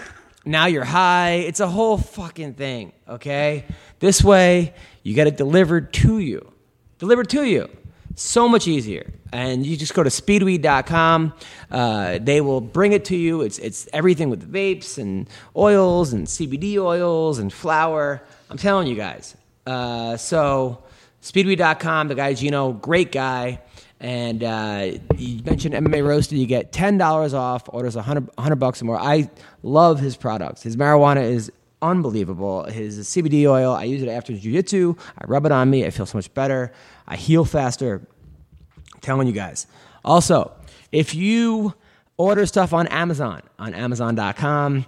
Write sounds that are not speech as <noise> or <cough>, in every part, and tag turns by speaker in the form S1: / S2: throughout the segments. S1: Now you're high. It's a whole fucking thing, okay? This way, you get it delivered to you. Delivered to you. So much easier. And you just go to speedweed.com. Uh, they will bring it to you. It's, it's everything with vapes and oils and CBD oils and flour. I'm telling you guys. Uh, so, speedweed.com, the guy Gino, great guy. And uh, you mentioned MMA Roasted, you get ten dollars off orders 100, 100 bucks or more. I love his products. His marijuana is unbelievable. His CBD oil, I use it after jujitsu. I rub it on me. I feel so much better. I heal faster telling you guys. Also, if you order stuff on Amazon, on Amazon.com,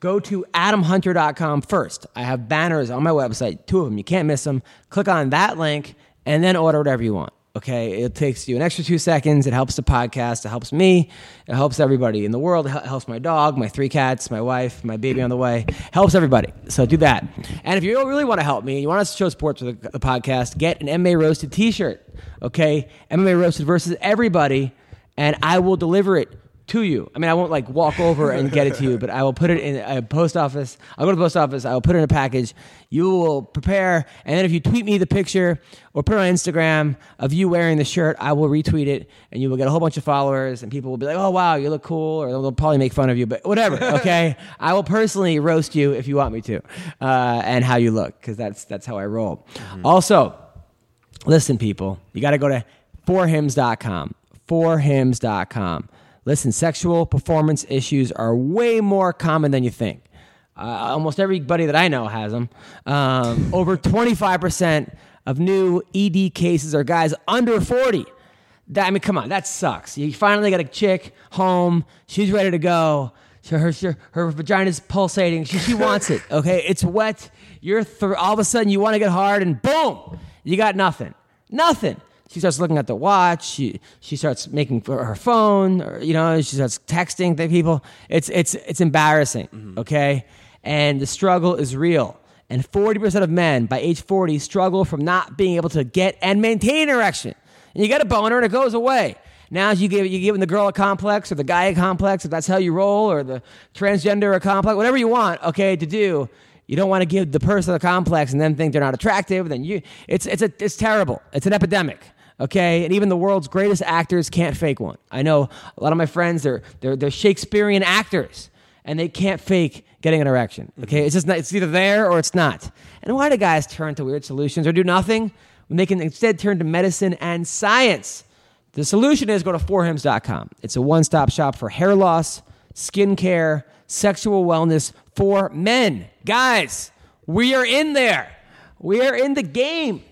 S1: go to AdamHunter.com first. I have banners on my website, two of them. You can't miss them. Click on that link and then order whatever you want. Okay, it takes you an extra two seconds. It helps the podcast. It helps me. It helps everybody in the world. It hel- helps my dog, my three cats, my wife, my baby on the way. Helps everybody. So do that. And if you really want to help me, you want us to show support for the, the podcast, get an MMA Roasted t shirt okay? MMA Roasted versus everybody, and I will deliver it to you. I mean, I won't like walk over and get it to you, but I will put it in a post office. I'll go to the post office. I will put it in a package. You will prepare, and then if you tweet me the picture or put it on Instagram of you wearing the shirt, I will retweet it, and you will get a whole bunch of followers, and people will be like, "Oh wow, you look cool," or they'll probably make fun of you, but whatever. Okay, I will personally roast you if you want me to, uh, and how you look, because that's that's how I roll. Also. Listen, people, you got to go to forhims.com. Forhims.com. Listen, sexual performance issues are way more common than you think. Uh, almost everybody that I know has them. Um, over 25% of new ED cases are guys under 40. That, I mean, come on, that sucks. You finally got a chick home. She's ready to go. So her, her, her vagina's pulsating. She, she wants it. Okay, it's wet. You're thr- all of a sudden you want to get hard, and boom, you got nothing. Nothing. She starts looking at the watch. She she starts making for her phone, or you know, she starts texting the people. It's it's it's embarrassing. Okay, and the struggle is real. And 40% of men by age 40 struggle from not being able to get and maintain an erection. And you get a boner and it goes away. Now you give you giving the girl a complex or the guy a complex, if that's how you roll, or the transgender a complex, whatever you want, okay, to do. You don't want to give the person a complex and then think they're not attractive. Then you, it's it's a, it's terrible. It's an epidemic okay? And even the world's greatest actors can't fake one. I know a lot of my friends, they're, they're, they're Shakespearean actors, and they can't fake getting an erection, okay? It's just not, it's either there or it's not. And why do guys turn to weird solutions or do nothing when they can instead turn to medicine and science? The solution is go to forhims.com. It's a one stop shop for hair loss, skin care, sexual wellness for men. Guys, we are in there. We are in the game.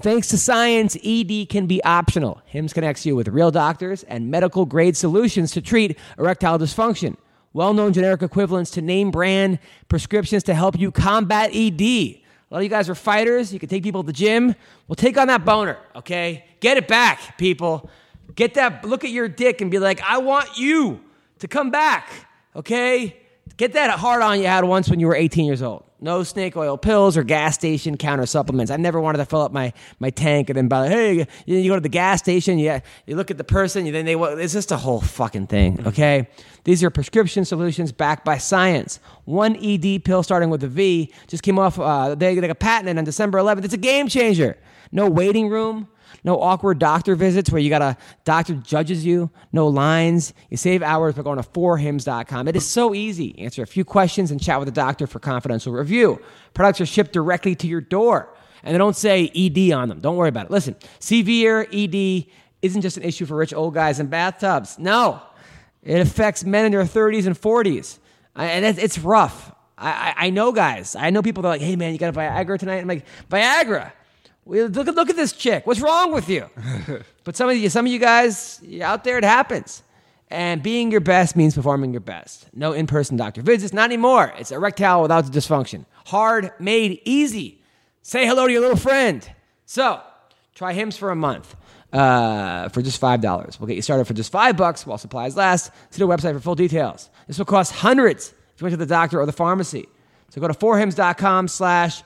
S1: Thanks to science, ED can be optional. HIMS connects you with real doctors and medical grade solutions to treat erectile dysfunction. Well known generic equivalents to name brand prescriptions to help you combat ED. A lot of you guys are fighters. You can take people to the gym. Well, take on that boner, okay? Get it back, people. Get that, look at your dick and be like, I want you to come back, okay? Get that hard on you had once when you were 18 years old. No snake oil pills or gas station counter supplements. I never wanted to fill up my, my tank and then buy. Hey, you, you go to the gas station. You, you look at the person. You, then they wa- it's just a whole fucking thing. Okay, these are prescription solutions backed by science. One ED pill starting with a V just came off. Uh, they they got patented on December 11th. It's a game changer. No waiting room. No awkward doctor visits where you got a doctor judges you. No lines. You save hours by going to 4hims.com. It is so easy. Answer a few questions and chat with a doctor for confidential review. Products are shipped directly to your door. And they don't say ED on them. Don't worry about it. Listen, severe ED isn't just an issue for rich old guys in bathtubs. No, it affects men in their 30s and 40s. I- And it's it's rough. I, I I know guys. I know people that are like, hey, man, you got a Viagra tonight? I'm like, Viagra? We, look, at- look at this chick. What's wrong with you? but some of you, some of you guys you're out there, it happens. And being your best means performing your best. No in-person doctor visits, not anymore. It's erectile without the dysfunction. Hard made easy. Say hello to your little friend. So try Hims for a month uh, for just five dollars. We'll get you started for just five bucks while supplies last. See the website for full details. This will cost hundreds if you went to the doctor or the pharmacy. So go to forhims.com slash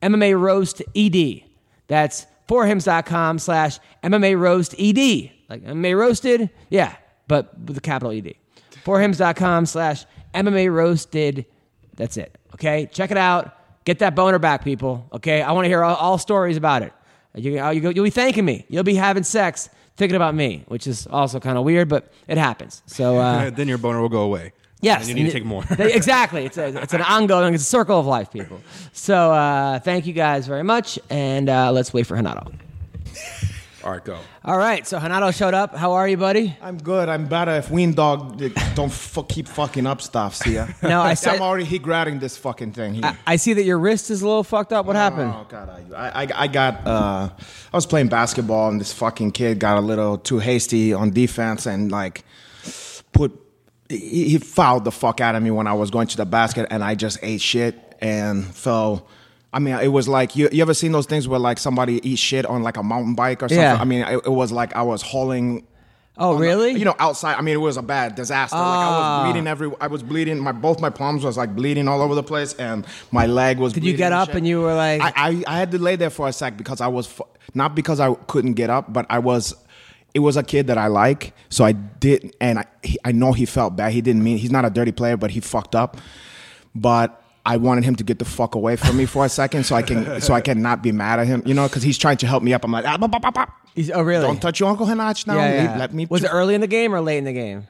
S1: MMA roast ed. That's forhims.com slash MMA roast ed. Like MMA roasted, yeah, but with a capital ed. Forhims.com slash MMA roasted. That's it. Okay, check it out. Get that boner back, people. Okay, I want to hear all, all stories about it. You, uh, you go, you'll be thanking me. You'll be having sex thinking about me, which is also kind of weird, but it happens.
S2: <laughs>
S1: So uh,
S2: then your boner will go away. And
S1: Yes,
S2: you need
S1: and
S2: to take
S1: it-
S2: more.
S1: <laughs> they- exactly. It's a, it's an ongoing. It's a circle of life, people. So uh, thank you guys very much, and uh, let's wait for Hanato.
S2: All right, go.
S1: All right, so Hanato showed up. How are you, buddy?
S3: I'm good. I'm better if Ween Dog d- don't fuck, keep fucking up stuff, see ya.
S1: No, I said-
S3: I'm already he grabbing this fucking thing here.
S1: I see that your wrist is a little fucked up. What happened?
S3: Oh god, I, I, I got uh, I was playing basketball and this fucking kid got a little too hasty on defense and like put he, he fouled the fuck out of me when I was going to the basket and I just ate shit and fell. I mean, it was like you, you ever seen those things where like somebody eats shit on like a mountain bike or something.
S1: Yeah.
S3: I mean, it, it was like I was hauling
S1: Oh, really?
S3: you know, outside. I mean, it was a bad disaster. like I was
S1: Ah.
S3: bleeding every. I was bleeding. My both my palms was like bleeding all over the place, and my leg was.
S1: Did you
S3: bleeding
S1: get up
S3: shit.
S1: and you were like-
S3: I, I I had to lay there for a sec because I was fu- not because I couldn't get up, but I was. It was a kid that I like, so I did, and I he, I know he felt bad. He didn't mean. He's not a dirty player, but he fucked up. But. I wanted him to get the fuck away from me for a second, so I can so I can not be mad at him, you know, because he's trying to help me up. I'm like, ah, bop, bop, bop, bop.
S1: He's- oh, really?
S3: Don't touch your uncle Hanach now.
S1: Yeah,
S3: Leave-
S1: yeah.
S3: Let me.
S1: Was
S3: to-
S1: it early in the game or late in the game?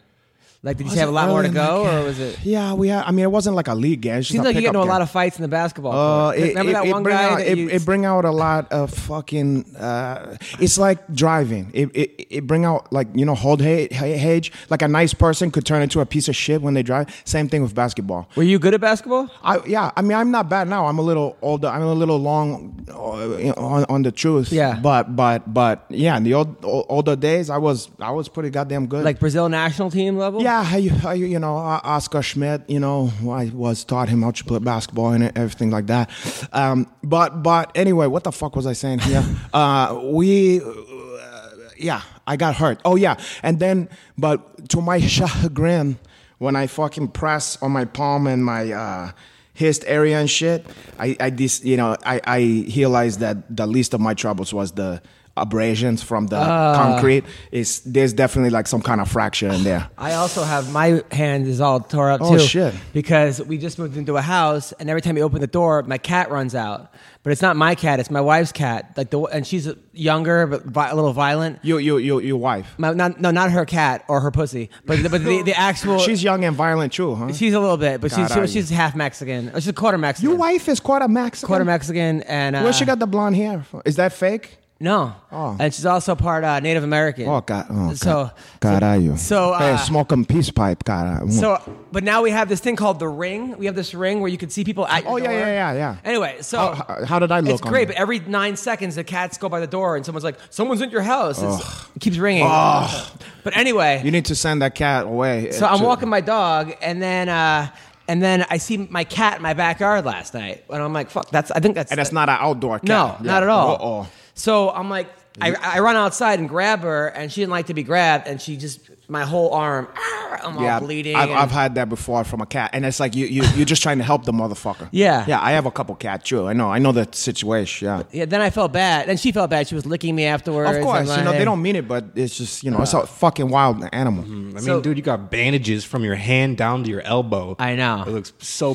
S1: Like, did you
S3: was
S1: have a
S3: it
S1: lot more to
S3: early in
S1: go,
S3: the
S1: or
S3: game?
S1: was it?
S3: Yeah, we had. I mean, it wasn't like a league game. It
S1: Seems like you get into a lot of fights in the basketball.
S3: Uh,
S1: court.
S3: it,
S1: Remember
S3: it-
S1: that
S3: it
S1: one
S3: bring
S1: guy?
S3: out,
S1: that
S3: it,
S1: you-
S3: it bring out a lot of fucking. Uh, it's like driving. It, it it bring out like you know hold he- he- hedge. Like a nice person could turn into a piece of shit when they drive. Same thing with basketball.
S1: were you good at basketball?
S3: I yeah. I mean, I'm not bad now. I'm a little older. I'm a little long uh, you know, on on the truth.
S1: Yeah.
S3: But but but yeah. In the old, o- older days, I was I was pretty goddamn good.
S1: Like Brazil national team level?
S3: Yeah, how you, how you, you know, O- Oscar Schmidt, you know, I was taught him how to play basketball and everything like that. Um, but but anyway, what the fuck was I saying here? <laughs> uh, we, uh, yeah, I got hurt. Oh yeah, and then, but to my <laughs> chagrin, when I fucking press on my palm and my uh, hist area and shit, I, I dis, you know, I, I realized that the least of my troubles was the abrasions from the concrete is there's definitely like some kind of fracture in there
S1: I also have my hand is all tore up
S3: Oh,
S1: too.
S3: shit.
S1: Because we just moved into a house, and every time you open the door, my cat runs out. But it's not my cat; it's my wife's cat. Like the and she's younger, but vi- a little violent.
S3: Your your your your wife.
S1: My, not, no, not her cat or her pussy, but the, but the, <laughs> the actual.
S3: She's young and violent too, huh?
S1: she's a little bit, but she's
S3: God, are
S1: she's, she's half Mexican. Oh, She's a quarter Mexican.
S3: your wife is quarter Mexican.
S1: quarter Mexican, and uh,
S3: Where she got the blonde hair? From? Is that fake?
S1: No.
S3: Oh.
S1: And she's also part uh, Native American.
S3: Oh, God. Oh,
S1: so,
S3: God, are you?
S1: So, uh,
S3: hey, smoke 'em peace pipe, cara. Mm.
S1: So, but now we have this thing called the ring. We have this ring where you can see people at. Your
S3: Oh, yeah,
S1: door.
S3: yeah, yeah, yeah.
S1: Anyway, so
S3: How- how- how did I
S1: It's
S3: look on
S1: great,
S3: that?
S1: but every nine seconds the cats go by the door and someone's like, "Someone's in your house." It's, it keeps ringing. But anyway,
S3: you need to send that cat away. uh,
S1: so I'm
S3: To-
S1: walking my dog, and then uh, and then I see my cat in my backyard last night, and I'm like, "Fuck, that's." I think that's
S3: And that's not an outdoor cat.
S1: no,
S3: Yeah.
S1: not at all.
S3: Uh-oh.
S1: So I'm like, I, I run outside and grab her, and she didn't like to be grabbed, and she just my whole arm, <laughs> "Ah," I'm all bleeding.
S3: I've,
S1: and-
S3: I've had that before from a cat, and it's like you, you you're just trying to help the motherfucker.
S1: Yeah.
S3: yeah. I have a couple cats too. I know, I know that situation. Yeah,
S1: Yeah, then I felt bad. Then she felt bad. She was licking me afterwards.
S3: of course.
S1: I'm
S3: You know
S1: like-
S3: they don't mean it, but it's just you know it's a fucking wild animal.
S4: I mean,
S1: So-
S4: dude, you got bandages from your hand down to your elbow.
S1: I know.
S4: It looks so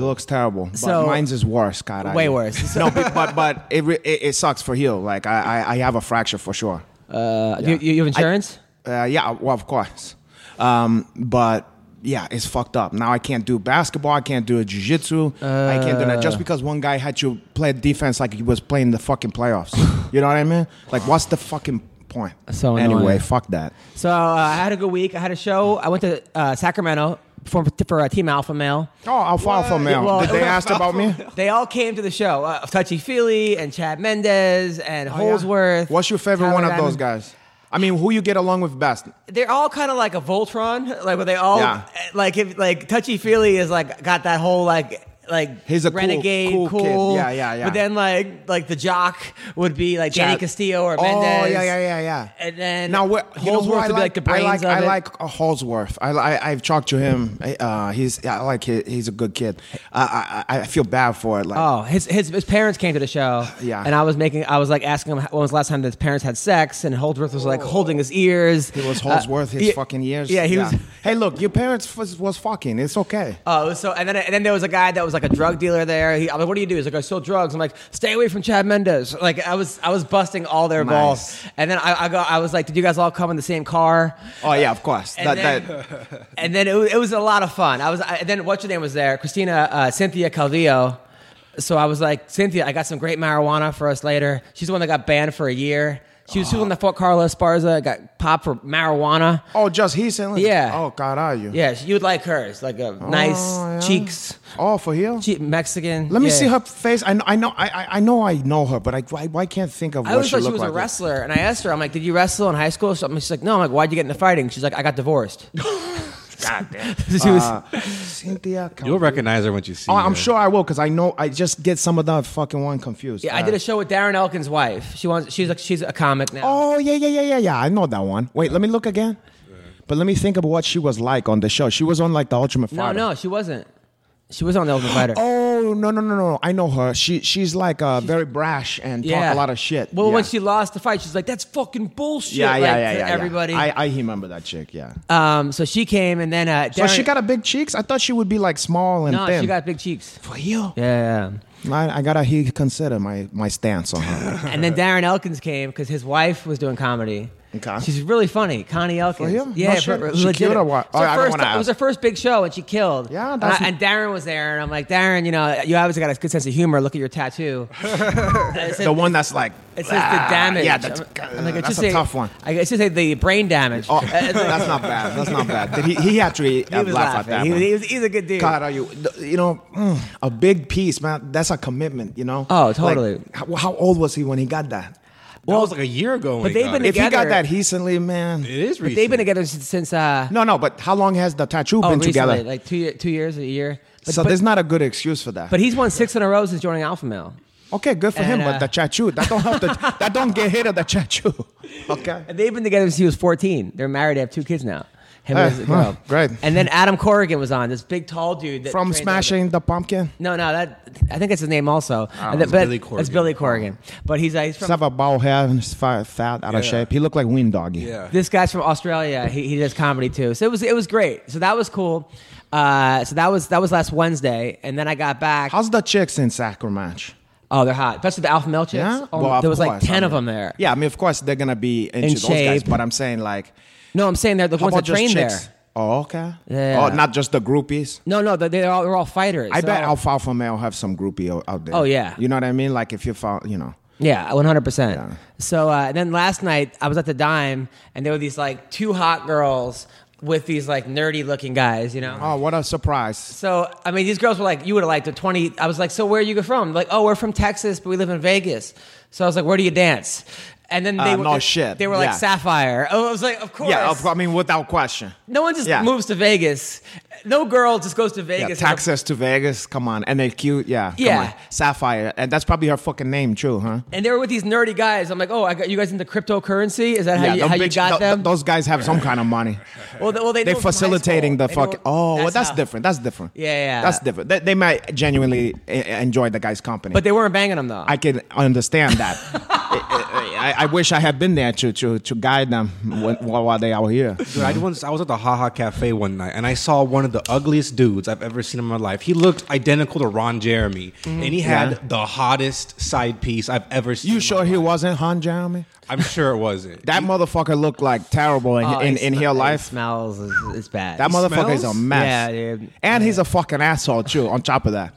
S1: <laughs>
S3: It looks terrible. But
S1: So-
S3: mine's is worse, God. I-
S1: Way worse.
S3: <laughs> no, but but, but it, re- it it sucks for heel. Like I I, I have a fracture for sure.
S1: Uh, you, you you have insurance?
S3: Uh, yeah, well, of course. Um, but yeah, it's fucked up. Now I can't do basketball. I can't do jiu-jitsu. I can't do that
S1: Uh.
S3: just because one guy had to play defense like he was playing the fucking playoffs. you know what I mean? Like, what's the fucking point?
S1: So
S3: anyway,
S1: annoying.
S3: fuck that.
S1: so uh, I had a good week. I had a show. I went to uh, Sacramento for, for uh, Team Alpha Male.
S3: Oh, I'll file for mail.
S1: Well,
S3: Did they ask about
S1: <laughs>
S3: me?
S1: They all came to the show. Uh, Touchy Feely and Chad Mendez and Holsworth.
S3: Oh, What's your favorite
S1: Tyler
S3: one of
S1: Diamond.
S3: those guys? I mean, who you get along with best?
S1: They're all kind of like a Voltron. Like where they all eh,
S3: Yeah.
S1: like if like Touchy Feely is like got that whole like. Like
S3: He's a cool-
S1: renegade,
S3: cool kid. Yeah, yeah, yeah.
S1: But then like like the jock would be like Danny
S3: Chad-
S1: Castillo or
S3: Oh,
S1: Mendez.
S3: yeah, yeah, yeah, yeah.
S1: And then
S3: Now, what, you know who
S1: Holdsworth
S3: I
S1: would be like the brains
S3: I like,
S1: of
S3: I
S1: it.
S3: like uh, Holdsworth. I, I I've talked to him. Uh, he's I like he, he's a good kid. I, I I feel bad for it. Like
S1: Oh, his, his his parents came to the show.
S3: <sighs> Yeah.
S1: And I was making I was like asking him when was the last time that his parents had sex and Holdsworth was like holding his ears. Uh,
S3: it Oh. was Holdsworth. his
S1: yeah,
S3: fucking years.
S1: yeah, he was- <laughs>
S3: Hey, look, your parents was, was fucking. It's okay.
S1: Oh, it was so and then and then there was a guy that was like a drug dealer there. He, I'm like, what do you do? He's like, I sell drugs. I'm like, stay away from Chad Mendes. Like I was I was busting all their balls. And then I, I go I was like, did you guys all come in the same car?
S3: Oh yeah, of course.
S1: And
S3: That,
S1: then, <laughs>
S3: that,
S1: and then it, was, it was a lot of fun. I was, I, and then what's your name was there? Christina uh, Cynthia Calvillo. So I was like, Cynthia, I got some great marijuana for us later. She's the one that got banned for a year. She was suing the Fort Carlos Esparza, got popped for marijuana.
S3: oh, just he saying.
S1: Yeah.
S3: Oh God, are you?
S1: Yeah, you would like hers, like a nice
S3: Oh, yeah.
S1: cheeks,
S3: Oh, for heel.
S1: cheap Mexican.
S3: Let me
S1: Yeah.
S3: see her face. I know, I know, I, I- I know, I know her, but I, why, why can't think of
S1: I
S3: what
S1: always
S3: she
S1: thought
S3: looked
S1: she was
S3: like.
S1: a wrestler, and I asked her, I'm like, did you wrestle in high school or something? She's like, no. I'm like, why'd you get into fighting? She's like, I got
S3: <laughs>
S1: divorced. God damn. she was,
S3: Cynthia. Cal-
S4: Uh, You'll recognize her when you see
S3: Oh,
S4: her.
S3: I'm sure I will, cause I know I just get some of that fucking one confused.
S1: Yeah, I did a show with Darren Elkin's wife. She wants. She's like she's a comic now.
S3: Oh yeah, yeah, yeah, yeah, yeah. I know that one. Wait, let me look again. But let me think of what she was like on the show. She was on like the Ultimate
S1: no,
S3: Fighter.
S1: no, she wasn't. She was on the Ultimate Fighter.
S3: <gasps> Oh no, no, no, no. I know her. She she's like uh, very brash and talk a lot of shit.
S1: Well,
S3: yeah.
S1: when she lost the fight, she's like, "That's fucking bullshit."
S3: yeah,
S1: like,
S3: yeah, yeah,
S1: to
S3: yeah, yeah.
S1: Everybody.
S3: I, I remember that chick. Yeah.
S1: um. So she came, and then uh,
S3: so
S1: Darren-
S3: she got a big cheeks. I thought she would be like small and
S1: no.
S3: thin.
S1: She got big cheeks.
S3: for you.
S1: Yeah.
S3: I, I gotta he consider my my stance on
S1: <laughs>
S3: her.
S1: and then Darren Elkins came because his wife was doing comedy.
S3: Okay.
S1: She's really funny, Connie Elkins.
S3: real?
S1: Yeah,
S3: No shit.
S1: for-
S3: She
S1: legit.
S3: killed or what?
S1: It's her
S3: All right, I don't
S1: first-
S3: wanna
S1: it was
S3: ask.
S1: her first big show, and she killed.
S3: Yeah,
S1: and,
S3: that's-
S1: I- and Darren was there, and I'm like, Darren, you know, you obviously got a good sense of humor. Look at your tattoo.
S3: the one that's like
S1: It says the
S3: "Ah,"
S1: damage.
S3: Yeah, that's,
S1: I'm- I'm like, it
S3: that's
S1: should
S3: a
S1: say-
S3: tough one.
S1: I should say the brain damage.
S3: Oh, <laughs> that's not bad. That's not bad. Did he, he actually
S1: he was
S3: laughed
S1: laughing.
S3: at that.
S1: He,
S3: one.
S1: he was, he's a good dude.
S3: God, are you? th- You know, mm, a big piece, man. That's a commitment. You know.
S1: Oh, totally.
S3: Like, how, how old was he when he got that?
S4: Well, that was like a year ago. When
S1: but
S4: he
S1: they've
S4: got
S1: been
S4: it.
S3: If he got
S1: Together.
S3: that recently, man.
S4: It is
S1: But they've been
S4: recent.
S1: together since, since uh,
S3: No, no. But how long has the tattoo
S1: oh,
S3: been
S1: recently,
S3: together?
S1: like two year- two years, a year. But,
S3: so
S1: but,
S3: there's not a good excuse for that.
S1: but he's won six in a row since joining Alpha Male.
S3: okay, good for him.
S1: And, uh,
S3: but the tattoo, that
S1: <laughs>
S3: don't have to, that don't get hit at the tattoo. Okay.
S1: And they've been together since he was 14. They're married. They have two kids now. Him and
S3: Hey,
S1: his
S3: Eh, huh,
S1: girl.
S3: great.
S1: And then Adam Corrigan was on, this big tall dude. That
S3: From
S1: trained
S3: smashing the pumpkin,
S1: No, no, that I think it's his name also. And
S4: it's
S1: that- but
S4: Billy Corrigan.
S1: That's Billy Corrigan. But he's, uh, he's
S3: Just
S1: from
S3: have a bald head and he's fat, fat out of
S4: Yeah.
S3: shape. He looked like Ween Doggy.
S4: Yeah.
S1: This guy's from Australia. He, he does comedy too. So it was it was great. So that was cool. Uh, so that was that was last Wednesday, and then I got back.
S3: How's the chicks in Sacramento?
S1: oh, they're hot, especially the alpha male chicks.
S3: Yeah,
S1: Oh,
S3: Well, of
S1: there was like
S3: course,
S1: ten
S3: I
S1: of
S3: mean-
S1: them there.
S3: Yeah, I mean, of course they're gonna be into
S1: In
S3: those guys,
S1: shape.
S3: but I'm saying like,
S1: No, I'm saying they're the
S3: how
S1: ones
S3: about
S1: that
S3: just
S1: train there.
S3: chicks? Oh, okay.
S1: Yeah.
S3: Oh, not just the groupies.
S1: No, no, they're, they're all they're all fighters.
S3: I
S1: So-
S3: bet alfalfa male have some groupie o- out there.
S1: Oh, yeah.
S3: You know what I mean? Like if you found, you know.
S1: Yeah, one hundred percent. So uh, then last night I was at the dime, and there were these like two hot girls with these like nerdy looking guys, you know.
S3: Oh, what a surprise!
S1: So I mean, these girls were like, you would have liked the twenty. I was like, so where are you from? Like, oh, we're from Texas, but we live in Vegas. So I was like, where do you dance? And then they
S3: Uh,
S1: were
S3: no shit.
S1: They were like
S3: Yeah.
S1: Sapphire. Oh, I was like, of course.
S3: Yeah, of- I mean, without question.
S1: No one just
S3: Yeah.
S1: moves to Vegas. No girl just goes to
S3: Yeah,
S1: Vegas.
S3: Texas to Vegas, come on, and they're cute, yeah, come
S1: Yeah.
S3: on. Sapphire, and that's probably her fucking name, too, huh?
S1: And they were with these nerdy guys. I'm like, oh, I got you guys into cryptocurrency. Is that how, you,
S3: them
S1: how you
S3: bitch-
S1: got
S3: th- th-
S1: them?
S3: Those guys have some kind of money.
S1: well, they, well, they
S3: They're
S1: know from high
S3: facilitating
S1: school.
S3: the
S1: They know-
S3: fucking. Oh, well, that's
S1: how-
S3: different. That's different.
S1: Yeah, yeah.
S3: That's different. They, they might genuinely e- enjoy the guy's company.
S1: But they weren't banging them though.
S3: I can understand
S1: <laughs>
S3: that. I, I, I wish I had been there to to, to guide them when, while they out here.
S4: Dude, I, once, I was at the Haha ha Cafe one night and I saw one of the ugliest dudes I've ever seen in my life. He looked identical to Ron Jeremy
S1: Mm-hmm.
S4: and he had the hottest side piece I've ever seen. in
S3: You
S4: my
S3: sure he
S4: life.
S3: wasn't Han Jeremy?
S4: I'm sure it wasn't.
S3: That motherfucker looked like terrible in
S1: Oh,
S3: in,
S1: it
S3: in
S1: sm-
S3: real
S1: it
S3: life.
S1: smells. It's, it's bad.
S3: That
S1: He
S3: motherfucker is a
S4: smells?
S3: mess.
S1: Yeah, dude.
S3: And he's a fucking asshole too. On top of that,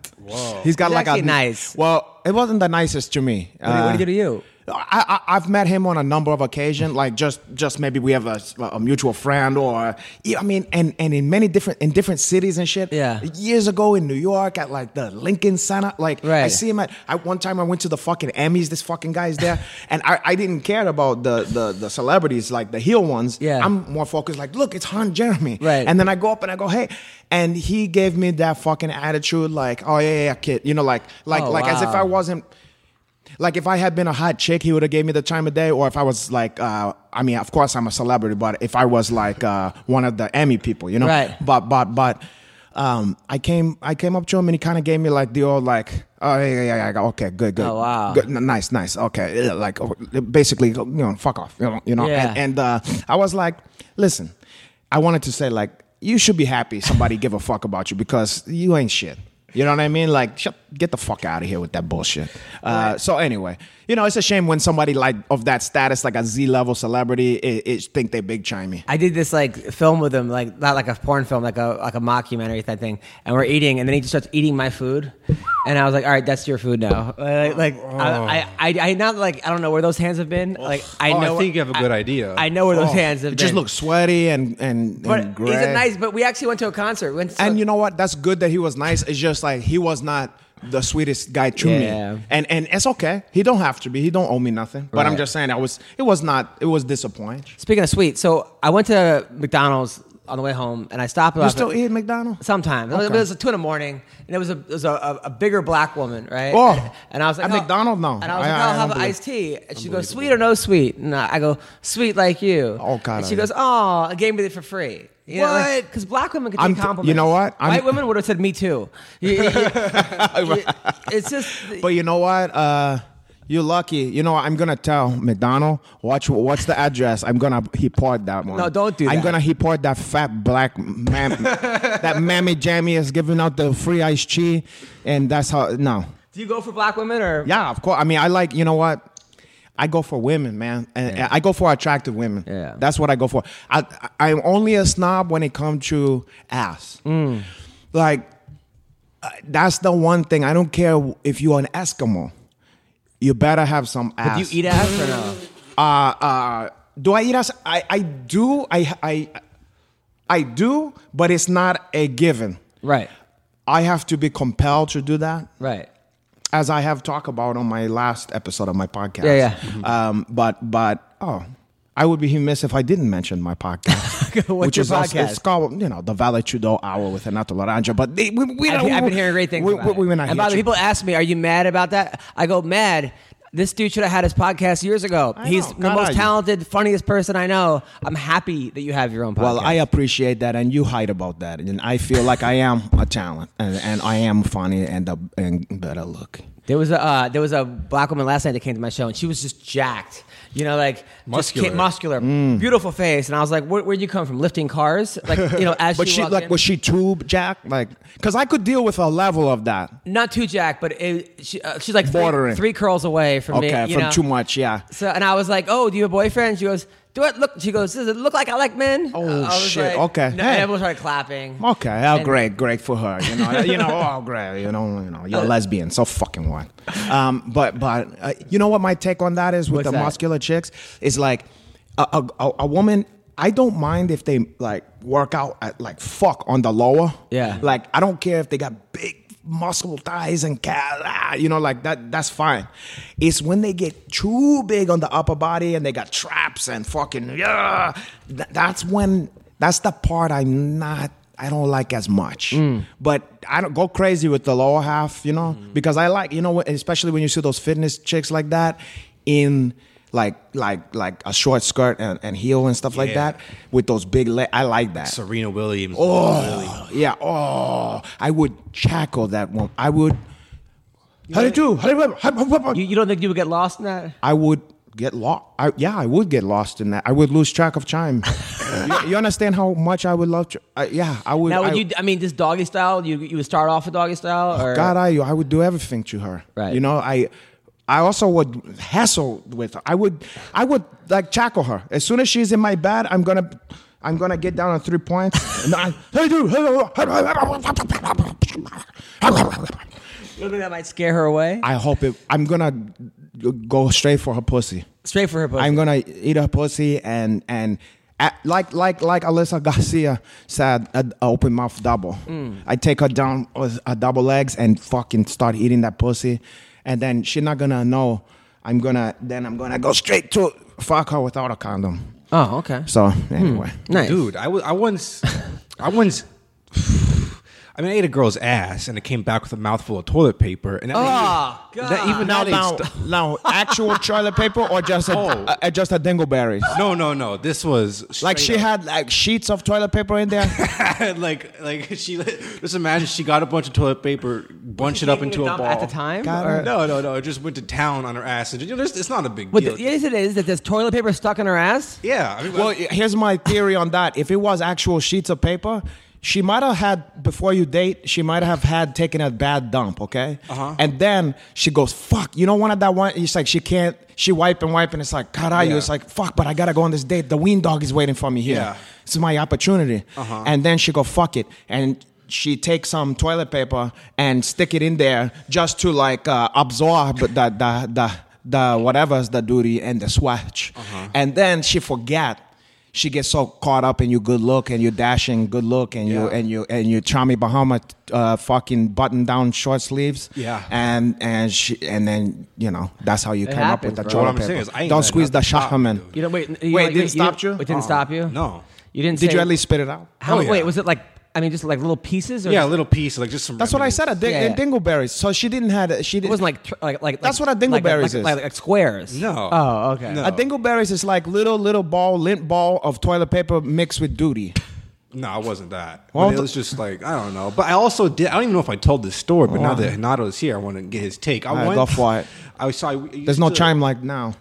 S3: he's got
S1: He's
S3: like a
S1: actually nice.
S3: Well, it wasn't the nicest to me. Uh,
S1: What, do- what do you do to you?
S3: I, I I've met him on a number of occasions, like just just maybe we have a, a mutual friend or yeah, I mean, and and in many different in different cities and shit.
S1: Yeah.
S3: Years ago in New York at like the Lincoln Center, like I
S1: Right.
S3: see him at I one time I went to the fucking Emmys. This fucking guy's there, <laughs> and I, I didn't care about the the the celebrities like the heel ones.
S1: Yeah.
S3: I'm more focused. Like, look, it's Han Jeremy.
S1: Right.
S3: And then I go up and I go, hey, and he gave me that fucking attitude, like, oh yeah, yeah, yeah, kid, you know, like like
S1: Oh,
S3: like as if
S1: wow.
S3: I wasn't like if I had been a hot chick, he would have gave me the time of day. Or if I was like, uh, I mean, of course I'm a celebrity, but if I was like uh, one of the Emmy people, you know,
S1: Right.
S3: But but but um, I came I came up to him and he kind of gave me like the old like, oh yeah yeah yeah, yeah okay good good
S1: Oh, wow.
S3: good, n- nice nice okay yeah, like oh, basically you know fuck off you know you know
S1: Yeah.
S3: and, and uh, I was like, listen, I wanted to say like you should be happy somebody give a fuck about you because you ain't shit. You know what I mean? Like, shut, get the fuck out of here with that bullshit. Uh, so anyway, you know, it's a shame when somebody like of that status, like a Z level celebrity, it, it think they big chimey.
S1: I did this like film with him, like not like a porn film, like a like a mockumentary type thing. And we're eating, and then he just starts eating my food, and I was like, "All right, that's your food now." Like, like
S3: Oh.
S1: I, I, I, I not like I don't know where those hands have been. Like I
S4: Oh, I
S1: know.
S4: think you have a good idea.
S1: I know where those hands have
S3: Oh, It
S1: been.
S3: just looks sweaty and and,
S1: But he's
S3: and gray.
S1: a nice. But we actually went to a concert. We went to,
S3: and you know what? That's good that he was nice. It's just like he was not the sweetest guy to
S1: Yeah.
S3: me, and and it's okay. He don't have to be. He don't owe me nothing. But I'm
S1: Right.
S3: just saying, I was. It was not. It was disappointing.
S1: Speaking of sweet, so I went to McDonald's on the way home, and I stopped.
S3: You
S1: off
S3: still
S1: at-
S3: eat McDonald's?
S1: Sometimes it was two in the morning, and it was a it was a, a, a bigger black woman, right?
S3: Oh,
S1: <laughs> and I was like,
S3: at
S1: oh.
S3: McDonald's? No.
S1: and I was like,
S3: I- I-
S1: I'll
S3: I
S1: have
S3: don't
S1: an
S3: believe
S1: iced tea, and she goes, sweet or no sweet? And I go, sweet like you.
S3: Oh, God,
S1: And
S3: I
S1: she
S3: am.
S1: goes, oh, I gave me it for free. You
S3: What?
S1: Because black women can
S3: I'm
S1: take
S3: th- you
S1: compliments.
S3: know what? I'm-
S1: White women would have said me too. You- you-
S3: <laughs>
S1: you- it's just
S3: But you know what? Uh, you're lucky. You know what? I'm gonna tell McDonald. Watch. What's the address? I'm gonna report that one.
S1: No, don't do
S3: I'm
S1: that.
S3: gonna report that fat
S1: <laughs>
S3: black man. that mammy jammy is giving out the free iced tea, and that's how. No.
S1: do you go for black women or
S3: Yeah, of course. I mean, I like. You know what? I go for women, man, and and I go for attractive women.
S1: Yeah.
S3: that's what I go for. I I- I'm only a snob when it comes to ass.
S1: Mm.
S3: Like, uh, that's the one thing. I don't care if you're an Eskimo. You better have some ass.
S1: do you eat ass or no?
S3: Uh, uh, do I eat ass? I, I do. I, I, I do, but it's not a given.
S1: Right,
S3: I have to be compelled to do that
S1: right.
S3: as I have talked about on my last episode of my podcast.
S1: Yeah, yeah.
S3: Um, but but oh, I would be remiss if I didn't mention my
S1: <laughs>
S3: podcast,
S1: What's
S3: which
S1: your
S3: is also-
S1: podcast?
S3: it's called you know the Valley Trudeau Hour with Renato Laranja. But they, we, we,
S1: I've,
S3: don't-
S1: I've been hearing great things.
S3: We,
S1: about
S3: we, we
S1: it.
S3: were not
S1: and
S3: here
S1: by the
S3: to-
S1: way, people ask me, "Are you mad about that?" I go, "Mad." This dude should have had his podcast years ago.
S3: I
S1: He's
S3: know.
S1: the
S3: God,
S1: most
S3: I-
S1: talented, funniest person I know. I'm happy that you have your own podcast.
S3: Well, I appreciate that, and you hide about that, and I feel like I am a talent, and, and I am funny and a, and better look.
S1: there was a uh, there was a black woman last night that came to my show, and she was just jacked. You know, like
S4: Muscular.
S1: just ki- muscular,
S3: Mm.
S1: beautiful face. And I was like, "Where would you come from? Lifting cars? Like you
S3: <laughs>
S1: know?" As
S3: But
S1: she,
S3: she
S1: walked
S3: like
S1: in-
S3: was she tube jack like? Because I could deal with a level of that.
S1: not too jacked, but it, she, uh, she's like three,
S3: Bordering.
S1: three curls away from me.
S3: Okay,
S1: you
S3: from
S1: know?
S3: too much, yeah.
S1: So and I was like, "Oh, do you have a boyfriend?" She goes, Do it look? She goes, "Does it look like I like men?"
S3: Oh,
S1: I was
S3: shit,
S1: like-
S3: okay.
S1: No,
S3: Hey.
S1: and everyone started clapping.
S3: Okay, oh
S1: And-
S3: great, great for her. You know,
S1: <laughs>
S3: you know, oh great, you know, you know,
S1: Uh,
S3: you're a lesbian, so fucking what? Um, but but uh, you know what my take on that is with
S1: What's
S3: the
S1: that?
S3: muscular chicks is like a, a a- a woman. I don't mind if they like work out at like fuck on the lower.
S1: Yeah.
S3: Like I don't care if they got big muscle thighs and cat, ah, you know, like that. That's fine. It's when they get too big on the upper body and they got traps and fucking yeah. th- that's when that's the part I'm not. I don't like as much,
S1: Mm.
S3: but I don't go crazy with the lower half, you know, because I like, you know, especially when you see those fitness chicks like that in like like like a short skirt and, and heel and stuff like
S4: Yeah.
S3: that with those big legs. I like that.
S4: Serena Williams.
S3: Oh, yeah. Oh, I would tackle that one. I would. How do you do? How do you- how- how- how-
S1: You, you don't think you would get lost in that?
S3: I would get lost. I, yeah, I would get lost in that. I would lose track of time. <laughs> you, you understand how much I would love? Tr- I, yeah, I would.
S1: Now, would
S3: I,
S1: you? I mean, this doggy style. You you would start off with doggy style, or
S3: God, I I would do everything to her.
S1: Right.
S3: You know, I I also would hassle with her. I would I would like tackle her. As soon as she's in my bed, I'm gonna I'm gonna get down on three points. and I, hey dude,
S1: you don't think that might scare her away?
S3: I hope it. I'm gonna go straight for her pussy.
S1: Straight for her pussy.
S3: I'm gonna eat her pussy and and. a- Like like like Alyssa Garcia said, an open mouth double. I take her down with a double legs and fucking start eating that pussy, and then she's not gonna know. I'm gonna then I'm gonna go straight to fuck her without a condom.
S1: oh, okay.
S3: So anyway,
S1: Nice.
S4: Dude, I wa- I once, I once. <sighs> I mean, I ate a girl's ass, and it came back with a mouthful of toilet paper. And that
S1: Ah,
S4: even, that
S1: God.
S4: even
S3: now
S4: that ain't
S3: now,
S4: stu-
S3: now
S4: <laughs>
S3: actual toilet paper or just a,
S4: Oh.
S3: uh, just a dingleberries.
S4: no, no, no. This was
S3: Like
S4: straight
S3: she
S4: up.
S3: had like sheets of toilet paper in <laughs> there.
S4: like like she just imagine she got a bunch of toilet paper, bunched it up
S1: taking
S4: into
S1: a
S4: a
S1: dump
S4: ball
S1: at the time,
S3: Got
S1: or-
S3: it.
S4: No, no, no. It just went to town on her ass. And, you know, there's- it's not a big
S1: But
S4: deal.
S1: the, yes, it is that there's toilet paper stuck in her ass.
S4: yeah. I mean,
S3: Well, here's my theory on that. If it was actual sheets of paper, she might have had before you date. She might have had taken a bad dump, okay? Uh-huh. And then she goes, "Fuck, you don't want that one." It's like she can't. She wipe and wipe, and it's like, "Carayo!"
S4: Yeah.
S3: It's like, "Fuck," but I gotta go on this date. The wean dog is waiting for me here.
S4: Yeah.
S3: This is my opportunity. Uh-huh. And then she go, "Fuck it," and she takes some toilet paper and stick it in there just to like uh, absorb the the the. The whatever's the duty and the swatch,
S4: Uh-huh.
S3: and then she forget she gets so caught up in your good look and your dashing good look and you
S4: Yeah.
S3: and you and your Tommy Bahama uh, fucking button down short sleeves.
S4: Yeah.
S3: And and she and then you know that's how you come up
S1: happens,
S3: with the
S1: bro.
S3: toilet
S4: What I'm
S3: paper.
S4: saying is I ain't
S3: Don't
S4: letting
S3: squeeze the
S4: nothing stop me,
S3: shahaman.
S4: dude.
S1: You don't wait. You
S3: Wait,
S1: don't-
S3: it didn't stop you?
S1: It didn't stop you.
S4: no.
S1: you didn't.
S3: Did
S1: say-
S3: you at least spit it out?
S1: How,
S4: Oh, yeah.
S1: Wait, was it like? I mean, just like little pieces? Or
S4: yeah, a little piece, like just some.
S3: That's what I said. A ding-
S1: Yeah.
S3: dingleberries. So she didn't had a- she
S1: It
S3: didn't
S1: wasn't like tr- like like.
S3: That's
S1: like-
S3: what a
S1: like-
S3: dingleberries
S1: like,
S3: is.
S1: Like, like squares.
S4: No.
S1: Oh, okay.
S4: No.
S3: a dingleberries is like little little ball lint ball of toilet paper mixed with duty.
S4: No, it wasn't that.
S3: Well,
S4: But it
S3: the-
S4: was just like I don't know. But I also did. I don't even know if I told this story. But now
S3: Wow.
S4: that Hinato's here, I want to get his take. I
S3: All right,
S4: went-
S3: go for it.
S4: I was sorry. we-
S3: There's no
S4: to-
S3: chime like now.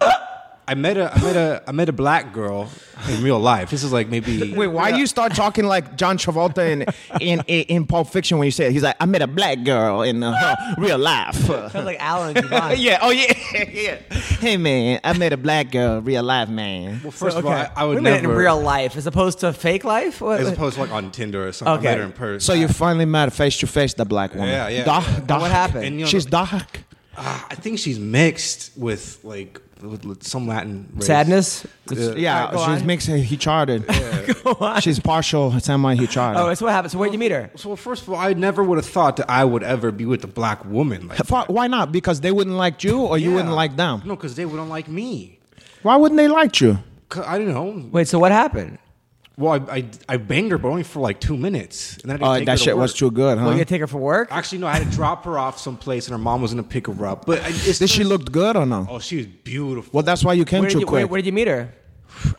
S4: I met a I met a I met a black girl in real life. This is like
S1: <laughs>
S4: maybe
S3: Wait, why you start talking like John Travolta in in in, in Pulp Fiction when you say it? he's like I met a black girl in uh, her
S4: <laughs>
S3: real life.
S1: Sounds like Alan and <laughs> Devon.
S3: yeah. Oh yeah. <laughs> yeah. Hey man, I met a black girl real life, man.
S4: Well, first of all, I, I would
S1: Wait a minute,
S4: never
S1: in real life, as opposed to fake life. What-
S4: as opposed to like on Tinder or something.
S1: Okay.
S4: Later in person.
S3: So you finally met face to face the black woman.
S4: Yeah, yeah.
S3: Dark,
S4: Yeah.
S3: dark.
S1: what happened?
S4: And, you know,
S3: She's dark.
S4: Ah, I think she's mixed with like with, with some Latin race.
S1: Sadness. uh,
S3: Yeah,
S1: Alright, go
S3: she's
S1: on. <laughs>
S3: mixed. He charted. She's partial semi. He charted.
S1: Oh, that's what happened. So where'd you meet her?
S4: So well, first of all, I never would have thought that I would ever be with a black woman. Like,
S3: Fuck, Why not? Because they wouldn't like you, or <laughs> you
S4: Yeah.
S3: wouldn't like them.
S4: No, because they wouldn't like me.
S3: Why wouldn't they like you?
S4: 'Cause I don't know.
S1: Wait, so what happened?
S4: Well, I, I, I banged her, but only for like two minutes, and then I didn't
S3: Oh,
S4: take her
S3: that
S4: to
S3: shit was
S4: work.
S3: too good, huh?
S1: Well, you gonna take her for work?
S4: Actually, no, I had to drop her off someplace, and her mom was gonna pick her up. But I, it's
S3: Did she look good or no?
S4: Oh, she was beautiful.
S3: Well, that's why you came
S1: Where did
S3: too
S1: you, where,
S3: quick.
S1: where did you meet her?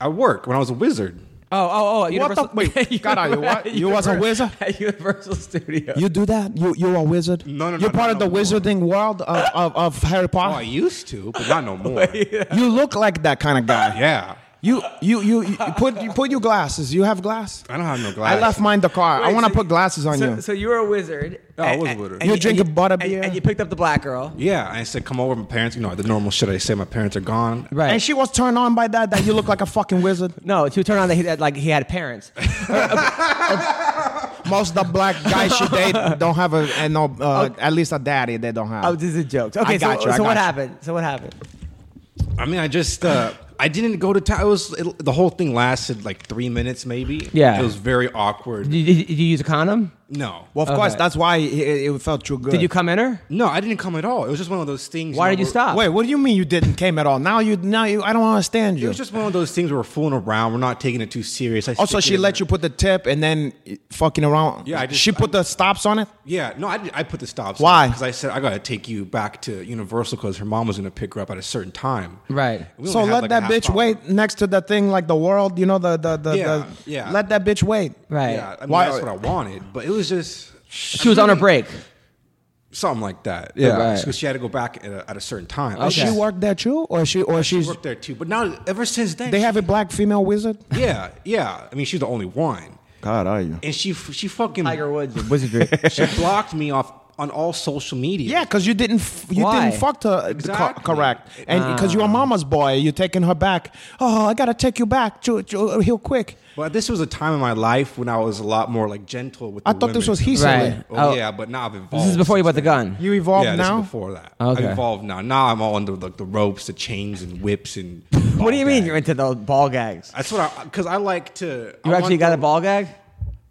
S4: at work when I was a wizard.
S1: Oh, oh, oh! at
S3: What the-
S1: Universal. <laughs>
S3: wait, God, are you what? You was a wizard?
S1: at <laughs> Universal Studios.
S3: You do that? You you a wizard?
S4: No, no, no,
S3: You're part
S4: no,
S3: of the
S4: no, no.
S3: wizarding world of, of, of Harry
S4: Oh, I
S3: Potter. <laughs>
S4: used to, but not no more.
S3: you look like that kind of guy.
S4: Yeah.
S3: You you you, you put you put your glasses. You have glass.
S4: I don't have no
S3: I
S4: glasses.
S3: left mine in the car. I
S1: Wait,
S3: want to
S1: so-
S3: put glasses on
S1: so,
S3: you.
S1: So you were a wizard.
S4: No, I
S1: and-
S4: was a
S1: and-
S4: wizard.
S1: and
S3: You're
S1: you-
S3: drinking
S1: and you-
S3: butter
S1: and-
S3: beer.
S1: and you picked up the black girl.
S4: Yeah, I said, come over. My parents, you know, the normal shit. I say my parents are gone.
S1: Right.
S3: And she was turned on by that. That you look like a fucking wizard.
S1: no, to turn on that he had like he had parents.
S3: Most of the black guys she
S1: <laughs>
S3: date don't have a and no uh, at least a daddy they don't have.
S1: Oh, this is a joke. Okay, so,
S3: got you, I
S1: so what
S3: got you.
S1: happened? So what happened?
S4: I mean, I just uh, I didn't go to town. It was it, the whole thing lasted like three minutes, maybe.
S1: Yeah.
S4: it was very awkward.
S1: Did, did, did you use a condom?
S4: No,
S3: well, of course,
S1: Okay.
S3: that's why it, it felt too good.
S1: Did you come in her?
S4: no, I didn't come at all. It was just one of those things.
S1: Why
S4: know,
S1: did you
S4: where-
S1: stop?
S3: Wait, what do you mean you didn't came at all? Now you now you I don't understand
S4: It
S3: you.
S4: was just one of those things where we're fooling around. We're not taking it too serious. I
S3: also,
S4: stick it
S3: Oh, she
S4: in
S3: let
S4: there.
S3: you put the tip and then fucking around.
S4: Yeah, I just-
S3: she put
S4: I-
S3: the stops on it.
S4: Yeah, no, I, did, I put the stops.
S3: Why?
S4: Because I said I gotta take you back to Universal because her mom was gonna pick her up at a certain time.
S1: Right.
S4: We only
S3: So
S4: had,
S3: let
S4: like, a
S3: that
S4: half
S3: bitch
S4: hour.
S3: wait next to the thing like the world, you know the the the,
S4: Yeah,
S3: the
S4: yeah.
S3: Let that bitch wait.
S1: Right.
S4: Yeah, I mean,
S3: Why-
S4: that's what I wanted, but it was just
S1: She was on her break.
S4: something like that. Yeah,
S1: Right.
S4: because she had to go back at a, at a certain time.
S3: Does
S1: Okay.
S3: Oh, She worked there too, or she or
S4: She
S3: she's
S4: worked there too, but now ever since then
S3: they have a black female wizard.
S4: Yeah, yeah. I mean, she's the only one,
S3: God, are you?
S4: and she she fucking
S1: Tiger Woods and wizardry.
S4: she blocked me off on all social media.
S3: Yeah, because you didn't f- you
S1: Why? Ah.
S3: didn't fuck her
S4: Exactly.
S3: correct, and because you're a mama's boy, you're taking her back. Oh, I gotta take you back to, to real quick.
S4: but this was a time in my life when I was a lot more like gentle with.
S3: I
S4: the
S3: thought this
S4: women.
S3: was he
S1: Right.
S3: right.
S4: Oh,
S1: Oh.
S4: yeah, but now I've evolved.
S1: this is before you bought the
S4: since then.
S1: gun.
S3: You evolved
S4: yeah,
S3: now.
S4: This is before that,
S1: Okay.
S4: I've evolved now. Now I'm all into like the ropes, the chains, and whips,
S3: <laughs>
S4: and.
S1: What do you mean you're
S4: into?
S1: into the ball gags?
S4: That's what I because I like to.
S1: You
S4: I
S1: actually
S4: want
S1: got a
S4: the-
S1: ball gag?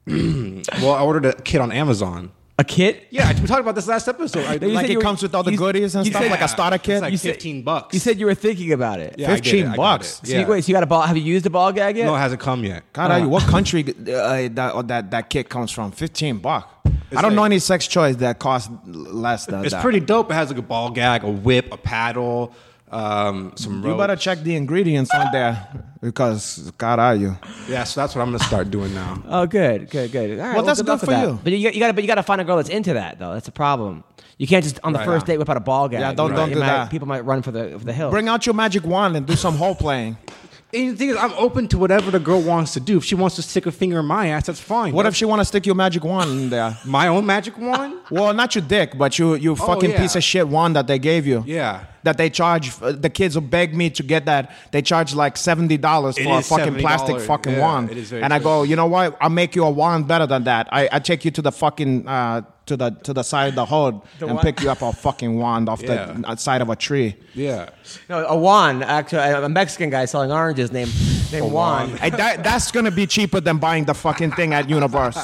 S4: Well, I ordered a kit on Amazon.
S1: A kit?
S4: Yeah, I- we talked about this last episode.
S3: <laughs>
S4: I,
S1: you
S3: like
S1: said
S3: it
S1: you were-
S3: comes with all the
S1: you-
S3: goodies and
S1: you
S3: stuff,
S1: said-
S3: like a starter
S4: It's
S3: kid.
S4: like
S3: You
S1: said-
S4: fifteen bucks.
S1: You said you were thinking about it.
S4: Yeah, I get it,
S3: 15
S4: I got
S3: bucks.
S4: it.
S1: So you, wait, so you got a ball? Have you used a ball gag yet?
S4: No, it hasn't come yet.
S3: God, I- what country uh, that, or that that kid comes from? Fifteen buck. I don't
S4: like-
S3: know any sex toys that cost l- less than
S4: It's
S3: that.
S4: pretty dope. It has like a ball gag, a whip, a paddle, um, some
S3: You
S4: rope.
S3: better check the ingredients on there because God, are you?
S4: Yeah, so that's what I'm gonna start doing now.
S1: Oh, good, good, good. All right, well,
S3: that's good
S1: luck
S3: for
S1: with that.
S3: you.
S1: But you, you got, but you got to find a girl that's into that though. That's a problem. You can't just on the
S4: Right.
S1: first date whip out a ball gag.
S3: Yeah, don't-
S1: You
S3: don't
S1: might-
S3: do
S1: might-
S3: that.
S1: People might run for the for the hill.
S3: Bring out your magic wand and do some <laughs> hole playing.
S4: And the thing is, I'm open to whatever the girl wants to do. If she wants to stick a finger in my ass, that's fine.
S3: What if she want to stick your magic wand in there?
S4: my own magic wand?
S3: Well, not your dick, but you you fucking
S4: Oh, yeah.
S3: piece of shit wand that they gave you.
S4: Yeah.
S3: That they charge uh, the kids will beg me to get that. They charge like seventy dollars
S4: It
S3: for a
S4: is
S3: fucking plastic
S4: $70.
S3: fucking
S4: Yeah,
S3: wand.
S4: it is very
S3: and I
S4: true.
S3: go, you know what? I'll make you a wand better than that. I, I take you to the fucking uh, to the to the side of the
S4: <laughs>
S3: hood and
S1: wa-
S3: pick you up a fucking wand off the
S4: Yeah.
S3: uh, side of a tree.
S4: Yeah.
S1: No, a Juan, actually, a a Mexican guy selling oranges named named Juan.
S3: I, that, that's gonna be cheaper than buying the fucking thing at
S4: <laughs>
S3: Universe.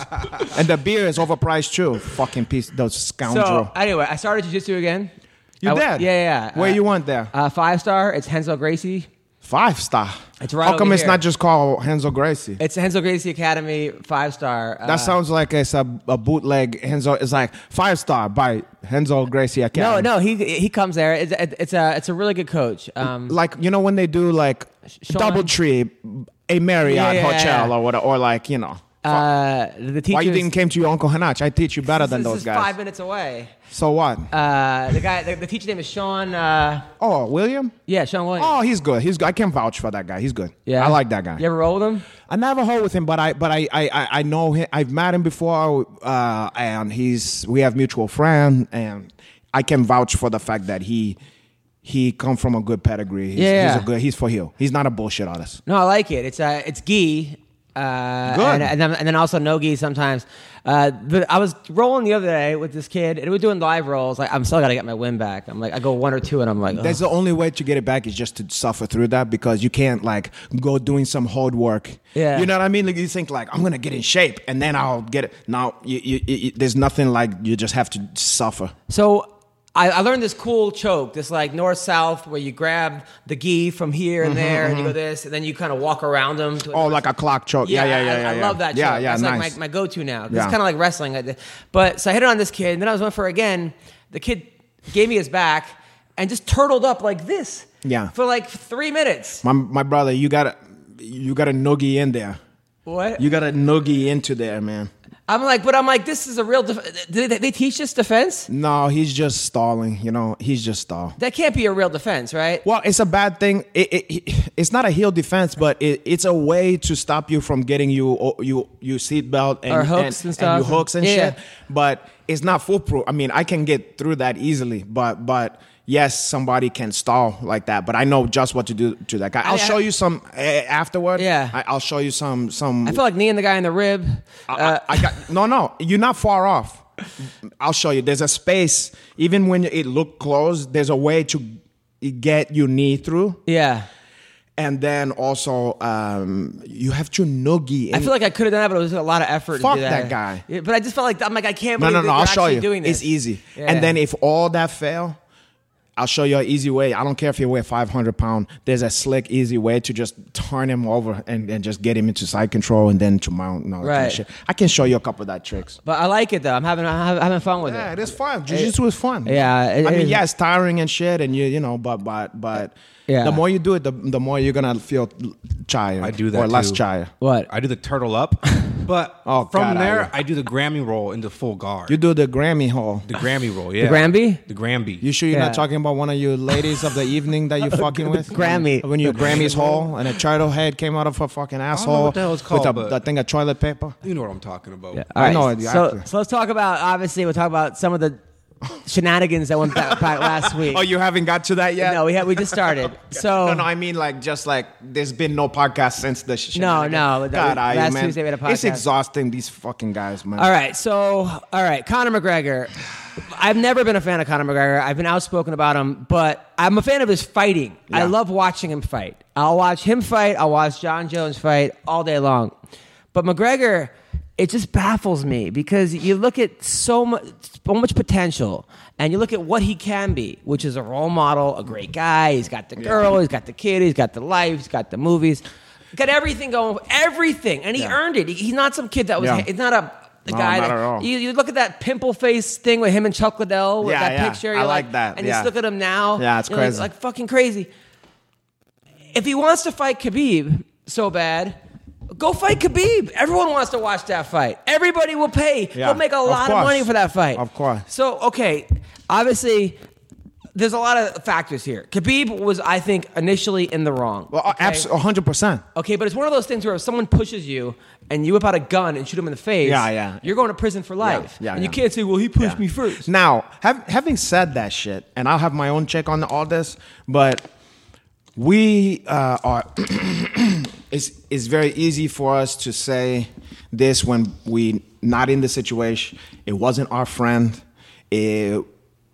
S3: and the beer is overpriced too. Fucking piece, those scoundrel.
S1: So anyway, I started jujitsu again.
S3: You
S1: I w-
S3: did?
S1: Yeah, yeah. yeah.
S3: Where you went there?
S1: Uh, five star. It's Hensel Gracie.
S3: Five star.
S1: It's right
S3: How come
S1: over
S3: it's
S1: here.
S3: not just called Henzo Gracie?
S1: It's Hensel Gracie Academy. Five star. Uh,
S3: that sounds like it's a, a bootleg Henzo. It's like five star by Henzo Gracie
S1: no,
S3: Academy.
S1: no. He he comes there. It's, it's a it's a really good coach. Um,
S3: Like you know when they do like
S1: Shonan?
S3: double tree, a Marriott
S1: Yeah, yeah,
S3: hotel
S1: yeah.
S3: or whatever, or like you know.
S1: uh, the teacher.
S3: why you didn't came to your Uncle Hanach? I teach you better than
S1: this
S3: those
S1: is
S3: guys.
S1: Five minutes away.
S3: So what?
S1: Uh, the guy, the, the teacher name is Sean. Uh,
S3: oh, William?
S1: yeah, Sean Williams.
S3: Oh, he's good. He's good. I can vouch for that guy. He's good.
S1: yeah,
S3: I like that guy.
S1: You ever roll with him?
S3: I never heard with him, but I but I I, I, I know him. I've met him before, uh, and he's we have mutual friend, and I can vouch for the fact that he he come from a good pedigree. He's,
S1: Yeah,
S3: he's
S1: yeah.
S3: a good. He's for you. He's not a bullshit artist.
S1: No, I like it. It's uh, it's gi. Uh,
S3: Good.
S1: And, and, then, and then also no gi sometimes. Uh, but I was rolling the other day with this kid, and we are doing live rolls. Like I'm still gotta get my win back. I'm like I go one or two, and I'm like, ugh.
S3: That's the only way to get it back is just to suffer through that because you can't like go doing some hard work.
S1: Yeah.
S3: you know what I mean. Like you think like I'm gonna get in shape and then I'll get it. No, you, you, you, there's nothing like you just have to suffer.
S1: So I, I learned this cool choke, this like north south, where you grab the gi from here
S3: Mm-hmm,
S1: and there, and you go this, and then you kind of walk around them. To
S3: Oh, like a clock choke. Yeah, yeah, yeah.
S1: I,
S3: yeah,
S1: I
S3: yeah.
S1: love that.
S3: Yeah,
S1: choke.
S3: yeah.
S1: That's
S3: nice.
S1: like my, my go-to now. It's
S3: Yeah.
S1: kind of like wrestling. I did. But so I hit it on this kid, and then I was going for it again. The kid gave me his back and just turtled up like this.
S3: Yeah.
S1: For like three minutes.
S3: My my brother, you gotta you gotta noogie in there.
S1: What?
S3: You gotta noogie into there, man.
S1: I'm like, but I'm like, this is a real. Def- did they, they teach this defense?
S3: No, he's just stalling. You know, he's just stall.
S1: That can't be a real defense, right?
S3: Well, it's a bad thing. It, it, it- it's not a heel defense, but it, it's a way to stop you from getting you you you seatbelt and
S1: Or hooks and stuff.
S3: you hooks and
S1: Yeah.
S3: shit. But it's not foolproof. I mean, I can get through that easily, but but yes, somebody can stall like that. But I know just what to do to that guy. I'll
S1: I-
S3: show
S1: I-
S3: you some uh, afterward.
S1: Yeah.
S3: I, I'll show you some some.
S1: I feel like kneeing the guy in the rib. uh,
S3: I, I got no, no. You're not far off. I'll show you. There's a space. Even when it looked closed, there's a way to get your knee through,
S1: Yeah.
S3: and then also um, you have to noogie.
S1: I
S3: in-
S1: feel like I could have done that, but it was a lot of effort.
S3: Fuck
S1: to do that.
S3: that guy.
S1: Yeah, but I just felt like I'm like I can't.
S3: no,
S1: Believe that
S3: no, no.
S1: they're
S3: I'll show
S1: actually
S3: you.
S1: Doing this.
S3: It's easy.
S1: Yeah.
S3: And then if all that fail, I'll show you an easy way. I don't care if you weigh 500 pound. There's a slick, easy way to just turn him over and, and just get him into side control and then to mount. No,
S1: Right.
S3: right. shit. I can show you a couple of that tricks.
S1: But I like it though. I'm having I'm having- having fun with
S3: Yeah,
S1: it.
S3: it is fun. Jiu Jitsu is fun.
S1: Yeah, it-
S3: I
S1: it
S3: mean,
S1: is.
S3: yeah, it's tiring and shit, and you you know, but but but
S1: Yeah.
S3: the more you do it, the, the more you're gonna feel tired.
S4: I do that
S3: or less
S4: too.
S3: tired.
S1: What?
S4: I do the turtle up, but
S3: <laughs> Oh,
S4: from
S3: God,
S4: there
S3: I-
S4: I, do the Grammy roll into full guard.
S3: You do the Grammy hole.
S4: the Grammy roll, yeah.
S1: Gramby?
S4: The Gramby.
S3: You sure you're
S1: Yeah.
S3: not talking about one of your ladies of the evening
S1: <laughs>
S3: that you fucking with?
S1: Grammy.
S3: When your Grammy's hole and a turtle head came out of her fucking asshole.
S4: what the hell it's called,
S3: With a,
S4: but-
S3: that thing of toilet paper.
S4: You know what I'm talking about.
S1: Yeah.
S3: I know
S1: Alright, So,
S3: exactly.
S1: so let's talk about obviously we'll talk about some of the shenanigans that went back, back last week.
S3: <laughs> Oh, you haven't got to that yet?
S1: No, we had we just started.
S3: <laughs>
S1: So
S3: no, no, I mean like just like there's been no podcast since the shit.
S1: No, no, that
S3: God,
S1: we-
S3: I
S1: last
S3: man,
S1: Tuesday we had a
S3: It's
S1: podcast.
S3: exhausting these fucking guys, man.
S1: All right, so all right, Conor McGregor. I've never been a fan of Conor McGregor. I've been outspoken about him, but I'm a fan of his fighting. I
S3: Yeah.
S1: love watching him fight. I'll watch him fight. I'll watch John Jones fight all day long. But McGregor, it just baffles me because you look at so much, so much potential, and you look at what he can be, which is a role model, a great guy. He's got the girl, he's got the kid, he's got the life, he's got the movies, got everything going, everything, and he
S3: Yeah.
S1: earned it. He- he's not some kid that was.
S3: Yeah.
S1: It's not a the
S3: No,
S1: guy
S3: not
S1: that,
S3: at all.
S1: You, you look at that pimple face thing with him and Chuck Liddell with
S3: Yeah,
S1: that
S3: yeah.
S1: picture.
S3: I
S1: you're
S3: like that,
S1: And
S3: yeah.
S1: just look at him now.
S3: Yeah, it's
S1: You're like-
S3: crazy.
S1: Like, fucking crazy. If he wants to fight Khabib so bad, go fight Khabib. Everyone wants to watch that fight. Everybody will pay.
S3: Yeah,
S1: They'll make a
S3: of
S1: lot of
S3: course.
S1: money for that fight.
S3: Of course.
S1: So okay, obviously. There's a lot of factors here. Khabib was, I think, initially in the wrong.
S3: Well,
S1: okay?
S3: absolutely, hundred percent.
S1: Okay, but it's one of those things where if someone pushes you and you whip out a gun and shoot him in the face,
S3: Yeah, yeah.
S1: you're going to prison for life.
S3: yeah,
S1: and you
S3: yeah.
S1: can't say, well, he pushed
S3: Yeah.
S1: me first.
S3: Now, hav having said that shit, and I'll have my own check on all this, but we uh, are. it's it's very easy for us to say this when we not in the situation. It wasn't our friend. It,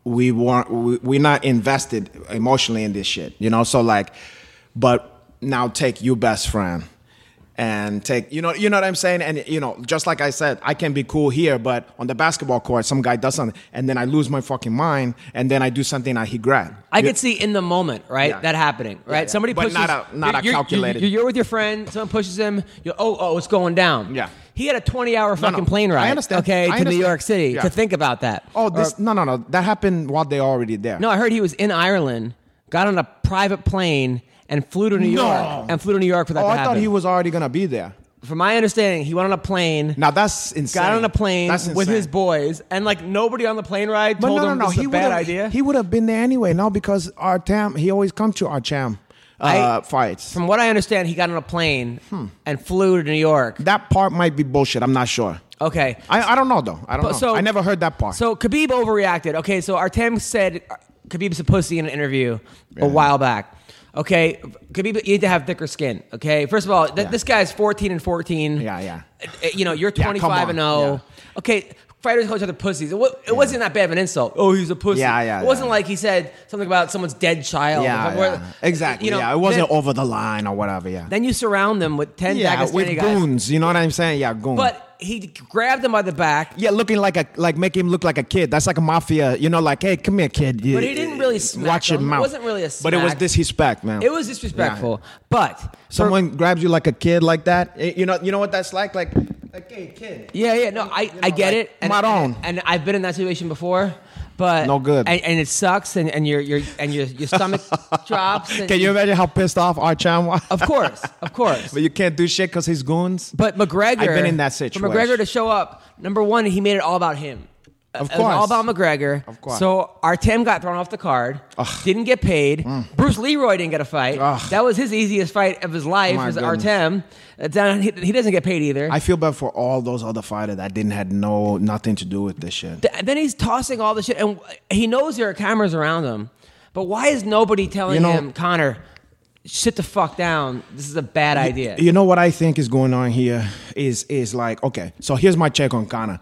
S3: we weren't. We, we're not invested emotionally in this shit. You know. So like, but now take your best friend and take you know you know what I'm saying and you know just like I said I can be cool here but on the basketball court some guy does something and then I lose my fucking mind and then I do something I regret
S1: I could see in the moment, right,
S3: Yeah.
S1: that happening, right?
S3: yeah.
S1: Somebody
S3: But
S1: pushes,
S3: not a- not a
S1: you're- you're-
S3: calculated-
S1: You're, you're with your friend, someone pushes him. You're, oh, oh, it's going down.
S3: Yeah.
S1: He had a 20-hour fucking
S3: no.
S1: plane
S3: I
S1: ride.
S3: understand.
S1: Okay,
S3: I
S1: to
S3: understand.
S1: New York City
S3: Yeah.
S1: to think about that.
S3: oh this no no no that happened while they're already there
S1: Uh, No, I heard he was in Ireland, got on a private plane, and flew to New
S3: No.
S1: York, and flew to New York for that.
S3: oh
S1: to
S3: I thought
S1: happen.
S3: he was already gonna be there
S1: From my understanding, he went on a plane.
S3: now that's insane
S1: got on a plane
S3: That's
S1: with his
S3: insane.
S1: boys, and like nobody on the plane ride
S3: but
S1: told
S3: no no
S1: him
S3: no
S1: this is
S3: he
S1: a
S3: would
S1: bad
S3: have
S1: idea.
S3: he would have been there anyway no because our tam he always come to our cham uh,
S1: I-
S3: fights
S1: From what I understand, he got on a plane
S3: Hmm.
S1: and flew to New York.
S3: that part might be bullshit I'm not sure
S1: Okay,
S3: I, I don't know though I don't
S1: But
S3: know
S1: so-
S3: I never heard that part
S1: so Khabib overreacted. Okay, so Artem said Khabib's a pussy in an interview a while back. Okay, Khabib, you need to have thicker skin. Okay, first of all, th-
S3: Yeah.
S1: this guy's fourteen and fourteen.
S3: Yeah, yeah.
S1: Uh, uh, You know, you're
S3: Yeah,
S1: twenty
S3: come
S1: five and
S3: on.
S1: zero. Okay. Fighters call each other pussies. It, wa- it wasn't that bad of an insult. Oh, he's a pussy.
S3: Yeah, yeah,
S1: It wasn't
S3: yeah.
S1: like he said something about someone's dead child.
S3: Yeah,
S1: Or-
S3: yeah. exactly.
S1: you know,
S3: yeah, it wasn't
S1: then-
S3: over the line or whatever. Yeah,
S1: Then you surround them with ten
S3: yeah,
S1: Dagestani
S3: with
S1: guys.
S3: goons. You know what I'm saying? Yeah, goons.
S1: But he grabbed them by the back.
S3: yeah, looking like a like make him look like a kid. That's like a mafia. You know, like hey, come here, kid. You-
S1: But he didn't really smack
S3: watch your
S1: him. It
S3: mouth.
S1: wasn't really a
S3: But it was
S1: smack.
S3: disrespect, man.
S1: It was disrespectful. But
S3: Someone grabs you like a kid like that. Eh, You know, you know what that's like? Like, like hey, kid.
S1: yeah, yeah, no, I, I get
S3: like,
S1: it. And,
S3: Maron.
S1: and, and I've been in that situation before. But
S3: No good.
S1: and, and it sucks, and, and your your and your your
S3: <laughs>
S1: stomach drops. and-
S3: Can you imagine how pissed off Archam was?
S1: Of course, of course.
S3: <laughs> but you can't do shit because he's goons.
S1: But McGregor,
S3: I've been in that
S1: For
S3: situation.
S1: McGregor to show up, number one, he made it all about him.
S3: Of
S1: it was all
S3: course.
S1: about McGregor.
S3: Of course.
S1: So Artem got thrown off the card, didn't get paid. Bruce Leroy didn't get a fight.
S3: Mm. Ugh.
S1: That was his easiest fight of his life.
S3: My
S1: was
S3: goodness.
S1: Artem. Uh, then He, he doesn't get paid either.
S3: I feel bad for all those other fighters that didn't had no nothing to do with this shit.
S1: Th- then he's tossing all the shit, and he knows there are cameras around him. But why is nobody telling
S3: You know-
S1: him, Connor, sit the fuck down? This is a bad idea.
S3: You know what I think is going on here is is like okay. So here's my check on Connor.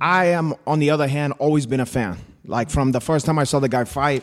S3: I am on the other hand always been a fan. Like from the first time I saw the guy fight,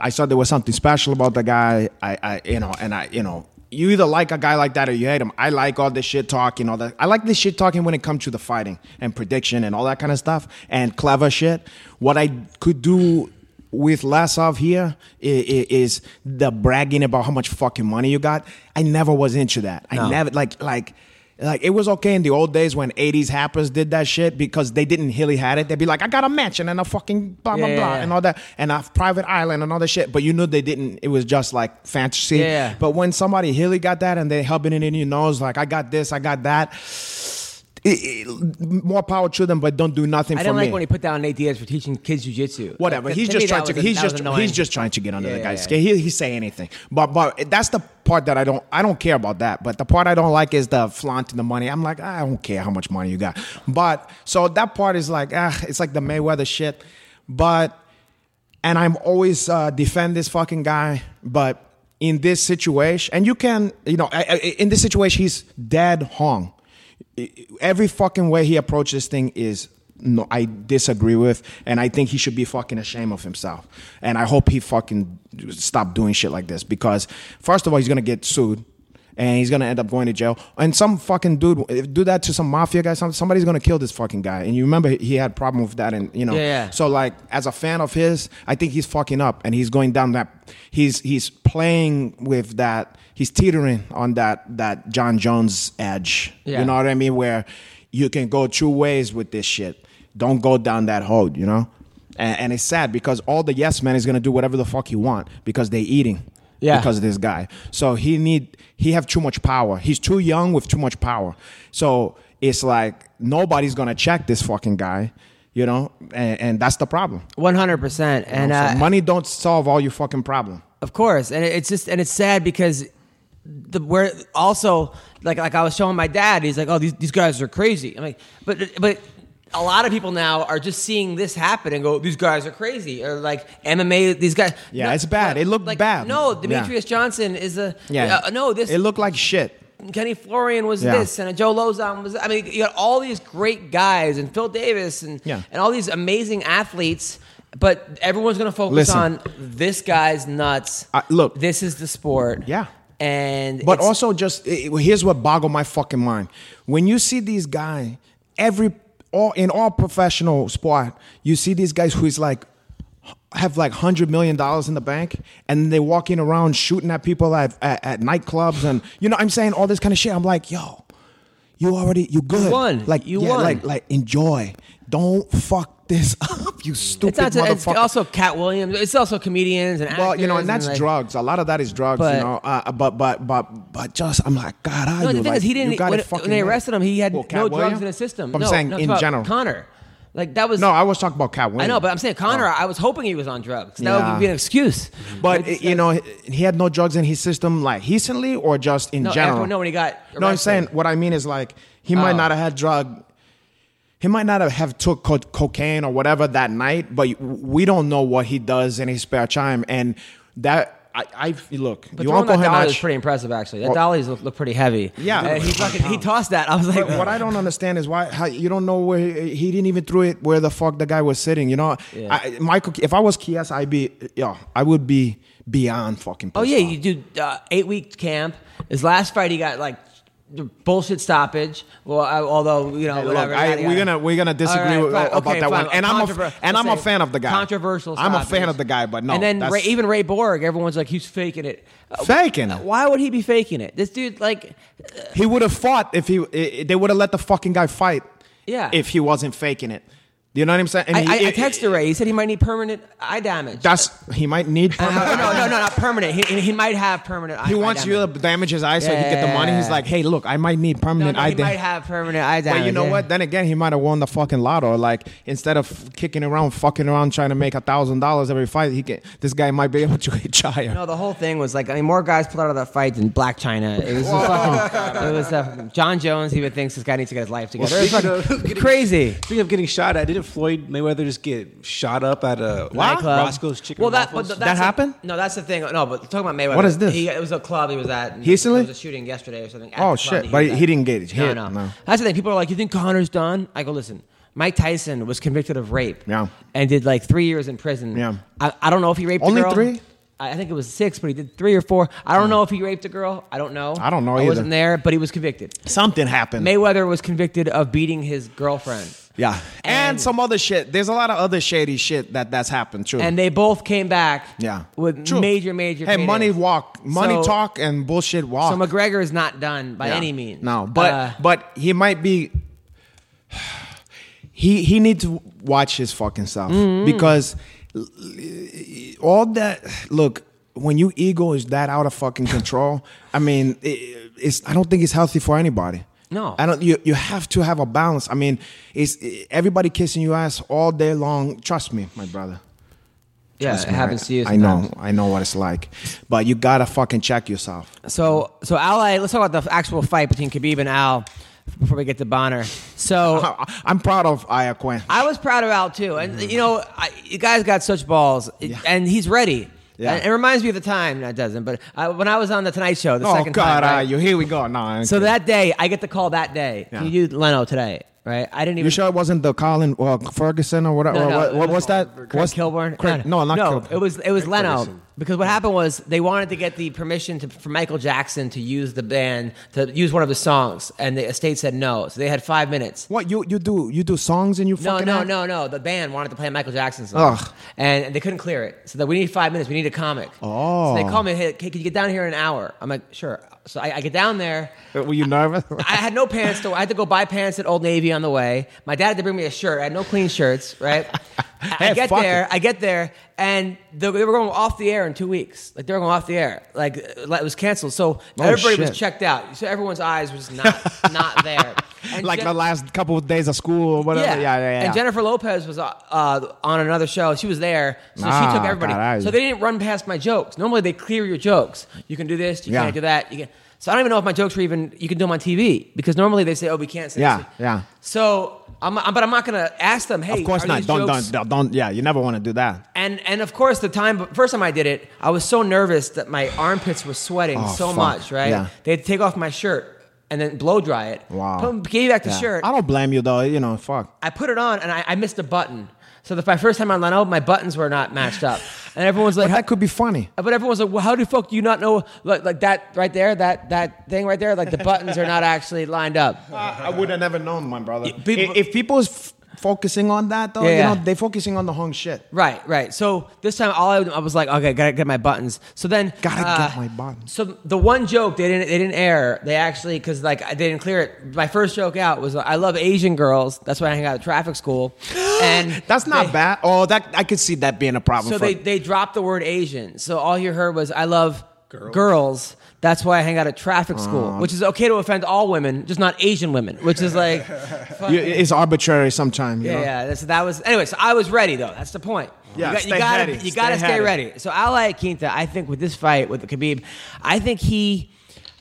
S3: I saw there was something special about the guy. I, I you know and I you know you either like a guy like that or you hate him. I like all this shit talking, all that. I like this shit talking when it comes to the fighting and prediction and all that kind of stuff and clever shit. What I could do with Lasov here i- i- is the bragging about how much fucking money you got. I never was into that. I never like like like it was okay in the old days when 80s happers did that shit because they didn't really had it. They'd be like, I got a mansion and a fucking blah blah
S1: Yeah, yeah,
S3: blah
S1: yeah.
S3: and all that and a private island and all that shit. But you knew they didn't. It was just like fantasy.
S1: Yeah.
S3: But when somebody really got that and they helping it in your nose, like I got this, I got that. it- it- more power to them, but don't do nothing
S1: I
S3: for
S1: didn't
S3: me
S1: like when he put down Nate Diaz for teaching kids jujitsu.
S3: whatever.
S1: Like,
S3: He's
S1: me,
S3: just
S1: that
S3: trying
S1: was
S3: to.
S1: a-
S3: He's
S1: that was
S3: just.
S1: annoying.
S3: He's just trying to get under
S1: Yeah,
S3: the
S1: yeah,
S3: guy's
S1: yeah.
S3: skin. He he say anything, but but that's the part that I don't. I don't care about that. But the part I don't like is the flaunting the money. I'm like I don't care how much money you got. But so that part is like ah, it's like the Mayweather shit. But and I'm always uh, defend this fucking guy, but in this situation, and you can, you know, I, I, in this situation, he's dead hung. Every fucking way he approached this thing is no, I disagree with, and I think he should be fucking ashamed of himself. And I hope he fucking stop doing shit like this because first of all, he's gonna get sued. And he's gonna end up going to jail. And some fucking dude if do that to some mafia guy. Some, somebody's gonna kill this fucking guy. And you remember he- he had problem with that. And you know,
S1: Yeah, yeah.
S3: so like as a fan of his, I think he's fucking up and he's going down that he's he's playing with that he's teetering on that that John Jones edge.
S1: Yeah.
S3: You know what I mean? Where you can go two ways with this shit. Don't go down that road, you know? And, and it's sad because all the yes men is gonna do whatever the fuck you want because they eating.
S1: Yeah.
S3: Because of this guy. So he need he have too much power. He's too young with too much power. So it's like nobody's gonna check this fucking guy, you know, and, and that's the problem.
S1: One hundred percent, and
S3: So
S1: uh,
S3: money don't solve all your fucking problem.
S1: of course, and it- it's just and it's sad because the where also like like I was showing my dad, he's like, oh these these guys are crazy. I'm like, but but a lot of people now are just seeing this happen and go, these guys are crazy, or like MMA, these guys.
S3: Yeah, it's bad. It looked bad.
S1: No,
S3: Yeah.
S1: Demetrius Johnson is a
S3: Yeah.
S1: yeah. Uh, no, this
S3: It looked like shit.
S1: Kenny Florian was
S3: Yeah.
S1: this, and a Joe Lozon was. I mean, you got all these great guys, and Phil Davis, and
S3: Yeah.
S1: and all these amazing athletes. But everyone's going to focus
S3: Listen.
S1: on this guy's nuts.
S3: I- look.
S1: this is the sport.
S3: Yeah.
S1: and
S3: But
S1: it's-
S3: also, just it, it- here's what boggled my fucking mind: when you see these guys, every all in all professional sport, you see these guys who is like have like hundred million dollars in the bank, and they walking around shooting at people at, at at nightclubs, and you know, I'm saying all this kind of shit. I'm like, yo, you already you good,
S1: won.
S3: like
S1: You
S3: yeah,
S1: won.
S3: like like enjoy. Don't fuck this <laughs> up, you
S1: it's
S3: stupid
S1: not. To, it's
S3: motherfucker.
S1: also Cat Williams. It's also comedians and
S3: Well, you know,
S1: actors
S3: and that's
S1: like-
S3: drugs. A lot of that is drugs.
S1: But-
S3: you know, uh, but but but but just I'm like, God, how
S1: No,
S3: you
S1: the thing
S3: like,
S1: is, he
S3: you
S1: didn't.
S3: gotta
S1: When,
S3: fucking
S1: when they
S3: know.
S1: arrested him, he had
S3: Well, Cat
S1: no
S3: Williams?
S1: drugs in his system.
S3: But I'm
S1: no,
S3: saying
S1: no, it's
S3: in
S1: about
S3: general.
S1: Connor. Like that was
S3: No, I was talking about Cat
S1: I
S3: Williams.
S1: know, but I'm saying Connor.
S3: Oh.
S1: I was hoping he was on drugs. That
S3: Yeah.
S1: would be an excuse.
S3: But
S1: It's-
S3: you know, he had no drugs in his system, like recently or just in
S1: No,
S3: general.
S1: after- no, when he got
S3: No, I'm
S1: arrested.
S3: saying what I mean is like he might
S1: Oh.
S3: not have had drug. He might not have- have took co- cocaine or whatever that night, but we don't know what he does in his spare time, and that. I, I look.
S1: But
S3: you
S1: throwing
S3: Uncle
S1: that dolly was
S3: Henach-
S1: pretty impressive, actually. That
S3: Well-
S1: dolly's look, look pretty heavy.
S3: Yeah.
S1: And he fucking he tossed that. I was like,
S3: But what I don't understand is why how, you don't know where he, he didn't even throw it where the fuck the guy was sitting. You know,
S1: Yeah.
S3: I, Michael. If I was Kias, I'd be yeah, I would be beyond fucking.
S1: oh
S3: pissed
S1: yeah,
S3: off.
S1: you do uh, eight week camp. His last fight, he got like bullshit stoppage. Well, I, although you know,
S3: Hey, look,
S1: whatever.
S3: I-
S1: yada, yada.
S3: we're gonna- we're gonna
S1: All
S3: disagree with-
S1: fine,
S3: about that one. And I'm a-
S1: Controver-
S3: and I'm a
S1: let's say
S3: fan of the guy.
S1: Controversial.
S3: I'm a
S1: stoppage.
S3: fan of the guy, but no,
S1: And then Ray,
S3: that's-
S1: even Ray Borg, everyone's like, he's faking it. Uh,
S3: Faking it.
S1: Why would he be faking it? This dude, like,
S3: he would have fought if he. eh, eh, They would have let the fucking guy fight.
S1: Yeah.
S3: If he wasn't faking it, You know what I'm saying? And
S1: I,
S3: he-
S1: I, I
S3: it-
S1: texted Ray. He said he might need permanent eye damage.
S3: That's he
S1: <laughs>
S3: might need.
S1: Uh,
S3: permanent-
S1: no, no, no, not permanent. He, he- he might have permanent. eye,
S3: he
S1: eye
S3: wants you
S1: damage.
S3: to damage his eye so he get the money. He's
S1: Yeah.
S3: like, hey, look, I might need
S1: No,
S3: permanent
S1: no,
S3: eye
S1: he might
S3: damage.
S1: have permanent eye damage.
S3: But you know
S1: yeah.
S3: what? Then again, he might have won the fucking lotto. Like instead of kicking around, fucking around, trying to make a thousand dollars every fight, he can. This guy might be able to <laughs> hit higher.
S1: No, the whole thing was like, I mean, more guys pulled out of that fight than Black China. It was just fucking, it was uh, John Jones. He would thinks this guy needs to get his life together. It's fucking crazy.
S4: Speaking of getting shot at, didn't Floyd Mayweather just get shot up at a
S1: Nightclub.
S4: Roscoe's Chicken
S1: Well, that
S4: Waffles?
S1: but
S3: That
S1: that's the-
S3: happened?
S1: no, that's the thing. No, but talking about Mayweather.
S3: What is this?
S1: He, it was a club he was at. and
S3: Recently?
S1: there was a shooting yesterday or something. at
S3: Oh,
S1: the club
S3: shit.
S1: that
S3: But
S1: was
S3: he
S1: at.
S3: didn't get hit.
S1: No, no,
S3: No.
S1: That's the thing. People are like, you think Connor's done? I go, listen. Mike Tyson was convicted of rape.
S3: Yeah.
S1: And did like three years in prison.
S3: Yeah.
S1: I, I don't know if he raped a
S3: Only
S1: girl.
S3: three?
S1: I I think it was six, but he did three or four. I don't know if he raped a girl. I don't know.
S3: I don't know
S1: I
S3: either.
S1: wasn't there, but he was convicted.
S3: Something happened.
S1: Mayweather was convicted of beating his girlfriend.
S3: Yeah, and,
S1: And-
S3: some other shit. There's a lot of other shady shit that that's happened too.
S1: And they both came back
S3: yeah,
S1: with
S3: True.
S1: major, major
S3: Hey,
S1: paydays.
S3: money walk, money
S1: So-
S3: talk, and bullshit walk.
S1: So McGregor is not done by
S3: Yeah.
S1: any means.
S3: No, but
S1: Uh,
S3: but he might be. <sighs> He he needs to watch his fucking self
S1: Mm-hmm.
S3: because all that look when your ego is that out of fucking control. I mean, it, it's I don't think it's healthy for anybody.
S1: No.
S3: I don't. You you have to have a balance. I mean, it's everybody kissing your ass all day long. Trust me, my brother.
S1: yeah, it
S3: Trust me,
S1: happens
S3: I,
S1: to you.
S3: I know.
S1: sometimes.
S3: I know what it's like, but you gotta fucking check yourself.
S1: So so Ally, let's talk about the actual fight between Khabib and Al before we get to Bonner.
S3: <laughs>
S1: So
S3: I, am proud of Aya Quinn.
S1: I was proud of Al too, and you know, I, you guys got such balls, and he's ready.
S3: Yeah.
S1: And it reminds me of the time. No, it doesn't. But I, when I was on the Tonight Show, the
S3: oh
S1: second
S3: God,
S1: time, right?
S3: uh, you here we go. No,
S1: so that day, I get the call that day.
S3: Yeah.
S1: You do Leno today, right? I didn't even.
S3: you sure it wasn't the Colin uh, Ferguson or whatever?
S1: No, no,
S3: what,
S1: it
S3: what was that?
S1: Craig
S3: What's-
S1: Kilborn?
S3: Craig- no, not
S1: no.
S3: Kilborn.
S1: It was it was Leno
S4: Ferguson.
S1: because what happened was they wanted to get the permission to, for Michael Jackson to use the band to use one of his songs, and the estate said no. So they had five minutes.
S3: What you you do? You do songs in your
S1: No,
S3: fucking
S1: no,
S3: act?
S1: no, no. The band wanted to play a Michael Jackson song,
S3: Ugh.
S1: and they couldn't clear it. So that we need five minutes. We need a comic.
S3: Oh.
S1: So they call me. Hey, can can you get down here in an hour? I'm like, sure. So I, I get down there.
S3: Uh, Were you nervous?
S1: <laughs> I had no pants to. I had to go buy pants at Old Navy on the way. My dad had to bring me a shirt. I had no clean shirts.
S3: <laughs>
S1: Right. I- I
S3: Hey,
S1: get
S3: fuck
S1: there.
S3: it.
S1: I get there, and the, they were going off the air in two weeks. Like they were going off the air. Like, uh, like it was canceled. So everybody
S3: Oh, shit.
S1: was checked out. So everyone's eyes was not not there. And
S3: <laughs> like
S1: Jen-
S3: the last couple of days of school or whatever. Yeah, yeah, yeah.
S1: And Jennifer Lopez was uh, uh, on another show. She was there, so
S3: Ah,
S1: she took everybody.
S3: caray.
S1: So they didn't run past my jokes. Normally they clear your jokes. You can do this. You
S3: Yeah.
S1: can't do that. You can. So I don't even know if my jokes were even. You can do them on TV because normally they say, "Oh, we can't say."
S3: Yeah,
S1: this.
S3: yeah.
S1: So I'm, I'm- but I'm not gonna ask them. Hey,
S3: of course
S1: are
S3: not.
S1: these
S3: Don't,
S1: jokes-
S3: don't don't don't. Yeah, you never want to do that.
S1: And and of course the time first time I did it, I was so nervous that my armpits were sweating
S3: Oh,
S1: so
S3: fuck.
S1: much. Right?
S3: Yeah.
S1: They had to take off my shirt and then blow dry it.
S3: Wow.
S1: Put- Gave back the
S3: Yeah.
S1: shirt.
S3: I don't blame you though. You know, fuck.
S1: I put it on and I, I missed a button. So the, my first time on Leno, my buttons were not matched up, and everyone's like,
S3: But that could be funny.
S1: but everyone's like, well, how the fuck do you not know like, like that right there, that that thing right there, like the buttons are not actually lined
S3: <laughs>
S1: up.
S3: I would have never known, my brother.
S1: people-
S3: if, if people's f- focusing on that though,
S1: Yeah,
S3: you
S1: yeah.
S3: know, they're focusing on the wrong shit.
S1: Right, right. So this time, all I, I was like, okay, gotta get my buttons. So then, uh,
S3: Gotta get my buttons.
S1: So the one joke they didn't they didn't air. They actually because like I didn't clear it. My first joke out was uh, I love Asian girls. That's why I hang out at traffic
S3: <gasps>
S1: school. And
S3: That's not
S1: they-
S3: bad. Oh, that I could see that being a problem.
S1: So
S3: for,
S1: they, they dropped the word Asian. So all you heard was I love girls. That's why I hang out at
S3: Uh.
S1: traffic school, which is okay to offend all women, just not Asian women, which is like,
S3: <laughs>
S1: fuck-
S3: you, it's arbitrary sometimes. You
S1: yeah,
S3: know?
S1: yeah. That's, that was anyway. So I was ready though. That's the point.
S3: Yeah,
S1: you, got,
S3: stay
S1: you gotta,
S3: ready.
S1: You
S3: Stay
S1: gotta stay,
S3: ready.
S1: ready. So Ali Quinta, I think with this fight with Khabib, I think he,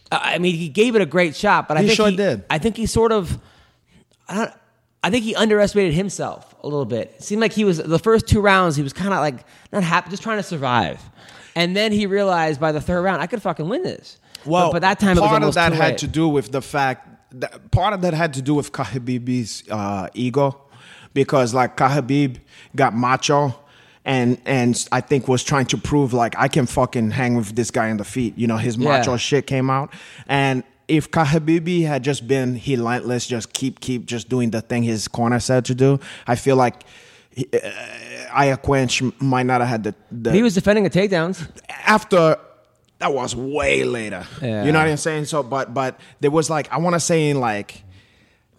S1: uh, I mean, he gave it a great shot, but I
S3: He
S1: think
S3: sure did.
S1: I think he sort of, I don't. I think he underestimated himself a little bit. It seemed like he was the first two rounds. He was kind of like not happy, just trying to survive, and then he realized by the third round, I could fucking win this.
S3: Well,
S1: but, but that time it was
S3: part
S1: almost
S3: of that
S1: too
S3: had
S1: late.
S3: to do with the fact that part of that had to do with Khabib's uh, ego, because like Khabib got macho, and and I think was trying to prove like I can fucking hang with this guy on the feet. You know, his
S1: Yeah.
S3: macho shit came out, and if Kahabibi had just been relentless, just keep keep just doing the thing his corner said to do, I feel like. he- Uh, Aya Quench might not have had the, the
S1: He was defending the takedowns.
S3: after that was way later.
S1: Yeah.
S3: You know what I'm saying? So, but but there was like I want to say in like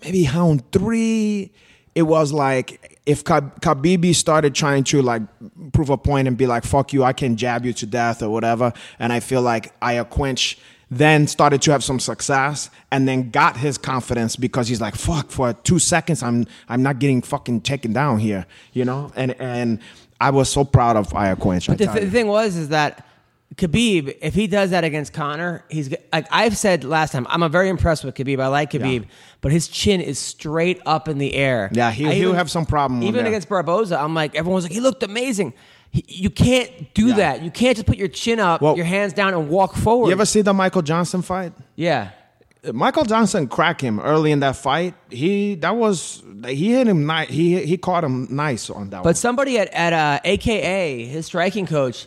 S3: maybe round three, it was like if Ka- Khabibi started trying to like prove a point and be like, fuck you, I can jab you to death or whatever, and I feel like I quench then started to have some success and then got his confidence because he's like fuck for 2 seconds I'm I'm not getting fucking taken down here you know and and I was so proud of Aya Quench I
S1: But the,
S3: tell
S1: th-
S3: you.
S1: the thing was is that Khabib, if he does that against Connor, he's g- like I've said last time. I'm uh, very impressed with Khabib. I like Khabib, but his chin is straight up in the air.
S3: Yeah, he-
S1: I
S3: he'll have some problem with
S1: Even
S3: that.
S1: against Barboza, I'm like everyone's like he looked amazing. He, you can't do that. You can't just put your chin up,
S3: Well-
S1: your hands down, and walk forward.
S3: You ever see the Michael Johnson fight?
S1: yeah.
S3: Michael Johnson cracked him early in that fight. He that was he hit him nice. He he caught him nice on that.
S1: But somebody at at uh, AKA his striking coach,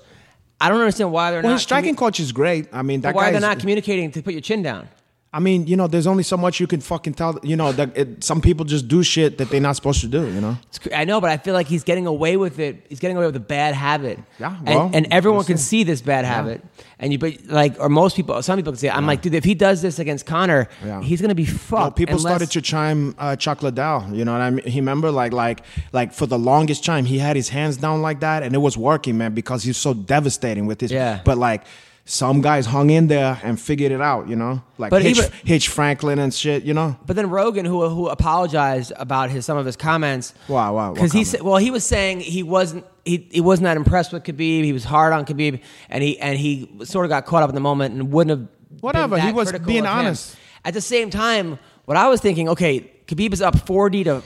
S1: I don't understand why they're
S3: one. well,
S1: not
S3: his striking
S1: commu-
S3: coach is great. I mean, that
S1: why
S3: guy.
S1: they're
S3: is-
S1: not communicating to put your chin down.
S3: I mean, you know, there's only so much you can fucking tell. You know, that it, some people just do shit that they're not supposed to do. You know,
S1: It's cr- I know, but I feel like he's getting away with it. He's getting away with a bad habit.
S3: Yeah,
S1: And-
S3: well,
S1: and, everyone
S3: we'll
S1: can
S3: see.
S1: see this bad habit. And you, but like, or most people, some people can see. It. I'm like, dude, if he does this against Connor,
S3: Yeah.
S1: he's gonna be fucked.
S3: Well, people
S1: unless-
S3: started to chime uh, Chuck Liddell. You know what I mean? He remember like like like for the longest time he had his hands down like that, and it was working, man, because he's so devastating with his.
S1: Yeah.
S3: But like. Some guys hung in there and figured it out, you know, like
S1: But
S3: Hitch,
S1: even-
S3: Hitch Franklin and shit, you know.
S1: But then Rogan, who who apologized about his some of his comments.
S3: Why, why, what
S1: Because he
S3: comment?
S1: said, well, he was saying he wasn't he, he wasn't that impressed with Khabib. He was hard on Khabib, and he and he sort of got caught up in the moment and wouldn't have. been
S3: Whatever, he
S1: that
S3: was
S1: critical
S3: being
S1: of him.
S3: honest.
S1: At the same time, what I was thinking, okay, Khabib is up forty to.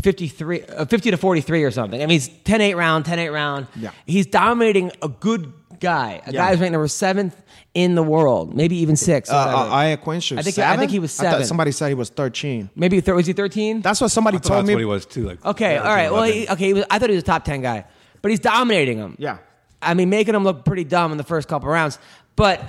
S1: 53 uh, 50 to 43 or something. I mean, he's 10 8 round, 10 8 round.
S3: Yeah.
S1: He's dominating a good guy, a guy who's ranked number seventh in the world, maybe even sixth.
S3: Uh, uh, Aya Quincy.
S1: I think- I
S3: seven?
S1: think he was
S3: I thought
S1: seven.
S3: somebody said he was thirteen.
S1: maybe, thir- was he 13?
S3: That's what somebody
S4: That's
S3: told me.
S4: what he was too. Like
S1: Okay, all right. Well, he, okay. He was, I thought he was a top ten guy, but he's dominating him.
S3: Yeah.
S1: I mean, making him look pretty dumb in the first couple rounds. But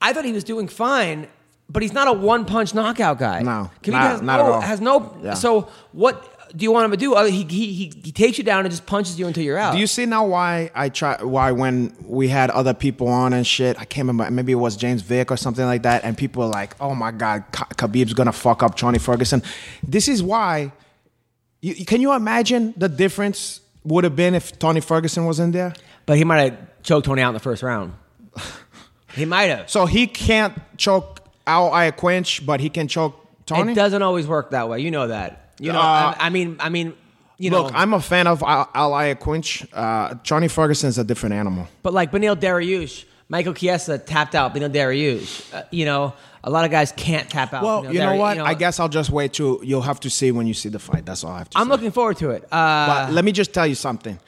S1: I thought he was doing fine. But he's not a one punch knockout guy.
S3: No,
S1: Khabib
S3: not-
S1: has
S3: not
S1: no,
S3: at all.
S1: Has no.
S3: Yeah.
S1: So what do you want him to do? Uh, He, he he he takes you down and just punches you until you're out.
S3: Do you see now why I try why when we had other people on and shit? I can't remember. Maybe it was James Vick or something like that. And people were like, "Oh my God, Ka- Khabib's gonna fuck up Johnny Ferguson." This is why. You, you- can you imagine the difference would have been if Tony Ferguson was in there?
S1: but he might have choked Tony out in the first
S3: <laughs>
S1: round. he might have.
S3: So he can't choke out Aya Quinch, but he can choke Tony.
S1: It doesn't always work that way. You know that. You know.
S3: Uh,
S1: I, I mean. I mean. You
S3: Look,
S1: know.
S3: I'm a fan of Al- Alia Quinch. Uh, Johnny Ferguson's a different animal.
S1: But like Benil Dariush, Michael Chiesa tapped out Benil Dariush. Uh, you know, a lot of guys can't tap out.
S3: Well,
S1: Beneil
S3: you know
S1: Dariush,
S3: what? I guess I'll just wait till you'll have to see when you see the fight. That's all I have to
S1: I'm
S3: say.
S1: looking forward to it. Uh,
S3: But let me just tell you something.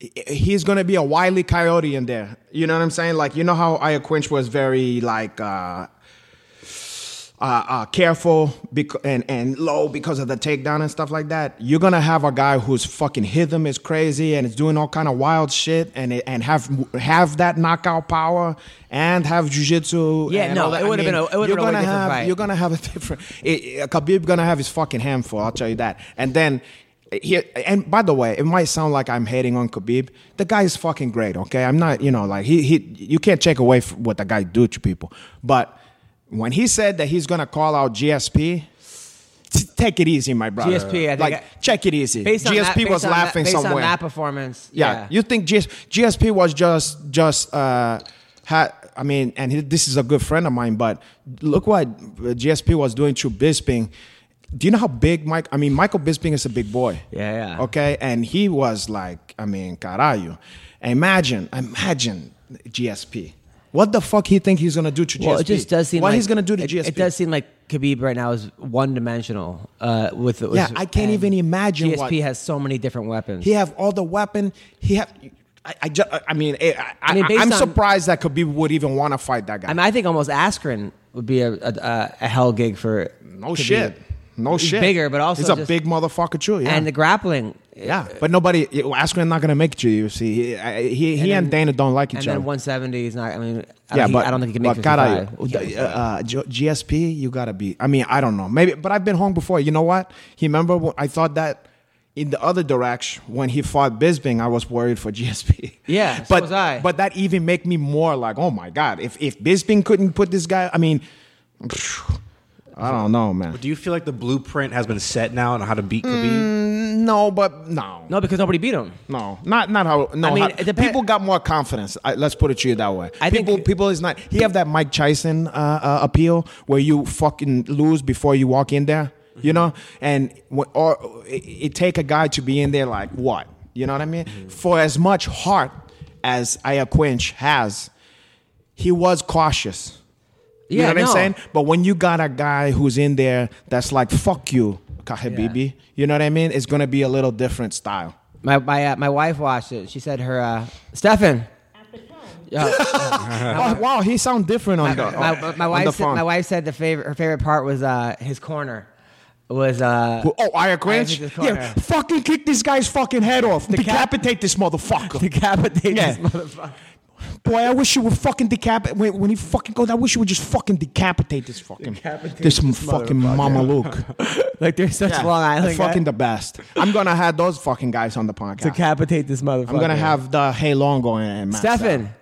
S3: He- He's gonna be a wily coyote in there. You know what I'm saying? Like you know how Aya Quinch was very like uh, uh, uh, careful bec- and and low because of the takedown and stuff like that. You're gonna have a guy who's fucking rhythm is crazy and is doing all kind of wild shit and it- and have have that knockout power and have jujitsu.
S1: Yeah,
S3: and
S1: no,
S3: all that.
S1: it
S3: I
S1: would've been
S3: mean,
S1: a- it would've
S3: you're
S1: been a way
S3: gonna
S1: different
S3: have-
S1: fight.
S3: You're gonna have a different. It, it- Khabib gonna have his fucking handful. I'll tell you that. And then here, and by the way, it might sound like I'm hating on Khabib. The guy is fucking great. Okay, I'm not. You know, like he he. You can't take away from what the guy do to people. But when he said that he's gonna call out GSP. t- Take it easy, my brother.
S1: GSP, I think
S3: like
S1: I-
S3: check it easy.
S1: based on that,
S3: GSP
S1: based
S3: was
S1: on
S3: laughing
S1: that, based
S3: somewhere.
S1: on that performance.
S3: Yeah.
S1: Yeah,
S3: You think GS, GSP was just just uh ha, I mean, and he, this is a good friend of mine, but look what GSP was doing to Bisping. Do you know how big Mike? I mean, Michael Bisping is a big boy.
S1: Yeah, yeah.
S3: Okay, and he was like, I mean, carajo. Imagine, imagine GSP. What the fuck he think he's gonna do to GSP?
S1: Well, it just does seem
S3: what
S1: like
S3: he's gonna do to
S1: it,
S3: GSP.
S1: It does seem like Khabib right now is one dimensional. Uh, with, with
S3: Yeah, I can't
S1: and
S3: even imagine
S1: GSP
S3: what-
S1: has so many different weapons.
S3: He have all the weapon. He have. I, I, ju- I mean, I, I, I
S1: mean, based
S3: am
S1: on-
S3: surprised that Khabib would even want to fight that guy.
S1: I mean, I think almost Askren would be a, a, a, a hell gig for
S3: No
S1: Khabib.
S3: shit. No
S1: He's
S3: shit.
S1: bigger, but also
S3: he's a
S1: just-
S3: big motherfucker too. Yeah.
S1: And the grappling,
S3: yeah, but nobody. Askren not gonna make it to UFC. He I- he, he and,
S1: then-
S3: Dana don't like
S1: and
S3: each
S1: then
S3: other.
S1: 170 is not. I mean, I
S3: yeah,
S1: don't,
S3: but
S1: think, I don't think he can
S3: but
S1: make
S3: gotta-
S1: 55. He
S3: uh,
S1: can't make
S3: uh, uh, G- GSP, you gotta be. I mean, I don't know. Maybe, but I've been home before. You know what? He remember when I thought that in the other direction when he fought Bisbing, I was worried for <laughs> GSP.
S1: Yeah, so
S3: but
S1: was I.
S3: but that even make me more like, oh my god, if if Bisbing couldn't put this guy, I mean. <sighs> I don't know, man.
S4: Do you feel like the blueprint has been set now on how to beat
S3: Mm.
S4: Khabib?
S3: No, but no, no,
S1: No, because nobody beat him.
S3: not not how. No,
S1: I mean,
S3: how-
S1: it depen-
S3: people got more confidence. I, let's put it to you that way.
S1: I think-
S3: people, people is not. He have that Mike Tyson uh, uh, appeal where you fucking lose before you walk in there. You know, and wh- or it, it take a guy to be in there like what? You know what I mean?
S1: Mm-hmm.
S3: For as much heart as Aya Quinch has, he was cautious. You
S1: Yeah,
S3: know what
S1: no.
S3: I'm saying? But when you got a guy who's in there that's like, fuck you, Kahabibi, you know what I mean? It's going to be a little different style.
S1: My my uh, my wife watched it. She said her uh, Stefan.
S3: Oh, wow, he sound different on the,
S1: My,
S3: on,
S1: my,
S3: on the
S1: wife said,
S3: phone.
S1: my wife said the favorite her favorite part was uh, his corner was uh,
S3: Oh, Aya Quinch?
S1: Quinch is
S3: Yeah,
S1: corner.
S3: fucking kick this guy's fucking head off. decapitate this motherfucker.
S1: decapitate
S3: Yeah.
S1: this motherfucker.
S3: Boy, I wish you would fucking decapitate. When, when he fucking goes, I wish you would just fucking decapitate this fucking, this, fucking Mama Luke.
S1: <laughs> Like there's such
S3: Yeah,
S1: Long Island guy.
S3: fucking the best. I'm going to have those fucking guys on the podcast.
S1: decapitate this motherfucker.
S3: I'm going to have the Hey Longo and Matt Stafford.
S1: Stefan.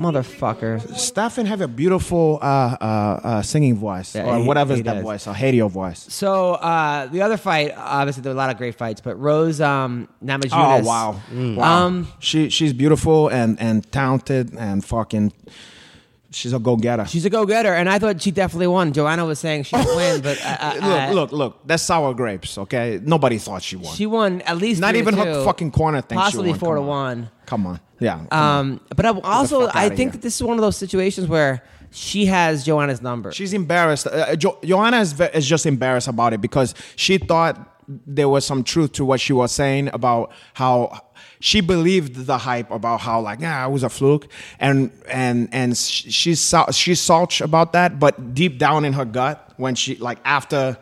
S1: Motherfucker.
S3: Stefan have a beautiful uh, uh, uh, singing voice,
S1: Yeah,
S3: or
S1: he-
S3: whatever
S1: he
S3: is that
S1: does.
S3: voice, a radio voice.
S1: So uh, the other fight, obviously there were a lot of great fights, but Rose um, Namajunas.
S3: Oh wow, wow.
S1: Um,
S3: she she's beautiful and and talented and fucking. She's a go getter.
S1: She's a go-getter, and I thought she definitely won. Joanna was saying she didn't win, but uh, I, I, I-
S3: <laughs> look, look, look. That's sour grapes. Okay, nobody thought she won.
S1: she won at least
S3: Not
S1: three
S3: even
S1: to
S3: her
S1: two,
S3: fucking corner thing. she
S1: Possibly
S3: won.
S1: four to
S3: Come on.
S1: one.
S3: Come on, yeah. come on.
S1: Um, but I, also,
S3: fuck
S1: I
S3: outta
S1: think
S3: here.
S1: that this is one of those situations where she has Joanna's number.
S3: She's embarrassed. Uh, jo- Joanna is, ve- is just embarrassed about it because she thought there was some truth to what she was saying about how she believed the hype about how like yeah I was a fluke and and and sh- she's sou- she's sulch about that but deep down in her gut when she like after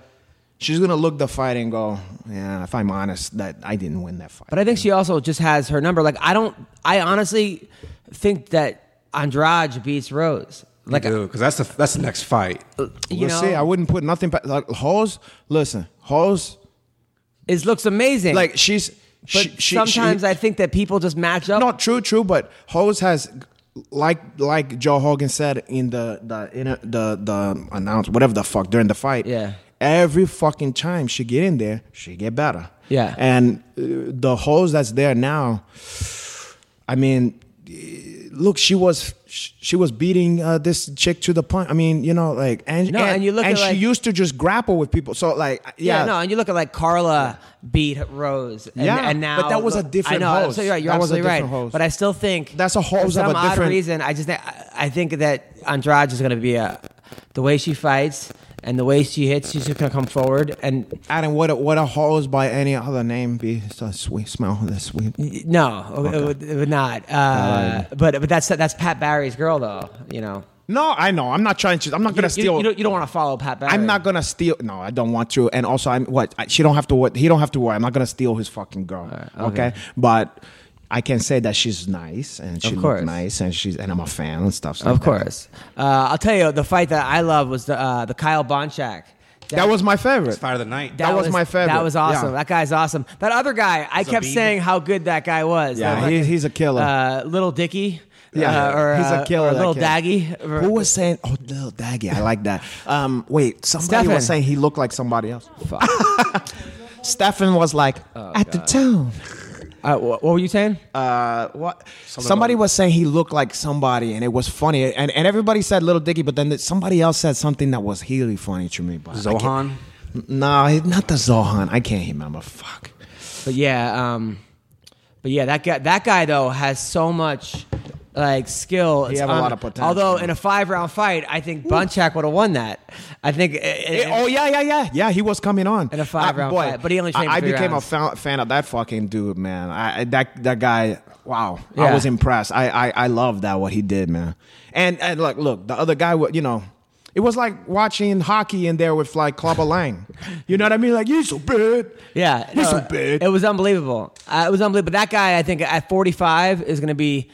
S3: she's gonna look the fight and go yeah if I'm honest that I didn't win that fight
S1: But I think she also just has her number. Like I don't. I honestly think that Andrade beats Rose. Like
S4: Because that's the that's the next fight.
S1: you
S3: we'll
S1: know,
S3: see I wouldn't put nothing pa- like hoes listen hoes
S1: it looks amazing.
S3: like she's
S1: but
S3: she, she,
S1: sometimes
S3: she,
S1: I think that people just match up.
S3: Not true, true, but Hose has like like Joe Hogan said in the the in the the announce whatever the fuck during the fight.
S1: Yeah.
S3: Every fucking time she get in there, she get better.
S1: Yeah.
S3: And uh, the Hose that's there now, I mean, eh, look, she was sh- she was beating uh, this chick to the punch. I mean, you know, like and
S1: No, and you look at,
S3: she
S1: like-
S3: used to just grapple with people. So like, yeah,
S1: yeah, no, and you look at like Carla beat Rose, and,
S3: Yeah,
S1: and now
S3: but that was a
S1: look-
S3: different
S1: I know, I'm
S3: Hose.
S1: so you're right. You're
S3: That was a
S1: absolutely right.
S3: different Hose.
S1: But I still think
S3: That's a Hose
S1: for
S3: of
S1: some
S3: a
S1: odd
S3: different-
S1: reason. I just I I think that Andrade is going to be a the way she fights and the way she hits, she's just going to come forward and
S3: Adam, what a, what a hose by any other name be so sweet smell that sweet.
S1: No, it, would, it would not. Uh, but but that's that's Pat Barry's girl, though. You know,
S3: No, I know. I'm not trying to. I'm not
S1: you,
S3: gonna
S1: you-
S3: steal.
S1: you don't, you don't want to follow Pat Barry.
S3: I'm not gonna steal. No, I don't want to. And also, I'm what I, she don't have to. What he don't have to worry. I'm not gonna steal his fucking girl. okay.
S1: okay.
S3: but I can say that she's nice and she
S1: course.
S3: looks nice and she's and I'm a fan and stuff. like
S1: Of
S3: that.
S1: course, uh, I'll tell you the fight that I love was the uh, the Kyle Bonchak.
S3: that, was my favorite.
S4: Fight of the night.
S3: that was my favorite.
S1: That was awesome.
S3: Yeah.
S1: That guy's awesome. That other guy, I
S4: a
S1: kept
S4: beast.
S1: saying how good that guy was.
S3: Yeah,
S1: That
S3: he-
S1: fucking,
S3: he's a killer.
S1: Uh, little Dicky.
S3: Yeah,
S1: uh, or,
S3: he's a
S1: uh,
S3: killer,
S1: Or
S3: that
S1: little
S3: kid.
S1: Daggy. or-
S3: Who was saying? Oh, little Daggy. I
S1: <laughs>
S3: like that. Um, wait, somebody
S1: Stefan.
S3: was saying he looked like somebody else. <laughs> Stefan was like
S1: Oh,
S3: at the town.
S1: Uh, wh- what were you saying?
S3: uh, what somebody was saying he looked like somebody and it was funny and, and everybody said little dicky but then somebody else said something that was really funny to me but I can't-
S4: Zohan.
S3: no he- not the zohan i can't remember fuck
S1: But yeah, um, but yeah, that guy, that guy though has so much like skill. He
S3: have a lot of potential.
S1: Although in a five round fight, I think Bunchak would have won that. I think.
S3: Eh, oh yeah yeah yeah yeah he was coming on
S1: In a five-round
S3: boy,
S1: fight, but he only trained
S3: i, I
S1: for three
S3: became
S1: rounds.
S3: a fan, fan of that fucking dude man I, I- that that guy wow
S1: Yeah.
S3: i was impressed i i, I love that what he did man and, and look look the other guy wa- you know it was like watching hockey in there with like Clubber Lang. You know what I mean? Like, you so bad.
S1: Yeah,
S3: You
S1: no,
S3: so bad.
S1: it was unbelievable. Uh, it was unbelievable. That guy, I think at forty five is going to be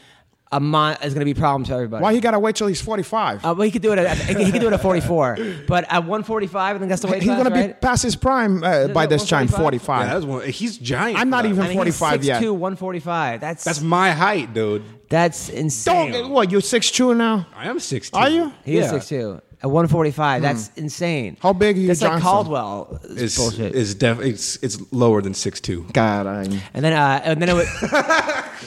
S1: a mon- is going to be problems for everybody.
S3: Why he gotta wait till he's forty five?
S1: Uh, well, he could do it. At, he could do it at 44, but at 145, I think that's the way
S3: he's gonna be past his prime uh, by
S1: it
S3: this time,
S1: 145?
S3: forty
S4: Yeah, that
S3: five.
S4: was one. He's giant.
S3: I'm not
S4: for that.
S3: even- 45 yet.
S1: 145. That's
S4: That's my height, dude.
S1: That's insane.
S3: Don't Oh, what you're six two now?
S4: I am 16.
S3: Are you?
S1: He is six two at one forty five. That's insane.
S3: Hmm. How big are you,
S1: That's like
S3: Johnson?
S1: Caldwell.
S4: It's,
S1: It's bullshit.
S4: It's, def- it's, it's lower than 6'2.
S3: God, I
S1: and then uh, and then it
S3: <laughs>
S1: was,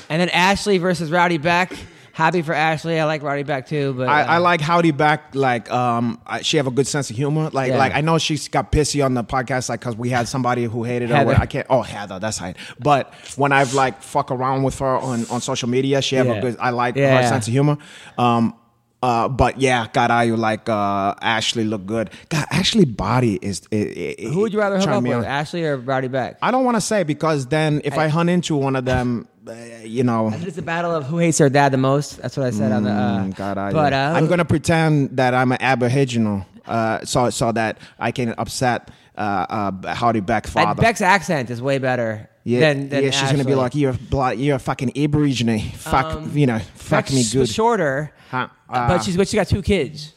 S1: and then Ashley versus Rowdy Beck. Happy for Ashley. I like Rowdy Beck too, but
S3: I,
S1: uh,
S3: I like Howdy back. Like, um, I, she have a good sense of humor. Like,
S1: Yeah.
S3: like I know she's got pissy on the podcast, like, cause we had somebody who hated her.
S1: Heather.
S3: What- I can't. Oh, Heather, that's right. But when I've like fuck around with her on on social media, she have
S1: Yeah.
S3: a good. I like
S1: Yeah.
S3: her sense of humor. Um, uh, but yeah, God, I like uh Ashley look good. God, Ashley body is. It, it,
S1: who would you rather hook
S3: chime
S1: up
S3: me
S1: with,
S3: on.
S1: Ashley or Rowdy Beck?
S3: I don't want to say because then if I, hunt into one of them, uh, you know.
S1: It's a battle of who hates their dad the most. That's what I said on the. Uh,
S3: Mm, God, I,
S1: but uh,
S3: I'm gonna pretend that I'm an Aboriginal, uh, so so that I can upset uh, uh, Howdy Beck
S1: and
S3: father.
S1: Beck's accent is way better.
S3: yeah,
S1: than, than
S3: yeah, she's gonna
S1: Ashley.
S3: be
S1: Um,
S3: like, "You're blo- you're a fucking Aborigine, fuck, you know, fuck
S1: Beck's
S3: me good."
S1: Shorter,
S3: Huh?
S1: but
S3: Uh,
S1: she's but she got two kids.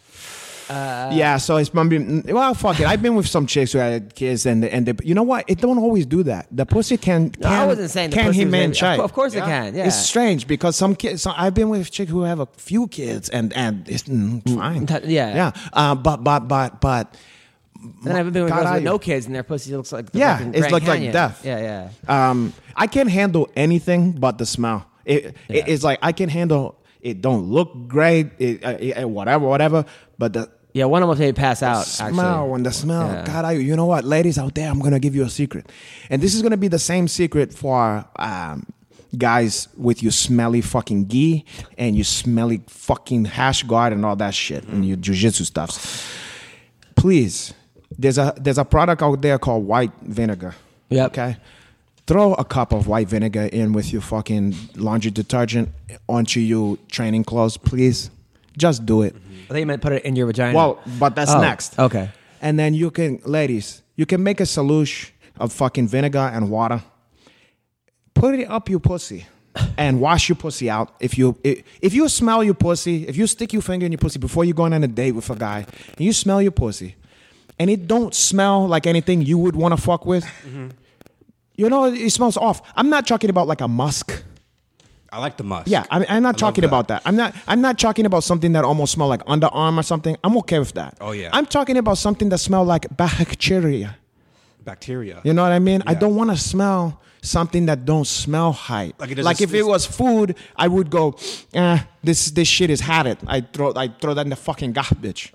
S1: Uh,
S3: yeah, so it's gonna be well, fuck it. I've been with some chicks who had kids, and and they, you know what? It don't always do that. The pussy can. can
S1: No, I wasn't saying the
S3: can
S1: pussy
S3: he
S1: was
S3: man
S1: maybe-
S3: child?
S1: Of course it can. Yeah,
S3: It's strange because some kids. So I've been with chick who have a few kids, and and it's mm, fine.
S1: That- yeah.
S3: yeah. Uh, but but but but
S1: Then I've been with
S3: God,
S1: girls with
S3: I-
S1: no kids, and their pussy looks like the
S3: Yeah,
S1: fucking
S3: it's
S1: Grand
S3: looked like
S1: Canyon.
S3: death.
S1: Yeah, yeah.
S3: um, I can't handle anything but the smell. It, it- it's like I can handle. It don't look great. It, uh, it- uh, whatever, whatever. But the
S1: Yeah, one almost made me pass out.
S3: smell
S1: Uh, actually.
S3: and the smell.
S1: Yeah.
S3: God, I, you know what, ladies out there, I'm gonna give you a secret, and this is gonna be the same secret for um, guys with your smelly fucking gi and your smelly fucking hash guard and all that shit and your jujitsu stuff. Please, there's a there's a product out there called white vinegar.
S1: Yep.
S3: Okay. Throw a cup of white vinegar in with your fucking laundry detergent onto your training clothes, please. Just do it.
S1: I think you meant put it in your vagina.
S3: Well, but that's
S1: Mm-hmm. Oh,
S3: next.
S1: okay.
S3: And then you can, ladies, you can make a solution of fucking vinegar and water. Put it up your pussy and wash your pussy out. If you i- if you smell your pussy, if you stick your finger in your pussy before you going on a date with a guy, and you smell your pussy, and it don't smell like anything you would want to fuck with. You know, it smells off. I'm not talking about like a musk.
S4: I like the musk.
S3: Yeah, I'm, I'm not
S4: love
S3: talking
S4: that.
S3: about that. I'm not. I'm not talking about something that almost smell like underarm or something. I'm okay with that.
S4: Oh, yeah.
S3: I'm talking about something that smell like bacteria.
S4: Bacteria.
S3: You know what I mean? I
S4: Yeah.
S3: don't want to smell something that don't smell high.
S4: Like
S3: Like,
S4: it doesn't-
S3: if it
S4: it's-
S3: was food, I would go, eh, this this shit is had it. I throw I throw that in the fucking garbage.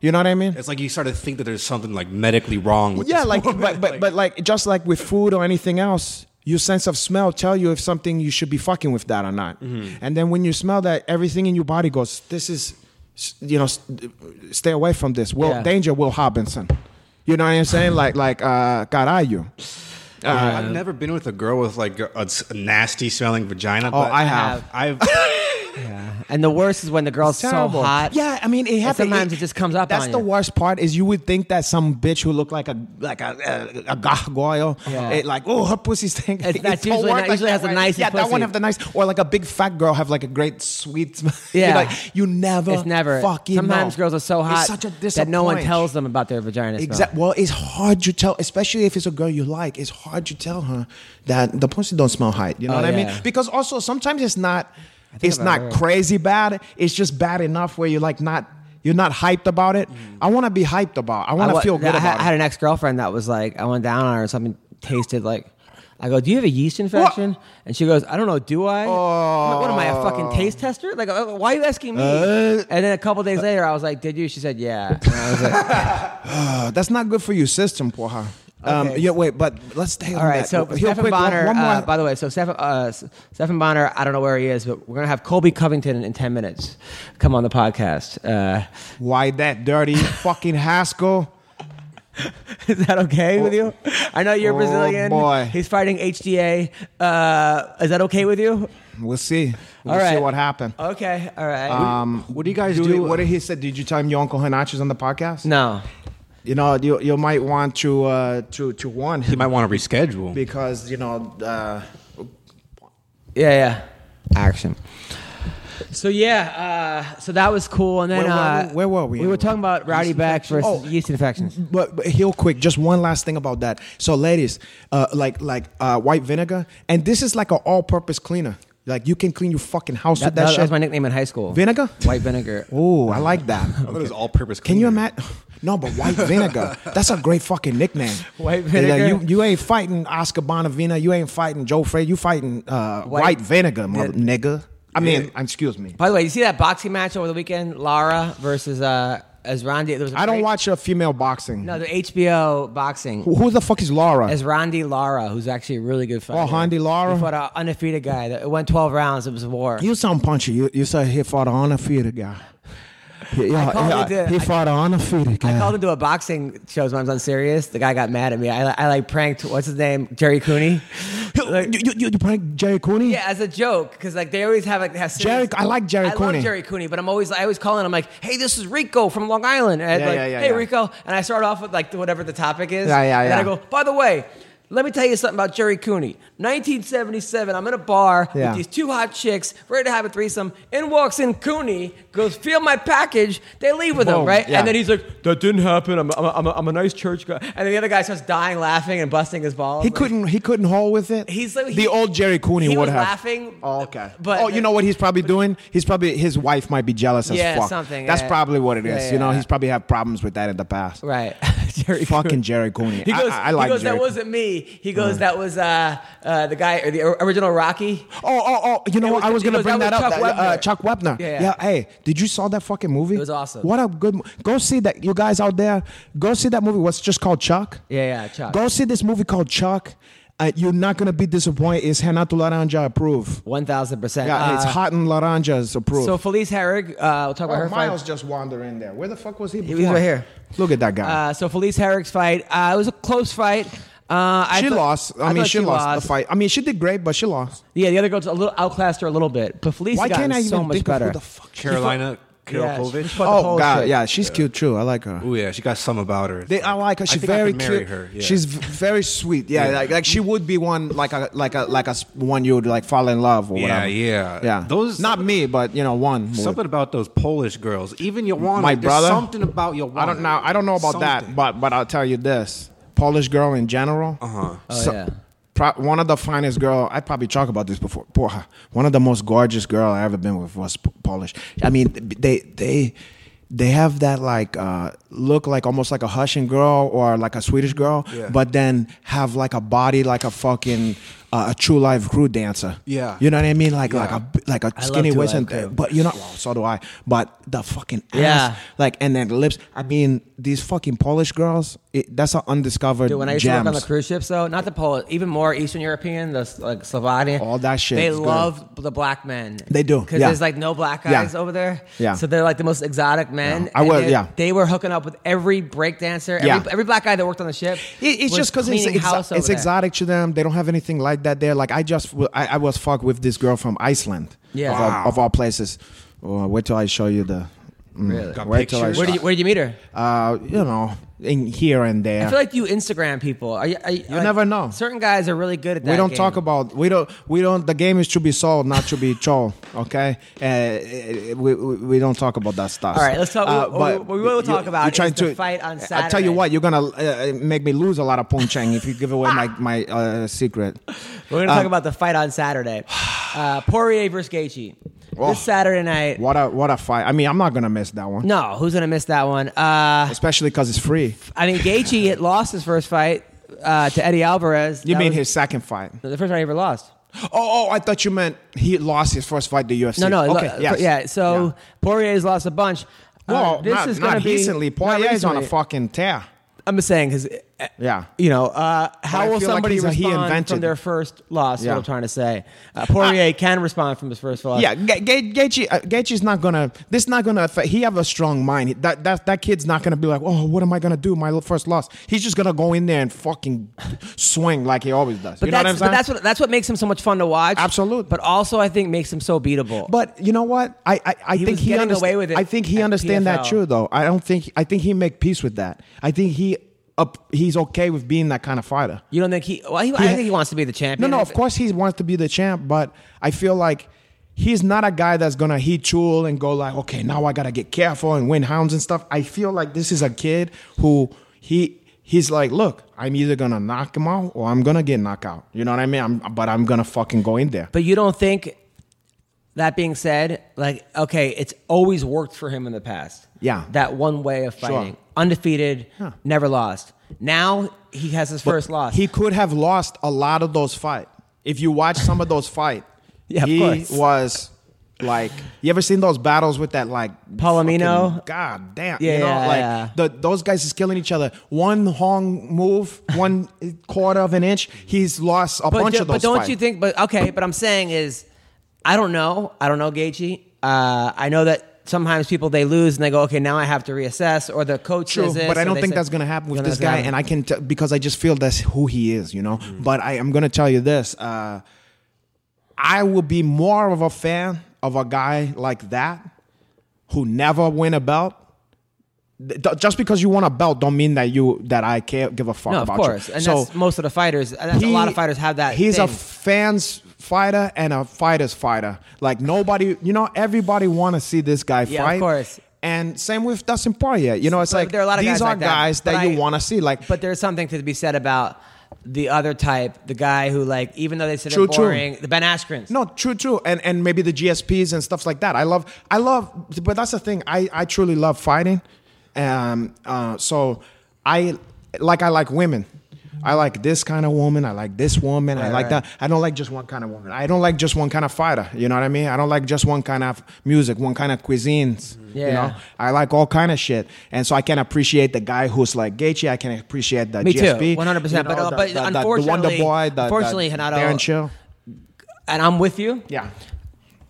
S3: You know what I mean?
S4: Uh-huh. It's like you start to think that there's something like medically wrong with
S3: yeah,
S4: this
S3: like
S4: woman.
S3: but, but but like just like with food or anything else, your sense of smell tell you if something you should be fucking with that or not.
S4: Mm-hmm.
S3: And then when you smell that, everything in your body goes, "This is, s- you know, s- stay away from this." Will
S1: Yeah.
S3: danger, Will Hobinson. You know what I'm saying? like like uh, God, are you? uh,
S4: I've never been with a girl with like a, a nasty smelling vagina.
S3: Oh,
S4: but
S3: I have.
S4: I've
S1: and the worst is when the girl's so
S3: terrible.
S1: hot.
S3: Yeah, I mean, it happens.
S1: sometimes it just comes up
S3: That's
S1: on
S3: the
S1: you.
S3: worst part is you would think that some bitch who looked like a like a a, a gargoyle,
S1: Yeah.
S3: it like oh her pussy's thing. <laughs>
S1: It's- that's usually not- usually has the nicest
S3: Yeah, that
S1: pussy.
S3: one have the nice, or like a big fat girl have like a great sweet. <laughs> Smell. You're
S1: Yeah.
S3: like you never.
S1: It's never.
S3: fucking.
S1: sometimes
S3: know.
S1: girls are so hot
S3: It's such a
S1: that no one
S3: disappoint.
S1: tells them about their vagina. smell.
S3: Exactly. Well, it's hard to tell, especially if it's a girl you like. It's hard to tell her that the pussy don't smell hot. You know
S1: Oh,
S3: what I
S1: yeah.
S3: mean? Because also sometimes it's not, it's
S1: I've
S3: not
S1: heard.
S3: crazy bad. It's just bad enough where you're like not, you're not hyped about it. I want to be hyped about. I want to
S1: wa-
S3: feel good
S1: Mm. I, had-
S3: about
S1: I had
S3: it.
S1: an ex girlfriend that was like, I went down on her and something tasted like. I go, do you have a yeast infection? And she goes, I don't know, do I? I'm like, what am I, a
S3: Oh.
S1: fucking taste tester? Like, uh, why are you asking me?
S3: Uh.
S1: and then a couple days later, I was like, did you? She said,
S3: <laughs>
S1: yeah. And I was like,
S3: Uh, That's not good for your system, poor her. Um,
S1: Okay.
S3: yeah, wait, but let's stay on
S1: All right,
S3: that.
S1: so
S3: Real
S1: Stefan
S3: quick,
S1: Bonner.
S3: one- one
S1: uh,
S3: more-
S1: by the way, so Stefan, uh, S- Stefan Bonner. I don't know where he is, but we're gonna have Colby Covington in ten minutes come on the podcast. Uh, <laughs>
S3: why that dirty fucking Haskell?
S1: is that okay with you? I know you're
S3: Oh,
S1: Brazilian.
S3: boy.
S1: he's fighting HDA. Uh, is that okay with you?
S3: We'll see. We'll
S1: All right.
S3: see what happened.
S1: Okay, all right.
S3: Uh,
S4: what do you guys
S3: Dude,
S4: do?
S3: what did he say? Did you tell him your uncle Hanachi's on the podcast?
S1: no,
S3: you know you, you might want to uh, to to warn
S4: you
S3: him <laughs>
S4: might want to reschedule.
S3: because you know uh,
S1: yeah, yeah. Action. So yeah, uh, so that was cool, and then
S3: Where were
S1: uh,
S3: we? Where were we?
S1: We were talking about Rowdy Back versus
S3: infections? Oh.
S1: yeast infections.
S3: but, but real quick just one last thing about that so ladies uh, like like uh, white vinegar and this is like an all-purpose cleaner Like you can clean your fucking house
S1: That,
S3: with that,
S1: that
S3: shit.
S1: was my nickname in high school.
S3: Vinegar?
S1: White
S3: <laughs>
S1: vinegar.
S3: Oh, I like
S4: <laughs>
S3: that.
S4: I thought it was all-purpose
S3: Can you
S4: cleaner.
S3: imagine? <laughs> No, but white vinegar. That's a great fucking nickname.
S1: <laughs> White
S3: They're like,
S1: vinegar?
S3: you, you ain't fighting Oscar Bonavina. You ain't fighting Joe Frey. You fighting uh, white,
S1: White-
S3: vinegar, mother
S1: Yeah.
S3: nigga. I mean, excuse me.
S1: By the way, you see that boxing match over the weekend? Lara versus uh, Azrandi. There was a
S3: I don't
S1: great-
S3: watch uh, female boxing.
S1: No, the HBO boxing.
S3: Who- Who the fuck is Laura?
S1: As Randy Lara, who's actually a really good fighter.
S3: Oh, Randy Lara?
S1: He fought an undefeated guy. That, it went 12 rounds. It was a war.
S3: You sound punchy. You, you said he fought on a feeder guy. He,
S1: I called
S3: yeah,
S1: it the-
S3: he
S1: I-
S3: fought on a feeder guy.
S1: I called into a boxing show when I was on Sirius. The guy got mad at me. I, I like pranked, what's his name? Jerry Cooney.
S3: You- you, you, you prank Jerry Cooney?
S1: Yeah, as a joke, because like they always have like have
S3: Mm. Jerry- I like Jerry
S1: I
S3: Cooney.
S1: love Jerry Cooney, but I'm always I always calling. I'm like, hey, this is Rico from Long Island. And I'd
S3: Yeah,
S1: like,
S3: yeah, yeah,
S1: hey
S3: yeah.
S1: Rico, and I start off with like whatever the topic is.
S3: Yeah, yeah,
S1: and
S3: yeah.
S1: Then I go, by the way. Let me tell you something about Jerry Cooney. 1977, I'm in a bar
S3: Yeah.
S1: with these two hot chicks, ready to have a threesome. In walks in Cooney, goes, feel my package. They leave with him,
S3: Boom,
S1: right?
S3: yeah.
S1: And then he's like, that didn't happen. I'm, I'm, I'm, a, I'm a nice church guy. And then the other guy starts dying laughing and busting his balls.
S3: He
S1: Like-
S3: couldn't. He couldn't hold with it.
S1: He's like- he-
S3: the old Jerry Cooney
S1: he
S3: would
S1: was
S3: have.
S1: laughing,
S3: Oh, okay.
S1: but-
S3: But oh, you know what he's probably doing? He's probably his wife might be jealous as
S1: Yeah,
S3: fuck.
S1: something,
S3: That's
S1: yeah.
S3: probably what it is.
S1: Yeah, yeah,
S3: you know,
S1: yeah.
S3: he's probably had problems with that in the past.
S1: Right. <laughs> Jerry
S3: Fucking
S1: Cooney.
S3: Jerry Cooney.
S1: He
S3: I-
S1: goes,
S3: I- I like
S1: he goes
S3: Jerry Mm.
S1: that wasn't me. He goes, that was uh, uh, the guy, or the or- original Rocky.
S3: Oh, oh, oh! You know
S1: It
S3: what?
S1: was-
S3: I was
S1: it
S3: gonna
S1: was-
S3: bring
S1: that
S3: that,
S1: was
S3: up.
S1: Chuck
S3: That- uh,
S1: Webner.
S3: Chuck Webner.
S1: Yeah, yeah.
S3: yeah. Hey, did you saw that fucking movie? It
S1: was awesome.
S3: What a good. mo- Go see that, you guys out there. Go see that movie. What's just called Chuck?
S1: Yeah, yeah, Chuck.
S3: Go see this movie called Chuck. Uh, you're not gonna be disappointed. It's Renato Laranja approved.
S1: 1000%.
S3: Yeah, it's
S1: Uh,
S3: hot and Laranja's approved.
S1: So Felice Herrig, uh, we'll talk about
S3: Oh,
S1: her
S3: Miles
S1: fight.
S3: just wandered in there. Where the fuck was he?
S1: was
S3: Before?
S1: right here.
S3: Look at that guy.
S1: Uh, so Felice Herrig's fight, uh, it was a close fight. Uh, I
S3: she
S1: thought-
S3: lost. I, mean,
S1: thought
S3: she, lost, the fight. I mean, she did great, but she lost.
S1: Yeah, the other girl's a little outclassed her a little bit, but Felice
S3: Why
S1: got
S3: can't I even
S1: so much
S3: think
S1: better.
S3: of who the fuck? she-
S4: Carolina
S1: Yeah, she-
S4: Karakovic.
S1: she fought the
S3: Oh
S1: Polish
S3: God,
S1: chick.
S3: yeah, she's cute too. I like her.
S4: Oh yeah, she got some about her.
S3: They, I like her. She's
S4: think I
S3: very
S4: could marry
S3: cute.
S4: her, yeah.
S3: She's v- very sweet. Yeah, Like, like she would be one like a like a like a s- one you would like fall in love or
S4: Yeah,
S3: whatever.
S4: yeah.
S3: yeah.
S4: Those-
S3: not me, but you know one. would.
S4: Something about those Polish girls, even Joanna.
S3: <laughs> My
S4: there's
S3: brother?
S4: Something about Joanna.
S3: I don't know. I don't know about that, but but I'll tell you this: Polish girl in general. Uh
S4: Uh-huh.
S3: huh.
S1: Oh, yeah.
S3: Pro- one of the finest girl. I probably talked about this before. Porra, one of the most gorgeous girl I ever been with was P- Polish. I mean, they they they have that like uh, look like almost like a Russian girl or like a Swedish girl,
S4: Yeah.
S3: but then have like a body like a fucking. Uh, a true live crew dancer.
S4: Yeah.
S3: you know what I mean, like like a b- like a
S1: love
S3: skinny
S1: True
S3: waist,
S1: Live
S3: and,
S1: Crew.
S3: Uh, but you know, well, so do I. But the fucking ass,
S1: Yeah.
S3: like and then lips. I mean, these fucking Polish girls. It, that's an undiscovered
S1: Dude, when I used to work on the
S3: gems.
S1: cruise ships, though, not the Polish, even more Eastern European, the like Slovakian,
S3: All that shit
S1: They
S3: is good.
S1: love the black men.
S3: They do,
S1: because
S3: yeah.
S1: there's like no black
S3: Yeah.
S1: guys over there.
S3: Yeah.
S1: so they're like the most exotic men.
S3: Yeah. I
S1: and
S3: will-
S1: they-
S3: yeah.
S1: they were hooking up with every breakdancer, every,
S3: Yeah.
S1: every black guy that worked on the ship.
S3: It, it's
S1: was
S3: just because it's,
S1: cleaning
S3: exo-
S1: house over
S3: it's
S1: there.
S3: exotic to them. They don't have anything like that there. Like I just, w- I, I was fucked with this girl from Iceland.
S1: Yeah.
S3: Of, all, of all places. Oh, wait till I show you the. mm,
S1: Really?
S4: Got
S3: Wait till I
S4: pictures.
S1: Where did you, where did you meet her?
S3: Uh, you know, in here and there.
S1: I feel like you Instagram people. Are you, are you, like,
S3: never know.
S1: Certain guys are really good at that.
S3: we don't
S1: game.
S3: talk about we don't we don't. The game is to be sold, not to be told. Okay, uh, we, we we don't talk about that stuff.
S1: All right, let's talk-
S3: Uh,
S1: what- what we will talk about
S3: you're trying
S1: is the
S3: to-
S1: fight on
S3: I tell
S1: Saturday.
S3: you what, you're gonna uh, make me lose a lot of punching if you give away my my uh, secret.
S1: We're going to talk
S3: uh,
S1: about the fight on
S3: <sighs>
S1: Saturday. Uh, Poirier versus Gaethje. This Saturday night.
S3: What a what a fight! I mean, I'm not gonna miss that one,
S1: No, who's going to miss that one? Uh,
S3: especially because it's free.
S1: I mean, Gaethje had lost his first fight uh, to Eddie Alvarez.
S3: You
S1: That
S3: mean
S1: was
S3: his second fight?
S1: the first fight he ever lost?
S3: Oh, oh, I thought you meant he lost his first fight to UFC.
S1: No, no, lo-
S3: okay, yes.
S1: yeah. So
S3: Yeah.
S1: Poirier's lost a bunch. Uh,
S3: Well,
S1: this
S3: not,
S1: is gonna
S3: not
S1: be
S3: recently.
S1: not
S3: Poirier's on a
S1: recently.
S3: fucking tear.
S1: I'm just saying because
S3: Yeah.
S1: you know uh,
S3: I
S1: how will
S3: feel like
S1: somebody
S3: he's a- he
S1: respond from
S3: invented-
S1: their first loss? is
S3: Yeah.
S1: What I'm trying to say, uh, Poirier can respond from his first loss.
S3: Yeah, Ga- Ga- Gaethje, uh, Gaethje's not gonna. This not gonna affect. He have a strong mind. He- That that that kid's not gonna be like, oh, what am I gonna do? My first loss. He's just gonna go in there and fucking swing like he always does.
S1: But
S3: you know
S1: that's
S3: what I'm saying?
S1: but that's what that's what makes him so much fun to watch.
S3: Absolute.
S1: But also, I think makes him so beatable.
S3: But you know what? I I, I
S1: He
S3: think
S1: was
S3: he
S1: getting
S3: understands.
S1: away with it
S3: I think he
S1: at
S3: understands that
S1: PFL.
S3: too, though. I don't think. I think he make peace with that. I think he up. He's okay with being that kind of fighter.
S1: you don't think he? Well, he, I
S3: ha-
S1: think he wants to be the champion.
S3: No, no. Of course he wants to be the champ, but I feel like. He's not a guy that's gonna hit Chul and go like, okay, now I gotta get careful and win hounds and stuff. I feel like this is a kid who he he's like, look, I'm either gonna knock him out or I'm gonna get knocked out. You know what I mean? I'm, but I'm gonna fucking go in there.
S1: But you don't think That being said, like okay, it's always worked for him in the past.
S3: Yeah.
S1: that one way of fighting, undefeated, never lost. Now he has his first loss.
S3: He could have lost a lot of those fight. If you watch some of those fight,
S1: <laughs> Yeah, of
S3: he
S1: course.
S3: was like, you ever seen those battles with that like
S1: Palomino?
S3: fucking- God damn,
S1: Yeah,
S3: you know,
S1: yeah,
S3: like
S1: yeah.
S3: the those guys is killing each other. One Hong move, one quarter of an inch, he's lost a
S1: but,
S3: bunch
S1: do-
S3: of those.
S1: but don't
S3: fight.
S1: you think? But okay, but I'm saying is, I don't know. I don't know, Gaethje. Uh, I know that sometimes people they lose and they go, okay, now I have to reassess, or the coach
S3: True,
S1: says this,
S3: but I
S1: or
S3: don't
S1: they
S3: think
S1: say-
S3: that's gonna happen with
S1: You know,
S3: this
S1: that's gonna
S3: guy,
S1: happen.
S3: and I can t- because I just feel that's who he is, you know.
S1: Mm.
S3: But I am gonna tell you this: uh, I will be more of a fan of a guy like that who never win a belt. Th- th- Just because you won a belt, don't mean that you that I care give a fuck
S1: no, of
S3: about
S1: course,
S3: you.
S1: and that's most of the fighters. That's a
S3: he-
S1: lot of fighters have that.
S3: He's a
S1: thing.
S3: fans fighter and a fighters fighter. Like nobody, you know, everybody want to see this guy
S1: Yeah, of
S3: fight.
S1: course.
S3: And same with Dustin Poirier. You know, it's
S1: But
S3: like
S1: there are a lot of
S3: these
S1: guys
S3: are
S1: like that,
S3: guys that,
S1: but I-
S3: you want to see. Like,
S1: But there's something to be said about the other type, the guy who like, even though they said they're
S3: True, true.
S1: boring, the Ben Askren.
S3: No, true, true, and and maybe the GSPs and stuff like that. I love, I love, but that's the thing. I I truly love fighting, um, uh, so I like I like women. I like this kind of woman. I like this woman. I like that. I don't like just one kind of woman. I don't like just one kind of fighter. You know what I mean? I don't like just one kind of music, one kind of cuisines. You
S1: Yeah.
S3: know, I like all kind of shit, and so I can appreciate the guy who's like Gaethje. I can appreciate the
S1: Me too,
S3: GSP,
S1: 100%,
S3: you
S1: but, uh,
S3: the-
S1: but
S3: the- the-
S1: unfortunately-
S3: the Wonder Boy, the,
S1: unfortunately,
S3: the
S1: Renato-
S3: Darren Till.
S1: And I'm with you.
S3: Yeah.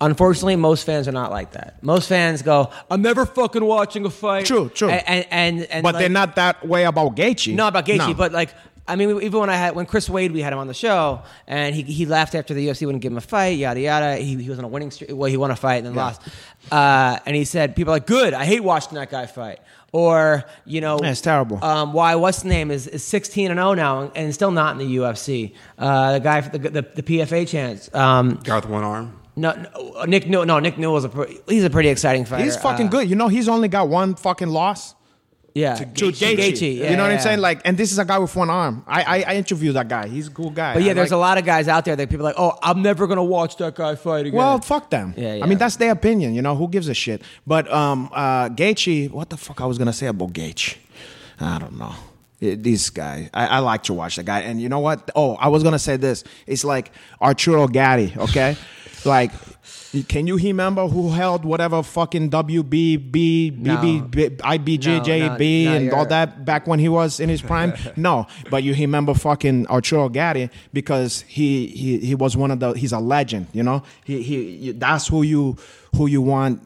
S1: Unfortunately, most fans are not like that. Most fans go, "I'm never fucking watching a fight."
S3: True, true.
S1: A- And and, and
S3: but they're
S1: like-
S3: not that way about Gaethje.
S1: No, about Gaethje,
S3: No.
S1: but like I mean, even when I had when Chris Wade, we had him on the show, and he he laughed after the UFC wouldn't give him a fight, yada yada. He, he was on a winning streak. Well, he won a fight and then lost. Uh, and he said, people are like, good. I hate watching that guy fight. Or you know,
S3: Yeah, it's terrible.
S1: Um, why? What's the name is, is sixteen and zero now, and still not in the UFC. Uh, the guy, for the, the the PFA chance. Um,
S4: Guy with one arm.
S1: no, no, Nick Newell. No, Nick Newell's a pre- he's a pretty exciting fighter.
S3: he's fucking
S1: Uh,
S3: good. You know, he's only got one fucking loss
S1: Yeah,
S3: to Gaethje.
S1: yeah,
S3: you know what
S1: yeah.
S3: I'm saying? Like, and this is a guy with one arm. I I, I interviewed that guy. He's a cool guy.
S1: But yeah,
S3: I
S1: there's
S3: like-
S1: a lot of guys out there that people are like, oh, I'm never gonna watch that guy fight again.
S3: Well, fuck them.
S1: Yeah, yeah.
S3: I mean, that's their opinion. You know, who gives a shit? But um, uh, Gaethje, what the fuck I was gonna say about Gaethje? I don't know. It, this guy, I, I like to watch the guy. And you know what? Oh, I was gonna say this. It's like Arturo Gatti. Okay, <laughs> like. Can you remember who held whatever fucking WBB, BB, B- IBJJB,
S1: No, no, no,
S3: and all
S1: you're-
S3: that back when he was in
S1: <laughs>
S3: his prime? no, but you remember fucking Arturo Gatti because he he he was one of the he's a legend, you know. He he you- that's who you who you want.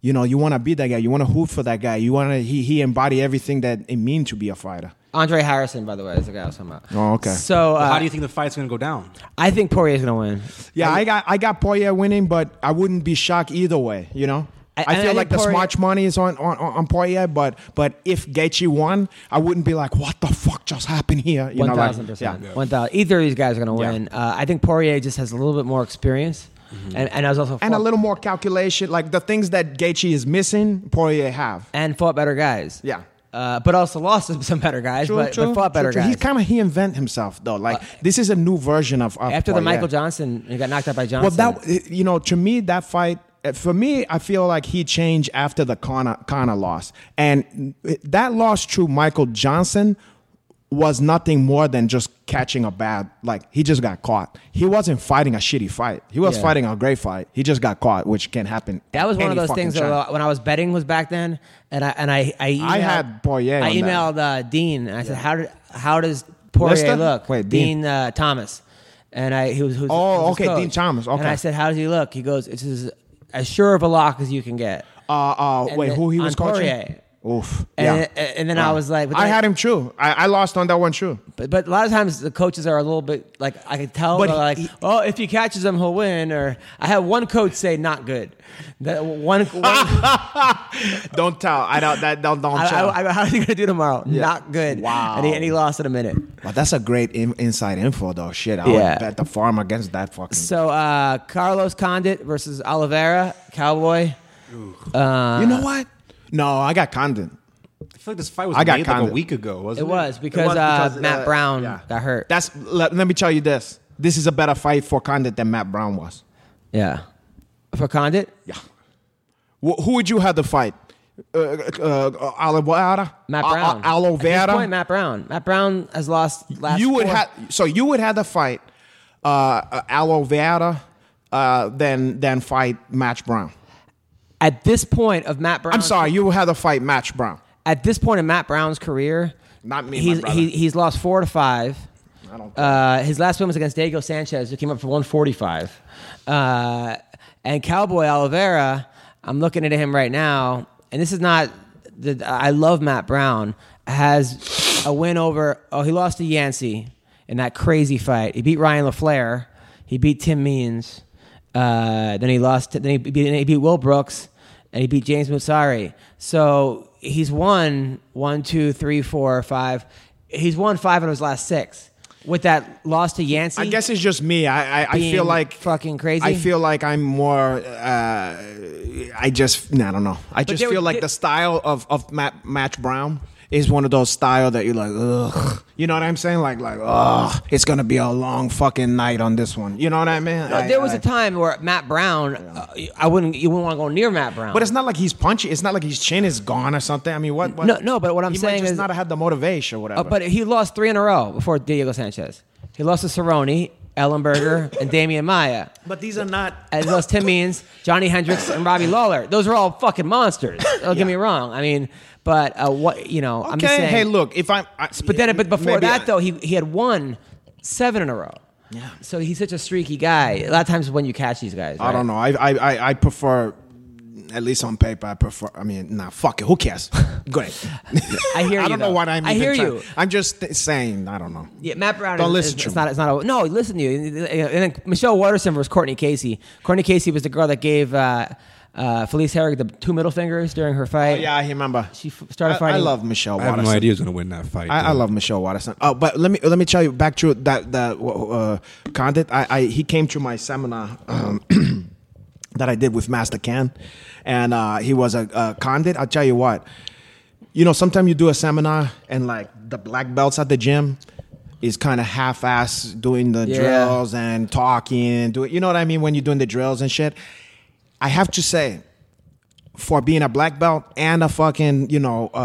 S3: You know, you want to be that guy. You want to hoop for that guy. You want to he he embody everything that it means to be a fighter.
S1: Andre Harrison, by the way, is the guy I was talking about.
S3: Oh, okay.
S1: So uh,
S4: How do you think the fight's gonna go down?
S1: I think Poirier's gonna win.
S3: Yeah, I, got I got Poirier winning, but I wouldn't be shocked either way. You know,
S1: I-
S3: I,
S1: and I
S3: feel
S1: think
S3: like the
S1: Poirier-
S3: smart money is on, on on Poirier, but but if Gaethje won, I wouldn't be like, what the fuck just happened here? You
S1: One
S3: know, like-
S1: thousand percent.
S3: yeah.
S1: One thousand. Either of these guys are gonna
S3: Yeah.
S1: win. Uh, I think Poirier just has a little bit more experience,
S3: Mm-hmm.
S1: and, and I was also
S3: and a
S1: fought-
S3: little more calculation, like the things that Gaethje is missing, Poirier have.
S1: and fought better guys.
S3: Yeah.
S1: Uh, but also lost <laughs> to some better guys, but, but fought better
S3: true, true.
S1: guys. Uh,
S3: He kind of he invent himself though. Like this is a new version of, of
S1: After the
S3: Poirier.
S1: Michael Johnson, he got knocked out by
S3: Well,
S1: Johnson.
S3: that you know, to me, that fight. uh, For me, I feel like he changed after the Connor Connor loss, and that loss to Michael Johnson was nothing more than just catching a bad. Like he just got caught. He wasn't fighting a shitty fight. He was
S1: Yeah.
S3: fighting a great fight. He just got caught, which can happen.
S1: That was one of
S3: any
S1: those
S3: fucking
S1: things
S3: time.
S1: that uh, when I was betting was back then, and I and I I, emailed,
S3: I had Poirier
S1: I
S3: on that.
S1: emailed uh, Dean and I said how did, how does Poirier
S3: Lester?
S1: look?
S3: Wait,
S1: Dean,
S3: Dean.
S1: uh, Thomas, and I he was who's
S3: Oh,
S1: who's his
S3: okay, Dean
S1: coach.
S3: Thomas,
S1: and
S3: okay.
S1: I said how does he look? He goes it's as, as sure of a lock as you can get.
S3: Uh, uh,
S1: And
S3: wait,
S1: then-
S3: who he
S1: on
S3: was coaching?
S1: Poirier.
S3: Oof.
S1: And,
S3: yeah.
S1: and then I was like, but
S3: I
S1: then-
S3: had him true. I, I lost on that one true.
S1: But, but a lot of times the coaches are a little bit like I can tell.
S3: But
S1: they're
S3: he-
S1: like,
S3: he-
S1: oh, if he catches him, he'll win. Or I had one coach say not good. That one,
S3: <laughs>
S1: one
S3: Don't tell. I don't. That don't. Don't
S1: I,
S3: tell.
S1: I, I, how are you going to do tomorrow? Not good.
S3: Wow.
S1: And he, and he lost in a minute.
S3: But that's a great in- inside info, though. Shit, I
S1: Yeah.
S3: would bet the farm against that fucking.
S1: So uh, Carlos Condit versus Oliveira, Cowboy.
S3: you know what? No, I got Condon.
S4: I feel like this fight was
S3: I got
S4: made like a
S3: kinda-
S4: week ago, wasn't
S1: It
S4: it?
S1: was because, uh, Matt Brown got hurt.
S3: That's. Let, let me tell you this. This is a better fight for Condon than Matt Brown was.
S1: yeah. for Condit,
S3: Wh- who would you have to fight? Uh, uh, uh, aloe vera.
S1: Matt
S3: A- a-
S1: Brown.
S3: aloe
S1: At this
S3: vera.
S1: point, Matt Brown. Matt Brown has lost last.
S3: you would
S1: four-
S3: have so you would have to fight uh, uh, aloe vera, uh, then then fight Match Brown.
S1: at this point of Matt Brown.
S3: I'm sorry, you would have to fight Match Brown.
S1: At this point in Matt Brown's career,
S3: Not me, my
S1: He's
S3: brother.
S1: he, he's lost four to five.
S3: I don't.
S1: Uh, his last win was against Diego Sanchez, who came up for 145. Uh, and Cowboy Oliveira, I'm looking at him right now, and this is not. The, I love Matt Brown. Has a win over. Oh, he lost to Yancey in that crazy fight. He beat Ryan LaFleur. He beat Tim Means. Uh, then he lost. Then he beat, then he beat Will Brooks, and he beat James Musari. So he's won one, two, three, four, five. He's won five out of his last six. With that loss to Yancey,
S3: I guess it's just me. I I, I
S1: Being
S3: feel like
S1: fucking crazy?
S3: I feel like I'm more. Uh, I just I don't know. I just
S1: there
S3: feel
S1: were-
S3: like the style of of Matt, Match Brown is one of those style that you're like, ugh. You know what I'm saying? Like like, ugh. It's gonna be a long fucking night on this one. You know what I mean? I-
S1: there was
S3: I-
S1: a time where Matt Brown, uh, I wouldn't, you wouldn't want to go near Matt Brown.
S3: But it's not like he's punchy. It's not like his chin is gone or something. I mean, what? what
S1: No, no, but what I'm
S3: he
S1: saying
S3: might just
S1: is-
S3: not have the motivation or whatever.
S1: Uh, but he lost three in a row before Diego Sanchez. He lost to Cerrone, Ellenberger, <laughs> and Damian Maya.
S3: but these are not.
S1: As well as Tim Means, Johnny Hendricks, and Robbie Lawler. Those are all fucking monsters. Don't get me wrong. I mean, but uh, what you know? I'm just
S3: Okay.
S1: saying.
S3: Hey, look. If I'm. I,
S1: But then, but before
S3: maybe
S1: that
S3: I-
S1: though, he he had won seven in a row. Yeah. So he's such a streaky guy. A lot of times when you catch these guys,
S3: I don't know. I I I, I prefer. At least on paper, I prefer. I mean, nah, fuck it.
S1: <laughs>
S3: Who cares? Great.
S1: I hear
S3: I
S1: you,
S3: don't
S1: though.
S3: know what I'm.
S1: I
S3: even
S1: hear
S3: trying-
S1: you.
S3: I'm just th- saying. I don't know.
S1: Yeah, Matt Brown.
S3: Don't
S1: is,
S3: listen
S1: is-
S3: to
S1: it's
S3: him.
S1: Not, it's not a, no, listen to you. And then Michelle Waterson versus Courtney Casey. Courtney Casey was the girl that gave uh, uh, Felice Herrick the two middle fingers during her fight.
S3: Oh, Yeah, I remember.
S1: She f- started
S3: I- I,
S1: fighting-
S3: love Michelle
S4: I have
S3: Watterson.
S4: no idea who's gonna win that fight.
S3: I, I
S4: dude.
S3: love Michelle Watterson. Oh, but let me let me tell you back to that that uh, content. I, I he came to my seminar um, <clears throat> that I did with Master Ken, and uh, he was a, a condit. I'll tell you what, you know, sometimes you do a seminar and like the black belts at the gym is kind of half-ass doing the
S1: Yeah.
S3: drills and talking. Do you know what I mean when you're doing the drills and shit? I have to say, for being a black belt and a fucking you know a, a,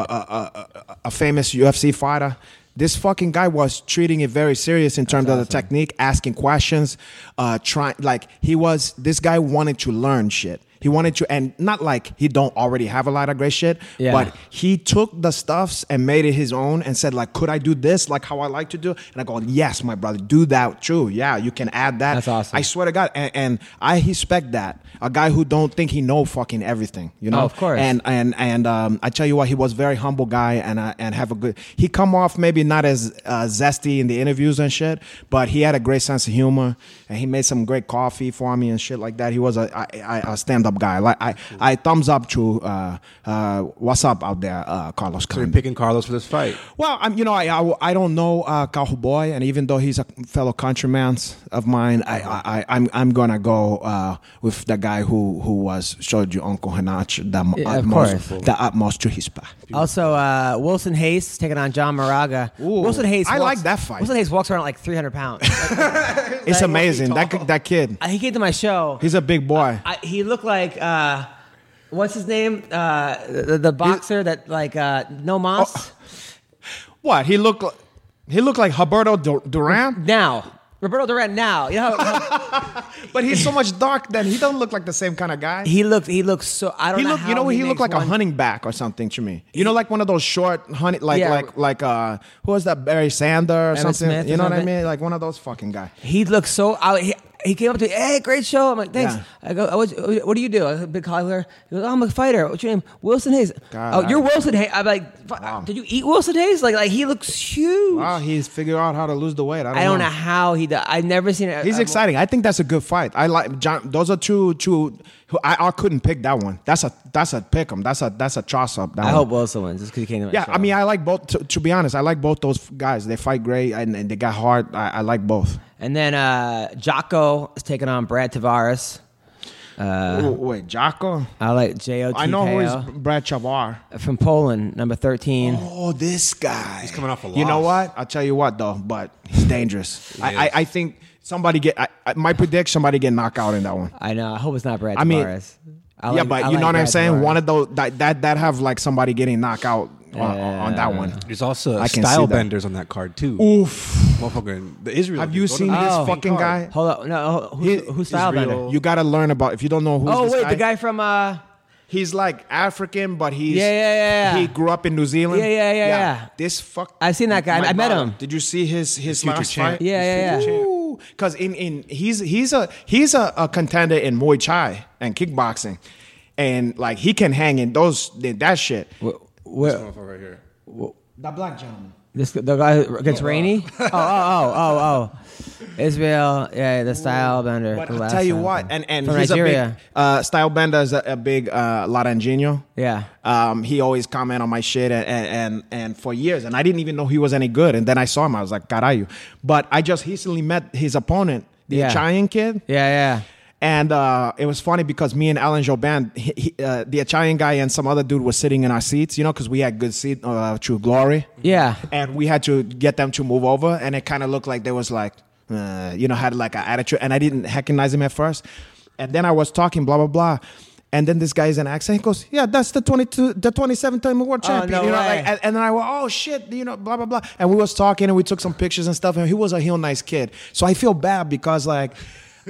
S3: a, a famous UFC fighter. This fucking guy was treating it very serious in terms of the technique, asking questions, uh, trying like he was. This guy wanted to learn shit. He wanted to, and not like he don't already have a lot of great shit,
S1: Yeah.
S3: but he took the stuffs and made it his own and said like, could I do this like how I like to do? And I go, yes, my brother, do that too. Yeah, you can add that.
S1: That's awesome.
S3: I swear to God, and, and I respect that. A guy who don't think he know fucking everything, you know.
S1: Oh, of course.
S3: And and and um, I tell you what, he was very humble guy, and uh, and have a good. He come off maybe not as uh, zesty in the interviews and shit, but he had a great sense of humor, and he made some great coffee for me and shit like that. He was a I, I, a stand up guy. Like I, I thumbs up to uh, uh, what's up out there, uh, Carlos.
S4: You're
S3: Condit.
S4: picking Carlos for this fight.
S3: Well, I'm, you know, I, I, I don't know uh, Cowboy, and even though he's a fellow countryman of mine, I, I, I I'm I'm gonna go uh, with the guy who who was showed you Uncle Hanach the
S1: Yeah, of
S3: utmost
S1: course.
S3: the utmost to his back.
S1: Also, uh, Wilson Hayes taking on John Moraga.
S3: Ooh,
S1: Wilson Hayes.
S3: I
S1: walks-
S3: like that fight.
S1: Wilson Hayes walks around at like 300 pounds. <laughs>
S3: It's amazing that ki- that kid.
S1: Uh, he came to my show.
S3: He's a big boy.
S1: I, he looked like uh, what's his name? Uh, the, the boxer that like uh, No Mas.
S3: Oh. What he looked like? He looked like Huberto Dur- Duran,
S1: Now Roberto Duran. Now you know. how-
S3: but he's so much dark that he don't look like the same kind of
S1: <laughs>
S3: guy.
S1: he looked. He looked so. I don't
S3: He
S1: know.
S3: looked, you
S1: how
S3: know, he,
S1: makes
S3: looked like a
S1: one-
S3: hunting back or something to me. You know, like one of those short hunting, like
S1: Yeah.
S3: like like uh, who was that Barry Sander or something?
S1: Smith or
S3: you know what I
S1: something.
S3: mean? Like one of those fucking guys.
S1: He looked so out. He, he came up to me, hey, great show. I'm like, thanks.
S3: Yeah.
S1: I go, what, what do you do? I'm a big collar. He goes, oh, I'm a fighter. What's your name? Wilson Hayes.
S3: God,
S1: oh, you're
S3: I-
S1: Wilson Hayes. I'm like, "Fu- did you eat Wilson Hayes? Like, like he looks huge.
S3: Wow, he's figured Ah, out how to lose the weight. I don't,
S1: I don't know how he does. I've never seen it.
S3: He's
S1: I'm-
S3: exciting. I think that's a good fight. I like John. Those are two two. Who, I, I couldn't pick that one. That's a that's a pick 'em. That's a that's a toss up. That
S1: I
S3: one.
S1: hope Wilson wins. Just because he came to my
S3: Yeah,
S1: show.
S3: I mean, I like both. To, to be honest, I like both those guys. They fight great and, and they got hard. I, I like both.
S1: and then uh, Jocko is taking on Brad Tavares. Uh,
S3: Ooh, wait, Jocko.
S1: I like J.O.T.K.O.
S3: I know who is Brad Chavar.
S1: from Poland, number 13.
S3: Oh, this guy. He's
S4: coming off a
S3: You know
S4: loss.
S3: what? I'll tell you what, though, but he's dangerous. I, I, I think Somebody get I, I, my prediction. Somebody get knocked out in that one.
S1: I know. I hope it's not Brad
S3: I mean-
S1: Tavares. I
S3: yeah,
S1: like-
S3: but
S1: I like
S3: you know what I'm
S1: Brad
S3: saying.
S1: Tavares.
S3: One of those that that that have like somebody getting knocked out on, on that one.
S4: There's also
S3: I can see
S4: style
S3: that.
S4: benders on that card too.
S3: Oof.
S4: Motherfucker, the Israel.
S3: Have
S4: dude, go
S3: you
S4: to
S3: seen
S4: the
S3: this
S4: main
S3: fucking
S4: card.
S3: guy?
S1: Hold on. No, who,
S3: He-
S1: Oh. who, who's style
S4: Israel-
S1: bender?
S3: You gotta learn about if you don't know who.
S1: Oh wait, the guy from uh,
S3: He's like African, but he's
S1: Yeah, yeah, yeah, yeah.
S3: He grew up in New Zealand.
S1: Yeah, yeah, yeah, yeah.
S3: This fuck.
S1: I've seen that guy.
S3: My
S1: I met
S3: brother.
S1: him.
S3: Did you see his his
S4: Future
S3: last
S4: champ.
S3: fight?
S1: Yeah, yeah, yeah.
S3: Because in in he's he's a he's a, a contender in Muay Thai and kickboxing, and like he can hang in those in that shit.
S1: where,
S4: Motherfucker right here.
S3: That black gentleman.
S1: this the guy who- against Rainey. Oh, oh, oh, oh, oh. Israel. Yeah, the style bender.
S3: But
S1: the
S3: I
S1: last
S3: tell you
S1: time.
S3: what, and and
S1: from
S3: he's a
S1: Nigeria.
S3: big uh, style bender is a, a big uh, Laranjinho.
S1: Yeah.
S3: Um, he always comment on my shit and, and and and for years, and I didn't even know he was any good. And then I saw him, I was like, "Carayu!" But I just recently met his opponent, the
S1: Yeah.
S3: Italian kid.
S1: Yeah,
S3: And uh, it was funny because me and Alan Joban, he, he, uh, the Italian guy, and some other dude were sitting in our seats, you know, because we had good seat, uh, True Glory.
S1: Yeah.
S3: And we had to get them to move over, and it kind of looked like they was like, uh, you know, had like an attitude, and I didn't recognize him at first. And then I was talking, blah blah blah. And then this guy is an accent. He goes, "Yeah, that's the twenty-two, the twenty-seven time world
S1: Oh,
S3: champion."
S1: no
S3: you know,
S1: way.
S3: like, and, and then I went, "Oh shit," you know, blah blah blah. And we was talking, and we took some pictures and stuff. And he was a real nice kid. So I feel bad because like.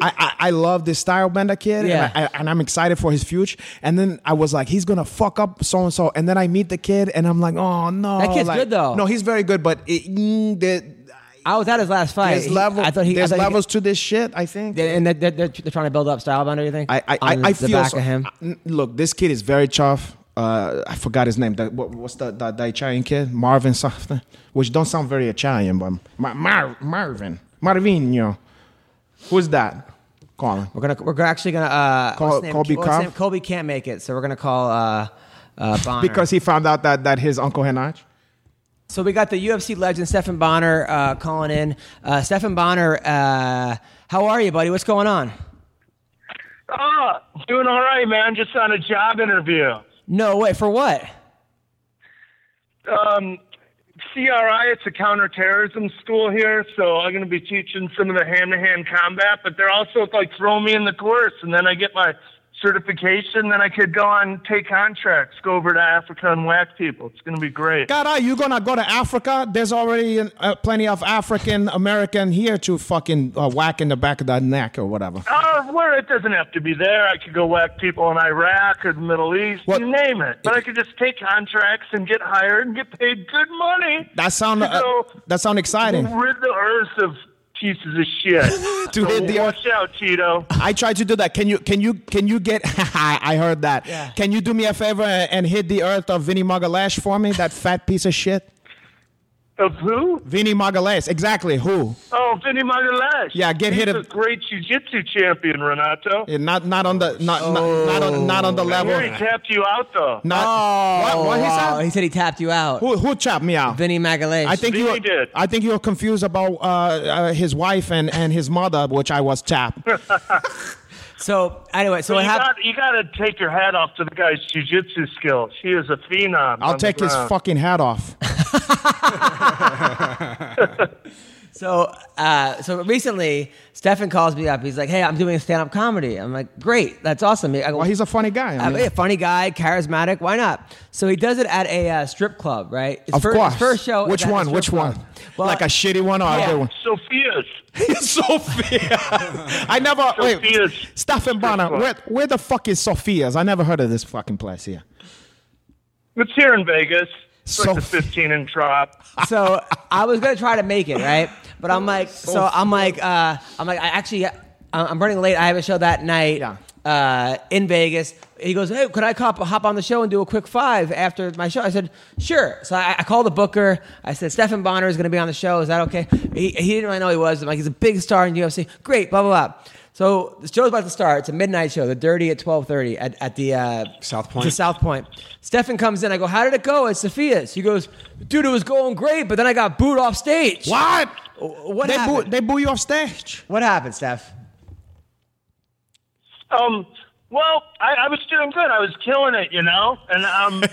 S3: I, I, I love this style bender kid,
S1: Yeah.
S3: and, I, I, and I'm excited for his future. And then I was like, he's gonna fuck up so and so. And then I meet the kid, and I'm like, oh no,
S1: That kid's
S3: like-
S1: good, though.
S3: No, he's very good, but it, mm, there-
S1: I was at his last fight.
S3: there's
S1: He-
S3: level.
S1: I thought he. I
S3: there's
S1: thought he-
S3: levels to this shit. I think.
S1: and they're, they're, they're they're trying to build up style bender. You think?
S3: I I, I,
S1: On
S3: I
S1: the
S3: feel
S1: back
S3: so-
S1: of him.
S3: I- look, this kid is very tough. Uh, I forgot his name. That, what, what's the, the the Italian kid? Marvin something, which don't sound very Italian, but Mar- Mar- Marvin Marvino. Who's that? Colin.
S1: We're gonna we're actually gonna uh,
S3: Call-
S1: what's his name?
S3: Colby
S1: What's his
S3: Cough?
S1: name? Kobe can't make it, so we're gonna call uh,
S3: <laughs>
S1: uh, Bonner.
S3: Because he found out that that his uncle Henach.
S1: so we got the UFC legend Stefan Bonner uh, calling in. Uh, Stefan Bonner, uh, how are you, buddy? What's going on?
S5: Oh, doing all right, man. Just on a job interview.
S1: No wait, for what?
S5: Um, CRI, it's a counterterrorism school here, so I'm going to be teaching some of the hand-to-hand combat. But they're also like throw me in the course, and then I get my certification. Then I could go on take contracts, go over to Africa and whack people. It's going to be great.
S3: God, are you gonna go to Africa? There's already uh, plenty of African American here to fucking uh, whack in the back of the neck or whatever.
S5: Oh, where it doesn't have to be there. I could go whack people in Iraq or the Middle East,
S3: What-
S5: you name it. But I could just take contracts and get hired and get paid good money.
S3: That sound uh,
S5: So-
S3: that sound exciting.
S5: <laughs> Rid the earth of pieces of
S3: <laughs>
S5: shit.
S3: To hit the
S5: Watch out, Cheeto.
S3: I tried to do that. Can you can you can you get? <laughs> I heard that.
S1: Yeah.
S3: Can you do me a favor and, and hit the earth of Vinny Magalash for me? That fat piece of shit.
S5: Of who?
S3: Vinny Magalash. Exactly. Who?
S5: Oh, Vinny Magalash.
S3: Yeah, get
S5: He's
S3: hit
S5: a
S3: of-
S5: great jiu-jitsu champion, Renato.
S3: Yeah, Not not on the not not, not on not on the
S5: I
S3: level.
S5: hear he tapped you out, though.
S3: Not what, what he
S1: wow.
S3: said.
S1: Oh, he tapped you out.
S3: Uh, Who who chopped me out?
S1: Vinny Magalhaes.
S3: I think you.
S5: Vinny did.
S3: I think you're confused about uh, uh, his wife and, and his mother, which I was tapped.
S1: so. Anyway, so
S5: you,
S1: what happened?
S5: got, you got to take your hat off to the guy's jiu-jitsu skills. He is a phenom.
S3: I'll take his fucking hat off.
S1: So, uh, so recently, Stefan calls me up. He's like, "Hey, I'm doing a stand-up comedy." I'm like, "Great, that's awesome." I go,
S3: Well, he's a funny guy. I
S1: Uh,
S3: mean-
S1: yeah, funny guy, charismatic. Why not? So he does it at a uh, strip club, right? His
S3: Of
S1: fir- Uh, his
S3: course.
S1: first show. is
S3: Which
S1: at a
S3: one?
S1: strip
S3: Which
S1: club.
S3: one?
S1: Well,
S3: like a shitty one or a
S1: yeah.
S3: good one? <laughs>
S5: Sophia's.
S3: Sophia. I never wait.
S5: Sophia's.
S3: Stefan Bonner, where, where the fuck is Sophia's? I never heard of this fucking place here.
S5: It's here in Vegas. It's like the
S3: Soph-
S5: 15 and drop.
S1: so I was gonna try to make it, right? But I'm like, so I'm like, uh, I'm like, I actually, I- I'm running late. I have a show that night
S3: Yeah.
S1: uh, in Vegas. He goes, hey, could I cop, hop on the show and do a quick five after my show? I said, sure. So I, I called the booker. I said, Stefan Bonner is gonna be on the show. Is that okay? He, he didn't really know he was. I'm like, he's a big star in UFC. Great, blah blah blah. So the show's about to start. It's a midnight show. The Dirty at 12:30 at, at the uh,
S4: South Point?
S1: The South Point. Stefan comes in. I go, how did it go at Sophia's? He goes, dude, it was going great, but then I got booed off stage.
S3: What?
S1: What
S3: they
S1: happened?
S3: boo, they boo you off stage.
S1: what happened, Steph?
S3: <laughs>
S5: Um, well, I, I was doing good. I was killing it, you know? And um,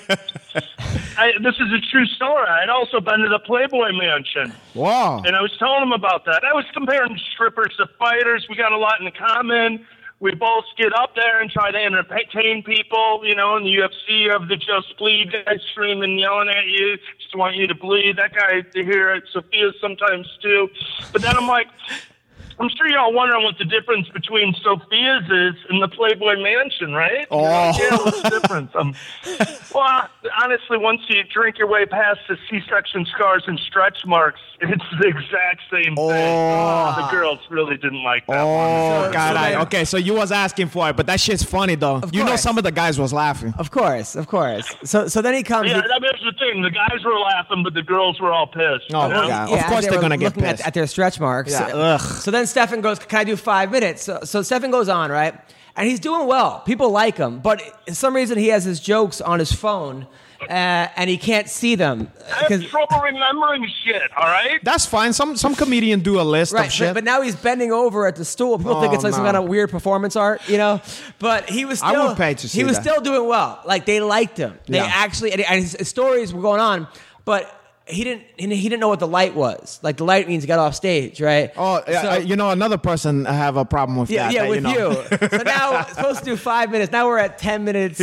S5: I, this is a true story. I'd also been to the Playboy Mansion,
S3: Wow.
S5: and I was telling him about that. I was comparing strippers to fighters. We got a lot in common. We both get up there and try to entertain people. You know, in the UFC, you have the just bleed guy screaming, yelling at you, just want you to bleed. That guy here at Sophia sometimes too. But then I'm like, I'm sure y'all wondering what the difference between Sophia's is and the Playboy Mansion, right? Oh, yeah, what's the difference? Um, well, honestly, once you drink your way past the C-section scars and stretch marks, <laughs> it's the exact same thing. The girls really didn't like that one.
S3: Oh, God, I, okay, so you was asking for it, but that shit's funny though. You know,
S1: course.
S3: some of the guys was laughing.
S1: Of course, of course. So so then he comes.
S5: Yeah,
S1: he-
S5: that was the thing. The guys were laughing, but the girls were all pissed.
S3: Oh,
S5: you know?
S3: yeah. Of course
S1: they
S3: they're
S1: were
S3: gonna get
S1: looking at,
S3: pissed.
S1: at their stretch marks.
S3: Yeah, ugh.
S1: So then Stefan goes, "Can I do five minutes?" So, so Stefan goes on, right? And he's doing well. People like him, but for some reason he has his jokes on his phone, uh, and he can't see them
S5: I have
S1: 'Cause-
S5: trouble remembering shit, all right?
S3: That's fine. Some some comedian do a list
S1: Right,
S3: of
S1: but-
S3: shit.
S1: But, now he's bending over at the stool. People think
S3: Oh,
S1: it's like some
S3: no.
S1: kind of weird performance art, you know. But he was
S3: I
S1: still
S3: would pay to see
S1: he was
S3: that.
S1: still doing well. Like they liked him. They
S3: Yeah.
S1: actually and, and his, his stories were going on, but he didn't he didn't know what the light was. Like the light means he got off stage, right?
S3: oh, yeah,
S1: So-
S3: I- you know, another person I have a problem with
S1: yeah,
S3: that.
S1: yeah,
S3: that,
S1: with
S3: you. know. <laughs>
S1: you. so now we're supposed to do five minutes. Now we're at ten minutes.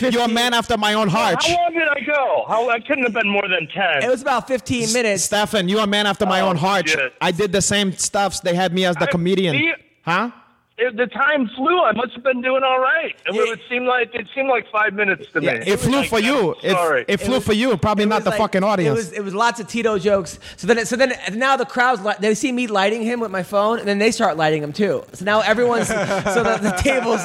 S3: You're a man after my own heart.
S5: How long did I go? How, I couldn't have been more than 10.
S1: It was about fifteen minutes.
S3: Stefan, you're a man after my
S5: Oh,
S3: own heart.
S5: shit.
S3: I did the same stuffs. They had me as the
S5: I-
S3: comedian.
S5: see-
S3: huh?
S5: it, the time flew. I must have been doing all right. It,
S1: Yeah.
S5: would seem like it seemed like five minutes to me.
S3: Yeah, it flew
S5: Like,
S3: for you.
S5: I'm
S3: It,
S5: Sorry.
S3: it flew
S1: was-
S3: for you. Probably
S1: it
S3: not
S1: was
S3: the
S1: like-
S3: fucking audience.
S1: It was, it was lots of Tito jokes. So then, so then now the crowd's li- they see me lighting him with my phone, and then they start lighting him too. So now everyone's so the, the <laughs> tables.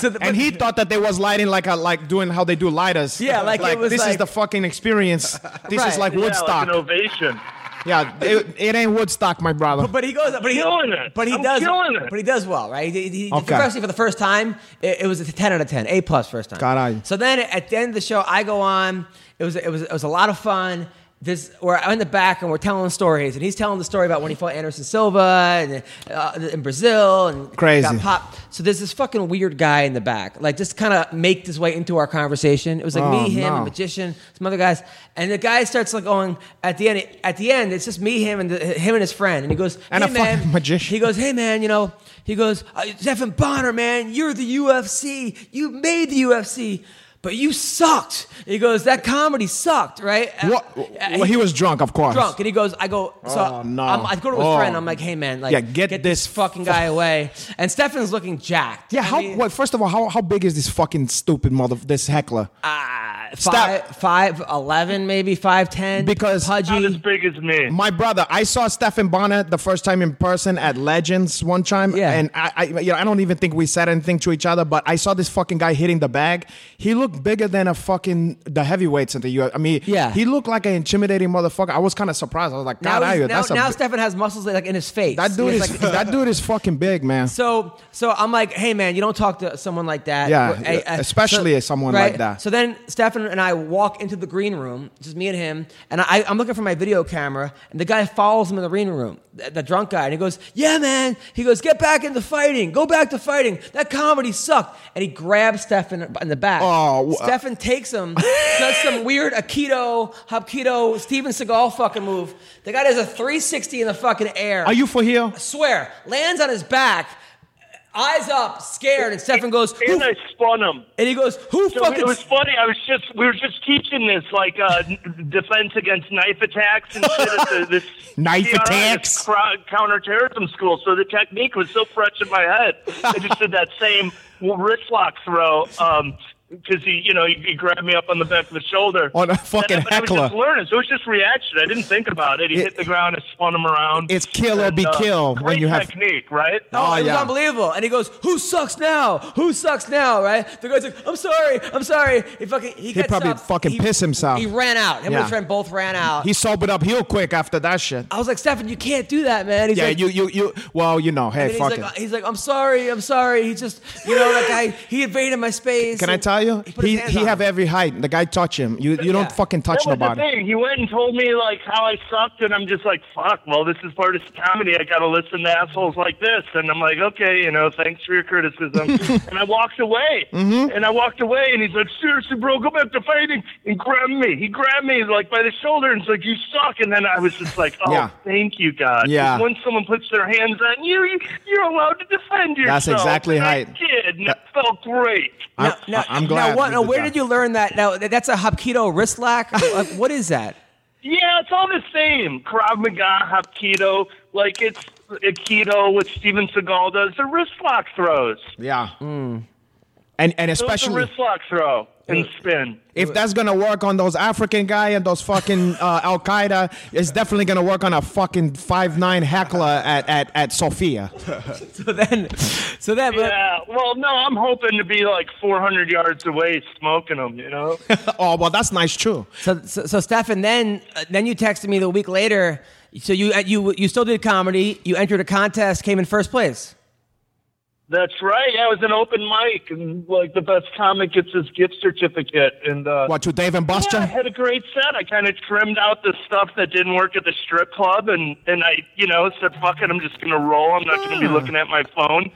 S1: So the, but-
S3: and he thought that they was lighting like a, like doing how they do lighters.
S1: Yeah, like it was
S3: this is
S1: like-
S3: the
S1: <laughs>
S3: fucking experience. This
S1: Right.
S3: is like
S5: yeah,
S3: Woodstock.
S5: Like an ovation.
S3: yeah, it, it ain't Woodstock, my brother.
S1: But he goes, but he,
S5: killing it.
S1: but he
S5: I'm
S1: does,
S5: killing it.
S1: but he does well, right? He, he, he-
S3: Okay.
S1: especially for the first time, it, it was a ten out of ten, A plus first time.
S3: Caray.
S1: So then at the end of the show, I go on. It was it was it was a lot of fun. This we're in the back and we're telling stories, and he's telling the story about when he fought Anderson Silva and uh, in Brazil and
S3: Crazy.
S1: got popped. So there's this fucking weird guy in the back, like just kind of make his way into our conversation. It was like
S3: Oh,
S1: me, him,
S3: no.
S1: and magician, some other guys, and the guy starts like going at the end. At the end, it's just me, him, and the, him and his friend, and he goes,
S3: And
S1: hey,
S3: a
S1: man.
S3: fucking magician.
S1: He goes, hey man, you know. He goes, uh, Stephen Bonner, man, you're the UFC. You made the UFC, but you sucked. He goes, that comedy sucked, right? Uh,
S3: What-
S1: uh,
S3: well, he was drunk, of course.
S1: Drunk, and he goes, I go, so
S3: Oh, no.
S1: I'm, I go to his
S3: Oh.
S1: friend. I'm like, hey man, like,
S3: Yeah, get
S1: this,
S3: this
S1: fucking guy away. And Stefan's looking jacked.
S3: yeah,
S1: I
S3: how?
S1: mean,
S3: what, first of all, how, how big is this fucking stupid mother? This heckler?
S1: ah,
S3: Stop.
S1: five, five, eleven, maybe five ten.
S3: Because-
S5: Not as
S1: pudgy.
S5: big as me.
S3: My brother, I saw Stefan Bonnet the first time in person at Legends one time,
S1: Yeah.
S3: and I, I, you know, I don't even think we said anything to each other, but I saw this fucking guy hitting the bag. He looked bigger than a fucking the heavyweights in the U. I mean,
S1: Yeah.
S3: he looked like an intimidating motherfucker. I was kind of surprised. I was like,
S1: Now,
S3: God,
S1: he's- now,
S3: I, that's a
S1: now
S3: bi-
S1: Stefan has muscles like in his face.
S3: that dude
S1: He's
S3: is <laughs>
S1: like-
S3: that dude is fucking big, man.
S1: So, so I'm like, hey man, you don't talk to someone like that.
S3: Yeah,
S1: Well, I- I-
S3: especially someone like that.
S1: So then Stefan and I walk into the green room, just me and him, and I, I'm looking for my video camera, and the guy follows him in the green room, the, the drunk guy, and he goes, yeah man, he goes, get back into fighting, go back to fighting. That comedy sucked, and he grabs Stefan in the back.
S3: Oh, wha-
S1: Stefan takes
S3: <laughs>
S1: him, does some weird Aikido, Hapkido, Steven Seagal fucking move. The guy does a 360 in the fucking air
S3: Are you for here?
S1: swear, lands on his back, eyes up, scared, and Stefan goes, who,
S5: And I spun him.
S1: and he goes, who
S5: So
S1: fucking?
S5: it was funny. I was just we were just teaching this like uh, n- defense against knife attacks and shit
S3: <laughs>
S5: at the, this
S3: Knife
S5: CRI, this
S3: attacks?
S5: cro- counterterrorism school. So the technique was so fresh in my head. I just did that same wrist lock throw. Um, because he, you know, he, he grabbed me up on the back of the shoulder.
S3: On a
S5: And I-
S3: fucking
S5: but I was just
S3: heckler.
S5: learning, so it was just reaction. I didn't think about it. He
S3: It-
S5: hit the ground, I spun him around.
S3: It's kill or
S5: And,
S3: be
S5: uh,
S3: kill when
S5: great
S3: you have-
S5: technique, right?
S1: Oh,
S3: Oh,
S1: it was
S3: yeah.
S1: unbelievable. And he goes, "Who sucks now? Who sucks now?" Right? The guy's like, "I'm sorry, I'm sorry." He fucking he, got
S3: probably
S1: stopped.
S3: fucking
S1: he,
S3: pissed himself.
S1: He ran out. Him and
S3: Yeah.
S1: his friend both ran out.
S3: He sobered up real quick after that shit.
S1: I was like, "Stefan, you can't do that, man." He's
S3: yeah,
S1: like,
S3: you, you, you. Well, you know, hey,
S1: and he's
S3: fuck
S1: like,
S3: it.
S1: he's like, I'm sorry, I'm sorry. He just, you know, that guy, he invaded my space.
S3: Can I tell tell you?
S1: put his
S3: He,
S1: hands
S3: he
S1: on
S3: have
S1: him.
S3: every height. The guy touch him. You you don't
S1: Yeah.
S3: fucking touch
S5: That was the
S3: nobody.
S5: thing. He went and told me like how I sucked, and I'm just like, "Fuck!" Well, this is part of comedy. I gotta listen to assholes like this, and I'm like, "Okay, you know, thanks for your criticism."
S3: <laughs>
S5: and I walked away,
S3: Mm-hmm.
S5: and I walked away, and he's like, "Seriously, bro, go back to fighting!" And grabbed me. He grabbed me like by the shoulder, and it's like, "You suck!" And then I was just like, "Oh,
S3: Yeah.
S5: thank you, God." 'Cause
S3: Yeah.
S5: Once someone puts their hands on you, you- you're allowed to defend yourself.
S3: That's exactly
S5: and
S3: right.
S5: I did, and it felt great.
S3: I-
S1: now,
S3: I'm glad
S1: Now, what,
S3: you
S1: now
S3: did
S1: where
S3: that.
S1: did you learn that? Now, th- that's a Hapkido wrist lock. Uh, what is that?
S5: Yeah, it's all the same. Krav Maga, Hapkido, like it's Aikido, what Steven Seagal does. The wrist lock throws.
S3: Yeah.
S1: Mm.
S3: And and
S5: So it's a
S3: especially
S5: wrist lock throw and spin.
S3: if that's gonna work on those African guy and those
S1: <laughs>
S3: fucking uh, Al Qaeda, it's definitely gonna work on a fucking five nine heckler at at at Sofia. <laughs>
S1: <laughs> So then, so then,
S5: Yeah, well, no, I'm hoping to be like 400 yards away smoking them, you know?
S3: oh well, that's nice too.
S1: so, so, so Stefan, then, uh, then you texted me the week later. So you, uh, you, you still did comedy. You entered a contest, came in first place.
S5: That's right. Yeah, it was an open mic, and like the best comic gets his gift certificate. And uh,
S3: What to Dave and Buster?
S5: Yeah, I had a great set. I kind of trimmed out the stuff that didn't work at the strip club, and and I, you know, said, "Fuck it, I'm just gonna roll. I'm not gonna be looking at my phone."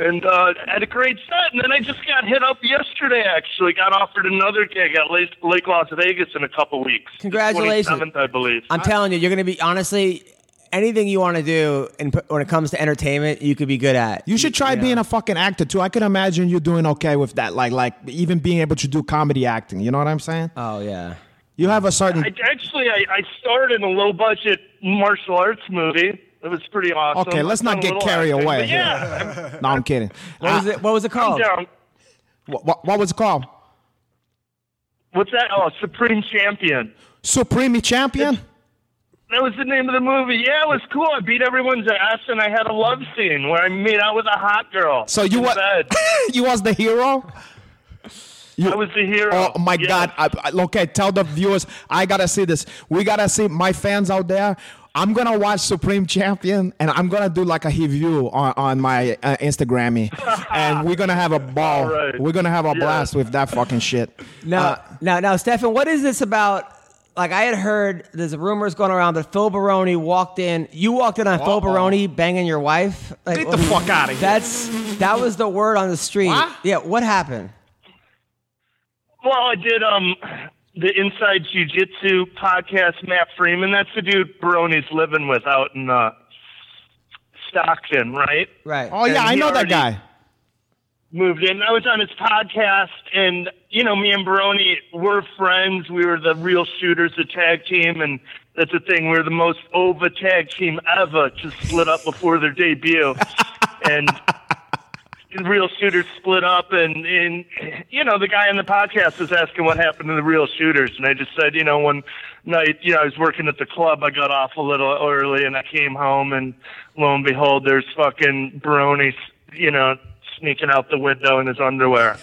S5: And uh, I had a great set, and then I just got hit up yesterday. Actually, got offered another gig at Lake, Lake Las Vegas in a couple weeks. The
S1: Congratulations.
S5: 27th, I believe.
S1: I'm telling you, you're going to be honestly anything you want to do, in, when it comes to entertainment, you could be good at.
S3: You should try
S1: know.
S3: being a fucking actor too. I can imagine you doing okay with that, like like even being able to do comedy acting. You know what I'm saying?
S1: Oh yeah.
S3: You have a certain.
S5: I, actually, I, I starred in a low budget martial arts movie. It was pretty awesome.
S3: Okay, let's
S5: I've
S3: not
S5: done a
S3: get
S5: little
S3: carried
S5: acting,
S3: away
S5: but
S3: here. Oh.
S5: Yeah,
S3: no, I'm kidding.
S1: What was it? What was it
S5: I'm
S1: called?
S5: down.
S3: What, what was it called?
S5: What's that? Oh, Supreme Champion.
S3: Supreme Champion.
S5: That was the name of the movie. Yeah, it was cool. I beat everyone's ass, and I had a love scene where I made out with a hot girl.
S3: So you
S5: in
S3: wa-
S5: bed.
S3: you was the hero. You-
S5: I was the hero.
S3: Oh my
S5: Yes.
S3: God! I, I- okay, tell the viewers I gotta see this. We gotta see my fans out there. I'm gonna watch Supreme Champion and I'm gonna do like a review on, on my uh, Instagrammy, and we're gonna have a ball.
S5: Alright.
S3: We're gonna have a
S5: Yeah.
S3: blast with that fucking shit.
S1: Now, now, now, Stefan, what is this about? Like I had heard, there's rumors going around that Phil Baroni walked in. You walked in on Phil Baroni banging your wife. Like,
S3: Get the fuck outta here.
S1: That's that was the word on the street.
S3: What?
S1: Yeah. What happened?
S5: Well, I did um the Inside Jiu Jitsu podcast. Matt Freeman. That's the dude Baroni's living with out in uh, Stockton, right?
S1: Right.
S3: Oh yeah,
S5: And
S3: I
S5: he
S3: know that
S5: already-
S3: guy.
S5: moved in. I was on his podcast, and you know, me and Baroni were friends. We were the real shooters, the tag team, and that's the thing. We were the most over tag team ever to split up before their debut, and the real shooters split up. And and you know, the guy on the podcast was asking what happened to the real shooters, and I just said, you know, one night, you know, I was working at the club. I got off a little early, and I came home, and lo and behold, there's fucking Baroni, you know sneaking out the window in his underwear.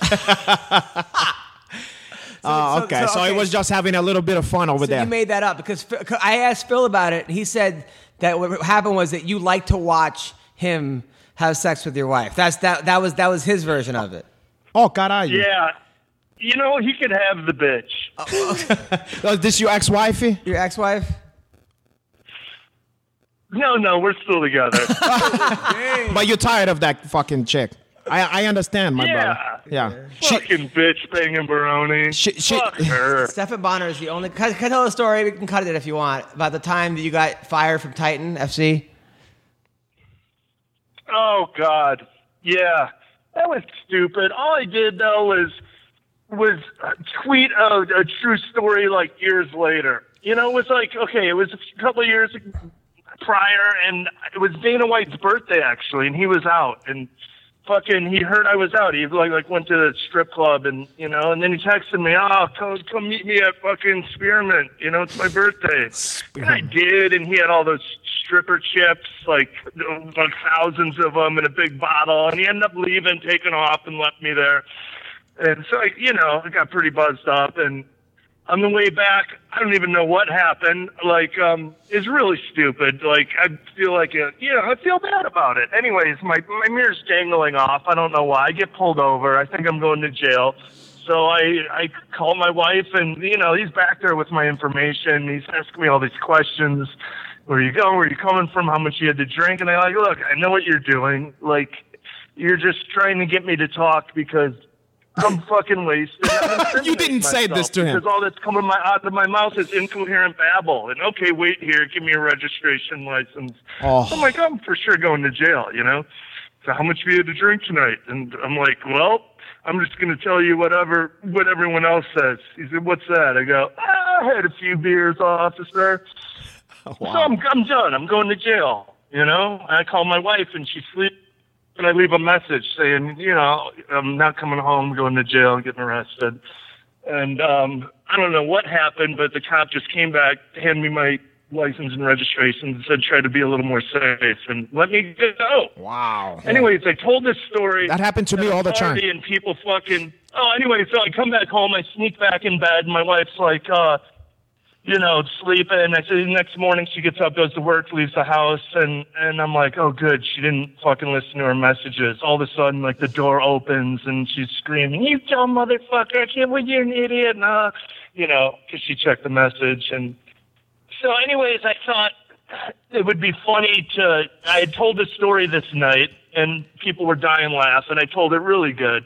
S3: Oh,
S1: so-
S3: okay.
S1: so,
S3: So,
S1: okay.
S3: he was just having a little bit of fun over
S1: So
S3: there.
S1: you made that up because Phil- 'cause I asked Phil about it. and He said that what happened was that you like to watch him have sex with your wife. That's that. That was that was his version of it.
S3: oh God, are you?
S5: yeah. You know, he could have the bitch.
S3: Uh, this your ex-wifey?
S1: Your ex-wife.
S5: No, no, we're still together.
S3: But you're tired of that fucking chick. I I understand, my
S5: Yeah.
S3: brother. Yeah. She,
S5: Fucking bitch banging Baroni.
S3: Shit, shit.
S5: Fuck her.
S1: Stefan Bonner is the only. Can, can I tell a story? We can cut it if you want. About the time that you got fired from Titan FC.
S5: Oh God, yeah, that was stupid. All I did though was was tweet a, a true story like years later. You know, it was like okay, it was a couple of years prior, and it was Dana White's birthday actually, and he was out and. Fucking, he heard I was out. He like like went to the strip club and you know, and then he texted me, "Oh, come come meet me at fucking Spearmint. You know, it's my birthday." And I did, and he had all those stripper chips, like, like thousands of them in a big bottle, and he ended up leaving, taking off, and left me there. And so, I, you know, I got pretty buzzed up, and on the way back, I don't even know what happened. Like, um, it's really stupid. Like, I feel like, a, you know, I feel bad about it. Anyways, my my mirror's dangling off. I don't know why. I get pulled over. I think I'm going to jail. So I I call my wife, and you know he's back there with my information. He's asking me all these questions. Where you going? Where you coming from? How much you had to drink? And I like, look, I know what you're doing. Like, you're just trying to get me to talk because I'm fucking
S3: <laughs>
S5: wasted. I'm
S3: You didn't
S5: incriminating
S3: say this
S5: myself
S3: to him.
S5: Because all that's coming my, out of my mouth is incoherent babble. And okay, wait here, give me a registration license.
S3: Oh.
S5: I'm like, I'm for sure going to jail, you know? So how much have you had to drink tonight? And I'm like, well, I'm just going to tell you whatever what everyone else says. He said, what's that? I go, ah, I had a few beers,
S3: <laughs>
S5: officer. So I'm, I'm done. I'm going to jail, you know? And I call my wife, and she sleeps. And I leave a message saying, you know, I'm not coming home, going to jail, getting arrested. And um, I don't know what happened, but the cop just came back, handed me my license and registration, and said, try to be a little more safe and let me go.
S3: Wow.
S5: Anyways, I told this story.
S3: That happened to
S5: at
S3: me
S5: a
S3: all the time.
S5: party, And people fucking. Oh, anyway, so I come back home. I sneak back in bed. And my wife's like, uh, you know, sleeping. And I say the next morning she gets up, goes to work, leaves the house, and and I'm like, oh, good, she didn't fucking listen to her messages. All of a sudden, like the door opens and she's screaming, "You dumb motherfucker! I can't believe you're an idiot!" Nah, you know, because she checked the message and so anyways i thought it would be funny to i had told this story this night and people were dying laugh and i told it really good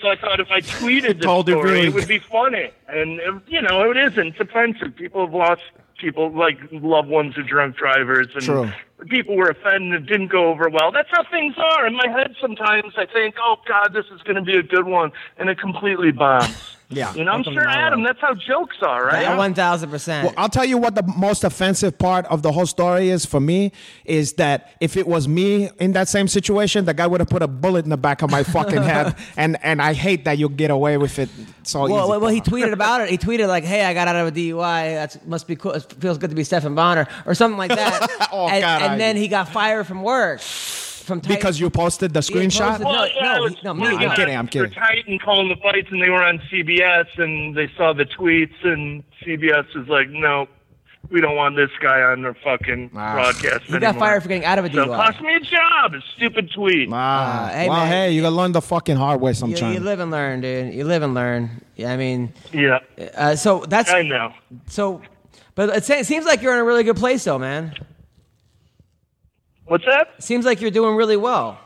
S5: so i thought if i tweeted this
S4: Told it
S5: story
S4: really
S5: it would be funny and uh, you know it isn't it's offensive people have lost people like loved ones who drunk drivers and
S3: True.
S5: people were offended it didn't go over well that's how things are in my head sometimes i think oh god this is going to be a good one and it completely bombs
S3: Yeah,
S5: you know i'm
S1: welcome to
S5: sure
S1: my
S5: adam
S1: world.
S5: that's how jokes are right
S1: One thousand percent.
S3: Well, I'll tell you what the most offensive part of the whole story is for me is that if it was me in that same situation, the guy would have put a bullet in the back of my
S1: <laughs>
S3: fucking head, and and I hate that you get away with it so
S1: Well,
S3: easy.
S1: well, well, he tweeted about it. He tweeted like, "Hey, I got out of a DUI. That must be cool. It feels good to be Stefan Bonner or something like that."
S3: <laughs> Oh,
S1: and,
S3: God,
S1: and
S3: I-
S1: then he got fired from work from Titan-
S3: because you posted the
S1: He had posted-
S3: screenshot.
S1: no,
S5: Well, yeah,
S1: no,
S5: it was-
S1: he- no,
S5: it
S1: me.
S5: was
S3: I'm
S1: no.
S3: kidding, I'm kidding.
S5: For Titan calling the fights, and they were on CBS, and they saw the tweets, and CBS was like, "No, we don't want this guy on their fucking
S3: Ah.
S5: broadcast
S1: He got
S5: anymore."
S1: fired for getting out of a
S5: so
S1: DUI.
S5: cost me a job. A stupid tweet.
S3: Ah,
S1: Uh, hey,
S3: well,
S1: man.
S3: hey, you gotta learn the fucking hard way
S1: You,
S3: sometimes.
S1: you live and learn, dude. You live and learn. Yeah, I mean,
S5: yeah,
S1: uh, so that's
S5: I know.
S1: so. But it, se- it seems like you're in a really good place, though, man.
S5: What's that?
S1: Seems like you're doing really well.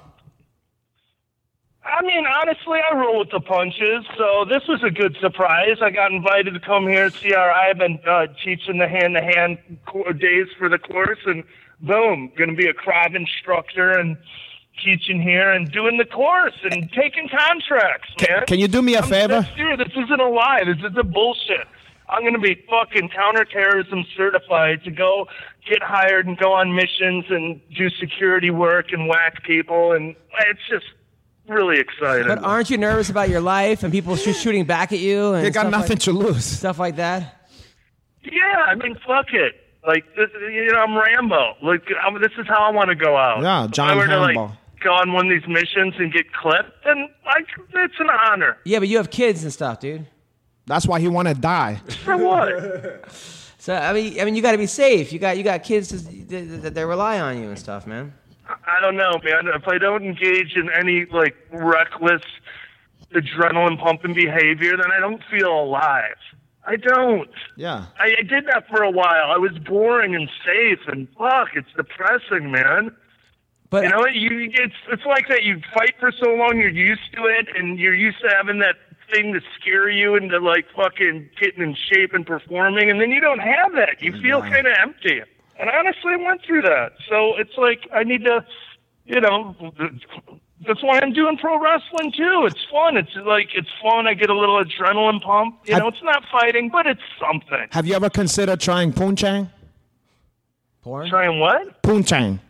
S5: I mean, honestly, I roll with the punches. So this was a good surprise. I got invited to come here at CRI. I've been uh, teaching the hand-to-hand co- days for the course, and boom, going to be a crab instructor and teaching here and doing the course and taking contracts, man.
S3: Can you do me a
S5: I'm
S3: favor?
S5: sincere. This isn't a lie. This is a bullshit. I'm going to be fucking counterterrorism certified to go get hired and go on missions and do security work and whack people. And it's just really exciting.
S1: But aren't you nervous about your life and people sh- shooting back at you and
S3: You got
S1: stuff
S3: nothing
S1: like,
S3: to lose.
S1: stuff like that?
S5: yeah, I mean, fuck it. Like, this, you know, I'm Rambo. Like, I'm, this is how I want to go out.
S3: Yeah, John
S5: If I were to,
S3: Rambo.
S5: like, go on one of these missions and get clipped, then, like, it's an honor.
S1: Yeah, but you have kids and stuff, dude.
S3: That's why he wanna die.
S5: For what?
S1: So I mean, I mean, you got to be safe. You got you got kids that they, they rely on you and stuff, man.
S5: I don't know, man. If I don't engage in any like reckless adrenaline pumping behavior, then I don't feel alive. I don't.
S3: Yeah.
S5: I, I did that for a while. I was boring and safe, and fuck, it's depressing, man.
S1: But
S5: You know, you it's it's like that. You fight for so long, you're used to it, and you're used to having that thing to scare you into like fucking getting in shape and performing, and then you don't have that. You feel kind of empty. And honestly, I went through that. So it's like I need to, you know, that's why I'm doing pro wrestling too. It's fun. It's like it's fun. I get a little adrenaline pump. You know, it's not fighting, but it's something.
S3: Have you ever considered trying Punchang?
S1: porn?
S5: Trying what?
S3: Punchang.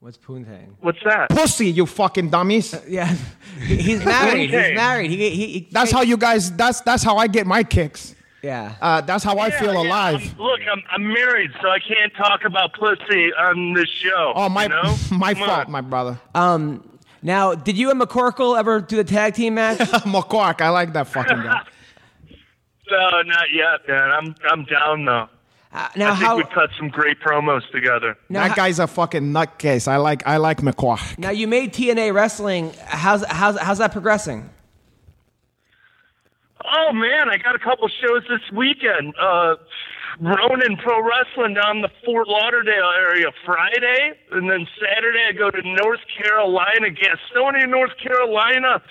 S1: What's poontang? <laughs>
S5: What's that?
S3: Pussy, you fucking dummies.
S1: Yeah, He- he's married.
S5: Poontang.
S1: He's married. He, he, he
S3: That's how you guys that's that's how I get my kicks.
S1: Yeah.
S3: Uh, that's how I
S5: Yeah,
S3: feel
S5: yeah,
S3: alive.
S5: I'm- look, I'm, I'm married, so I can't talk about pussy on this show.
S3: Oh my
S5: you know?
S3: <laughs> my
S5: Come
S3: fault,
S5: on.
S3: my brother.
S1: um. Now, did you and McCorkle ever do the tag team
S5: <laughs>
S1: match?
S3: McCork, I like that fucking guy.
S5: No, not yet, man. I'm I'm down though.
S1: Uh,
S5: I
S1: now
S5: think
S1: how?
S5: we cut some great promos together.
S1: Now,
S3: that guy's a fucking nutcase. I like I like McCork.
S1: now you made TNA wrestling. How's how's how's that progressing?
S5: Oh man, I got a couple shows this weekend. Uh, Ronin Pro Wrestling down in the Fort Lauderdale area Friday, and then Saturday I go to North Carolina, Gastonia, North Carolina.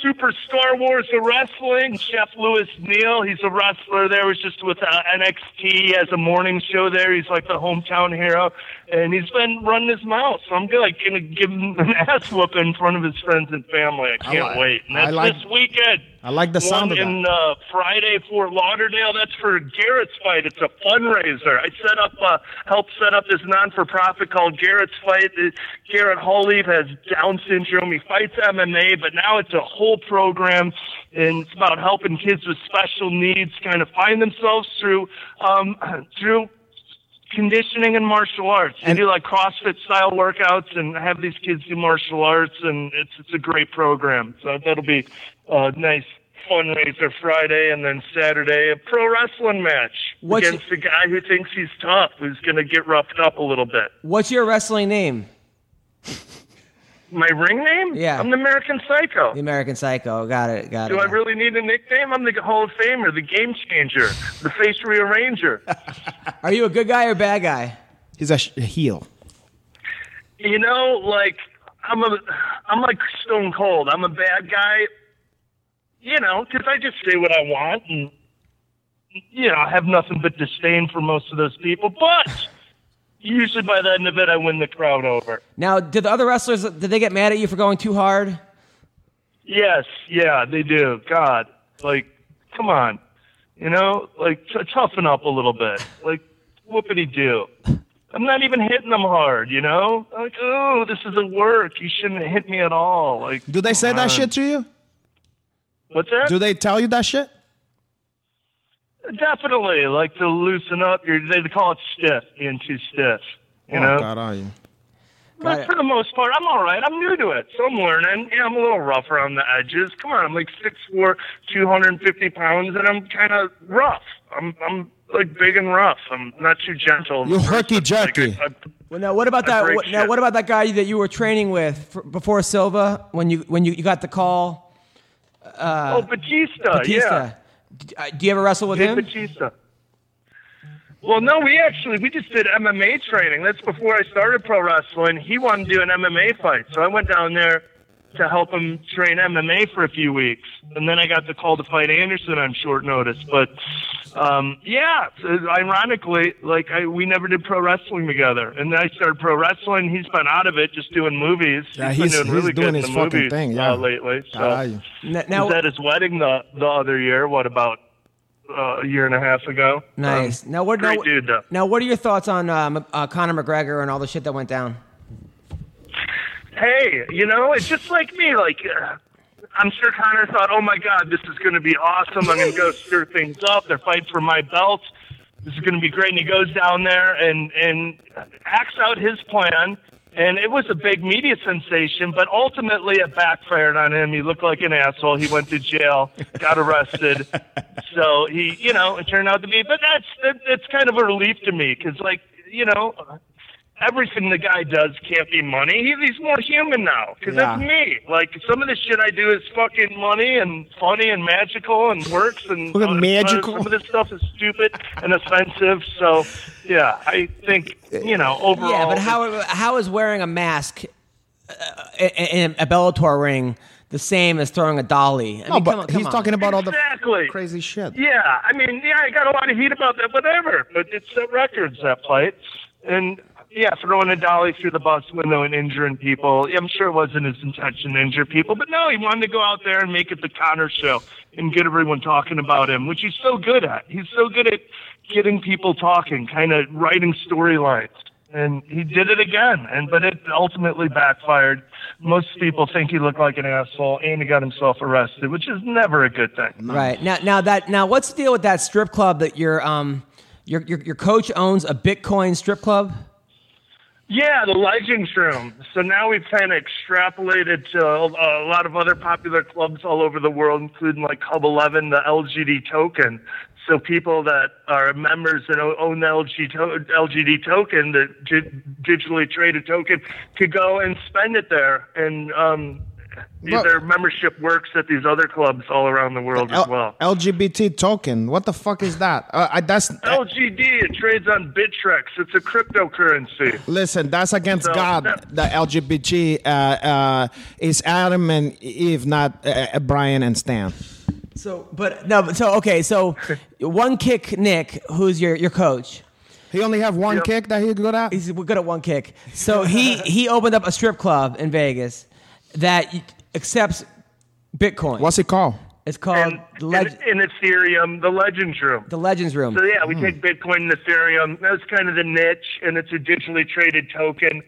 S5: Super Star Wars of Wrestling. Chef Lewis Neal, he's a wrestler there. Was just with uh, NXT. He has a morning show there. He's like the hometown hero, and he's been running his mouth. So I'm gonna, gonna give him an <laughs> ass whooping in front of his friends and family. I can't
S3: like-
S5: wait. And
S3: I
S5: that's
S3: like-
S5: this weekend.
S3: I like the
S5: One
S3: sound of that.
S5: in uh, Friday Fort Lauderdale. That's for Garrett's Fight. It's a fundraiser. I set up, uh, helped set up this non-for-profit called Garrett's Fight. Uh, Garrett Hallleaf has Down syndrome. He fights MMA, but now it's a whole program, and it's about helping kids with special needs kind of find themselves through um, <clears throat> through conditioning and martial arts. They
S3: And-
S5: do like CrossFit style workouts and have these kids do martial arts, and it's it's a great program. So that'll be a nice fundraiser Friday, and then Saturday a pro wrestling match
S1: What's-
S5: against a guy who thinks he's tough, who's going to get roughed up a little bit.
S1: What's your wrestling name?
S5: My ring name?
S1: Yeah.
S5: I'm the American Psycho.
S1: The American Psycho. Got it. Got
S5: Do
S1: it.
S5: I really need a nickname? I'm the Hall of Famer, the Game Changer, the Face
S1: <laughs>
S5: Rearranger.
S1: Are you a good guy or bad guy?
S3: He's a, sh- a heel.
S5: you know, like I'm a, I'm like Stone Cold. I'm a bad guy, you know, 'cause I just say what I want, and you know, I have nothing but disdain for most of those people. But usually by the end of it, I win the crowd over.
S1: Now, did the other wrestlers did they get mad at you for going too hard?
S5: Yes, yeah, they do. God, like, come on, you know, like t- toughen up a little bit. Like, whoopity do. I'm not even hitting them hard, you know. Like, oh, this is a work. You shouldn't hit me at all. Like,
S3: Do they say
S5: come on.
S3: that shit to you?
S5: What's that?
S3: Do they tell you that shit?
S5: Definitely, like to loosen up. Your, they call it stiff, being too stiff. You know,
S3: Oh, God, are you?
S1: Got
S5: but
S1: it.
S5: for the most part, I'm all right. I'm new to it, so I'm learning. Yeah, I'm a little rough around the edges. Come on, I'm like six four, two hundred and fifty pounds, and I'm kind of rough. I'm I'm like big and rough. I'm not too gentle.
S3: You herky
S5: Like, I-
S3: jerky.
S5: I-
S1: Well, now what about that?
S5: break
S1: What, now
S5: shit.
S1: what about that guy that you were training with for, before Silva when you when you, you got the call?
S5: oh, Batista, yeah.
S1: Batista. D- uh, Do you ever wrestle with
S5: Dave
S1: him?
S5: Batista. Well, no, we actually we just did MMA training. That's before I started pro wrestling. He wanted to do an MMA fight, so I went down there to help him train MMA for a few weeks, and then I got the call to fight Anderson on short notice. But um, yeah, so ironically, like I, we never did pro wrestling together, and then I started pro wrestling. He's been out of it, just doing movies.
S3: Yeah,
S5: been
S3: he's-
S5: doing
S3: he's
S5: really
S3: doing
S5: good
S3: his
S5: in the
S3: fucking
S5: movies,
S3: thing, yeah.
S5: uh, lately. So.
S3: God, are you?
S1: N-
S5: He
S1: Now,
S5: was at his wedding the the other year. What about uh, a year and a half ago?
S1: nice.
S5: Um,
S1: now what?
S5: great
S1: now,
S5: dude though.
S1: now what are your thoughts on um, uh, Conor McGregor and all the shit that went down?
S5: Hey, you know, it's just like me. Like, uh, I'm sure Connor thought, "Oh my God, this is going to be awesome. I'm going <laughs> to go stir things up. They're fighting for my belt. This is going to be great." And he goes down there and and acts out his plan. And it was a big media sensation, but ultimately it backfired on him. He looked like an asshole. He went to jail, got <laughs> arrested. so he, you know, it turned out to be. But that's that, that's kind of a relief to me because, like, you know, everything the guy does can't be money. He, he's more human now because that's
S3: Yeah.
S5: me. Like some of the shit I do is fucking money and funny and magical and works and
S3: Look at
S5: uh,
S3: magical.
S5: Some of this stuff is stupid and offensive. So yeah, I think you know overall.
S1: Yeah, but how how is wearing a mask uh, in a Bellator ring the same as throwing a dolly? I
S3: No,
S1: mean,
S3: but
S1: come on, come
S3: he's
S1: on.
S3: talking about all the
S5: exactly
S3: crazy shit.
S5: Yeah, I mean, yeah, I got a lot of heat about that, whatever. But it's set records that fight, and yeah, throwing a dolly through the bus window and injuring people. Yeah, I'm sure it wasn't his intention to injure people, but no, he wanted to go out there and make it the Connor show and get everyone talking about him, which he's so good at. He's so good at getting people talking, kind of writing storylines. And he did it again, and but it ultimately backfired. Most people think he looked like an asshole, and he got himself arrested, which is never a good thing.
S1: Right now, now that now what's the deal with that strip club that your um your your, your coach owns a Bitcoin strip club?
S5: Yeah, the Legends Room. So now we've kind of extrapolated to a, a lot of other popular clubs all over the world, including like Hub 11, the LGD token. So people that are members and o- own the LG to- LGD token, the di- digitally traded token, could go and spend it there and um,
S3: But-
S5: Their membership works at these other clubs all around the world
S3: L-
S5: as well.
S3: LGBT token. What the fuck is that? Uh, I, that's
S5: LGD, it trades on Bittrex. It's a cryptocurrency.
S3: listen. That's against
S5: So-
S3: God. The LGBT uh, uh, is Adam and Eve, not uh, uh, Brian and Stan.
S1: So, but no, but so okay, <laughs> so one kick, Nick, who's your your coach?
S3: He only have one
S5: Yep.
S3: kick that he good at.
S1: He's good at one kick. So he he opened up a strip club in Vegas that accepts Bitcoin.
S3: What's it called?
S1: it's called
S5: And
S1: the, Leg-
S5: in, in Ethereum, the Legends Room.
S1: the Legends Room.
S5: So yeah, we take Bitcoin and Ethereum. That's kind of the niche, and it's a digitally traded token.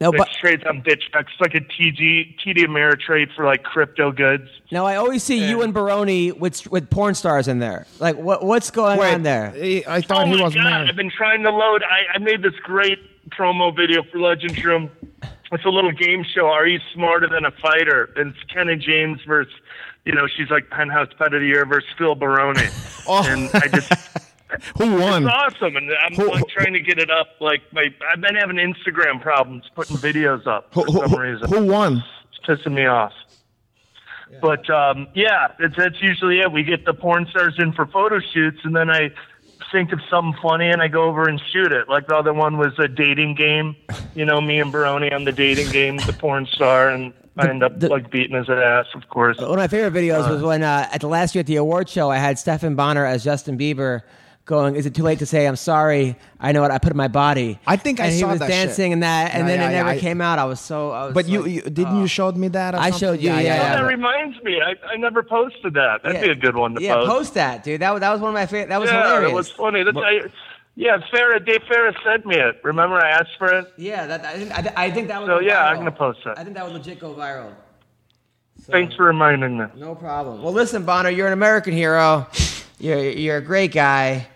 S1: No,
S5: that
S1: but-
S5: trades on Bitrex, It's like a TG, TD Ameritrade for like crypto goods.
S1: Now I always see you and Baroni with with porn stars in there. Like what what's going on there?
S3: he- I thought
S5: oh
S3: he
S5: my
S3: was
S5: God,
S3: married.
S5: I've been trying to load. I, I made this great promo video for Legends Room. It's a little game show. Are you smarter than a fighter? And it's Kenny James versus, you know, she's like Penthouse Pet of the Year versus Phil Baroni. And I just.
S3: Who won?
S5: It's awesome, and I'm
S3: Who-
S5: like trying to get it up. Like my, I've been having Instagram problems putting videos up
S3: Who,
S5: for
S3: who,
S5: some
S3: who-
S5: reason.
S3: who won?
S5: It's pissing me off. But um, yeah, it's, that's usually it. We get the porn stars in for photo shoots, and then I think of something funny, and I go over and shoot it. Like the other one was a dating game. You know, me and Baroni on the dating game, the porn star, and I end up
S1: the-
S5: like beating his ass, of course.
S1: One of my favorite videos was when uh, at the last year at the award show, I had Stefan Bonner as Justin Bieber going, "Is it too late to say I'm sorry? I know what I put in my body."
S3: I think I
S1: and he
S3: saw
S1: was
S3: that shit.
S1: dancing in that, and
S3: Yeah,
S1: then
S3: yeah,
S1: it
S3: yeah,
S1: never
S3: I-
S1: came out. I was so. I was
S3: But you,
S1: like,
S3: you didn't you Oh. showed me that? Or
S1: I
S3: something?
S1: showed you, yeah, yeah,
S5: that
S1: but-
S5: reminds me. I, I never posted that. That'd
S1: yeah.
S5: be a good one to
S1: yeah,
S5: post.
S1: that, dude. That, wa- that was one of my favorite. That was
S5: yeah,
S1: hilarious.
S5: it was funny. That's I, yeah, Farah, Dave Farah sent me it. Remember, I asked for it.
S1: yeah, that, I, think- I, I think that would. go
S5: So yeah, I'm
S1: viral.
S5: gonna post that.
S1: I think that would legit go viral.
S5: Thanks for reminding me.
S1: No problem. Well, listen, Bonner, you're an American hero. You're you're a great guy.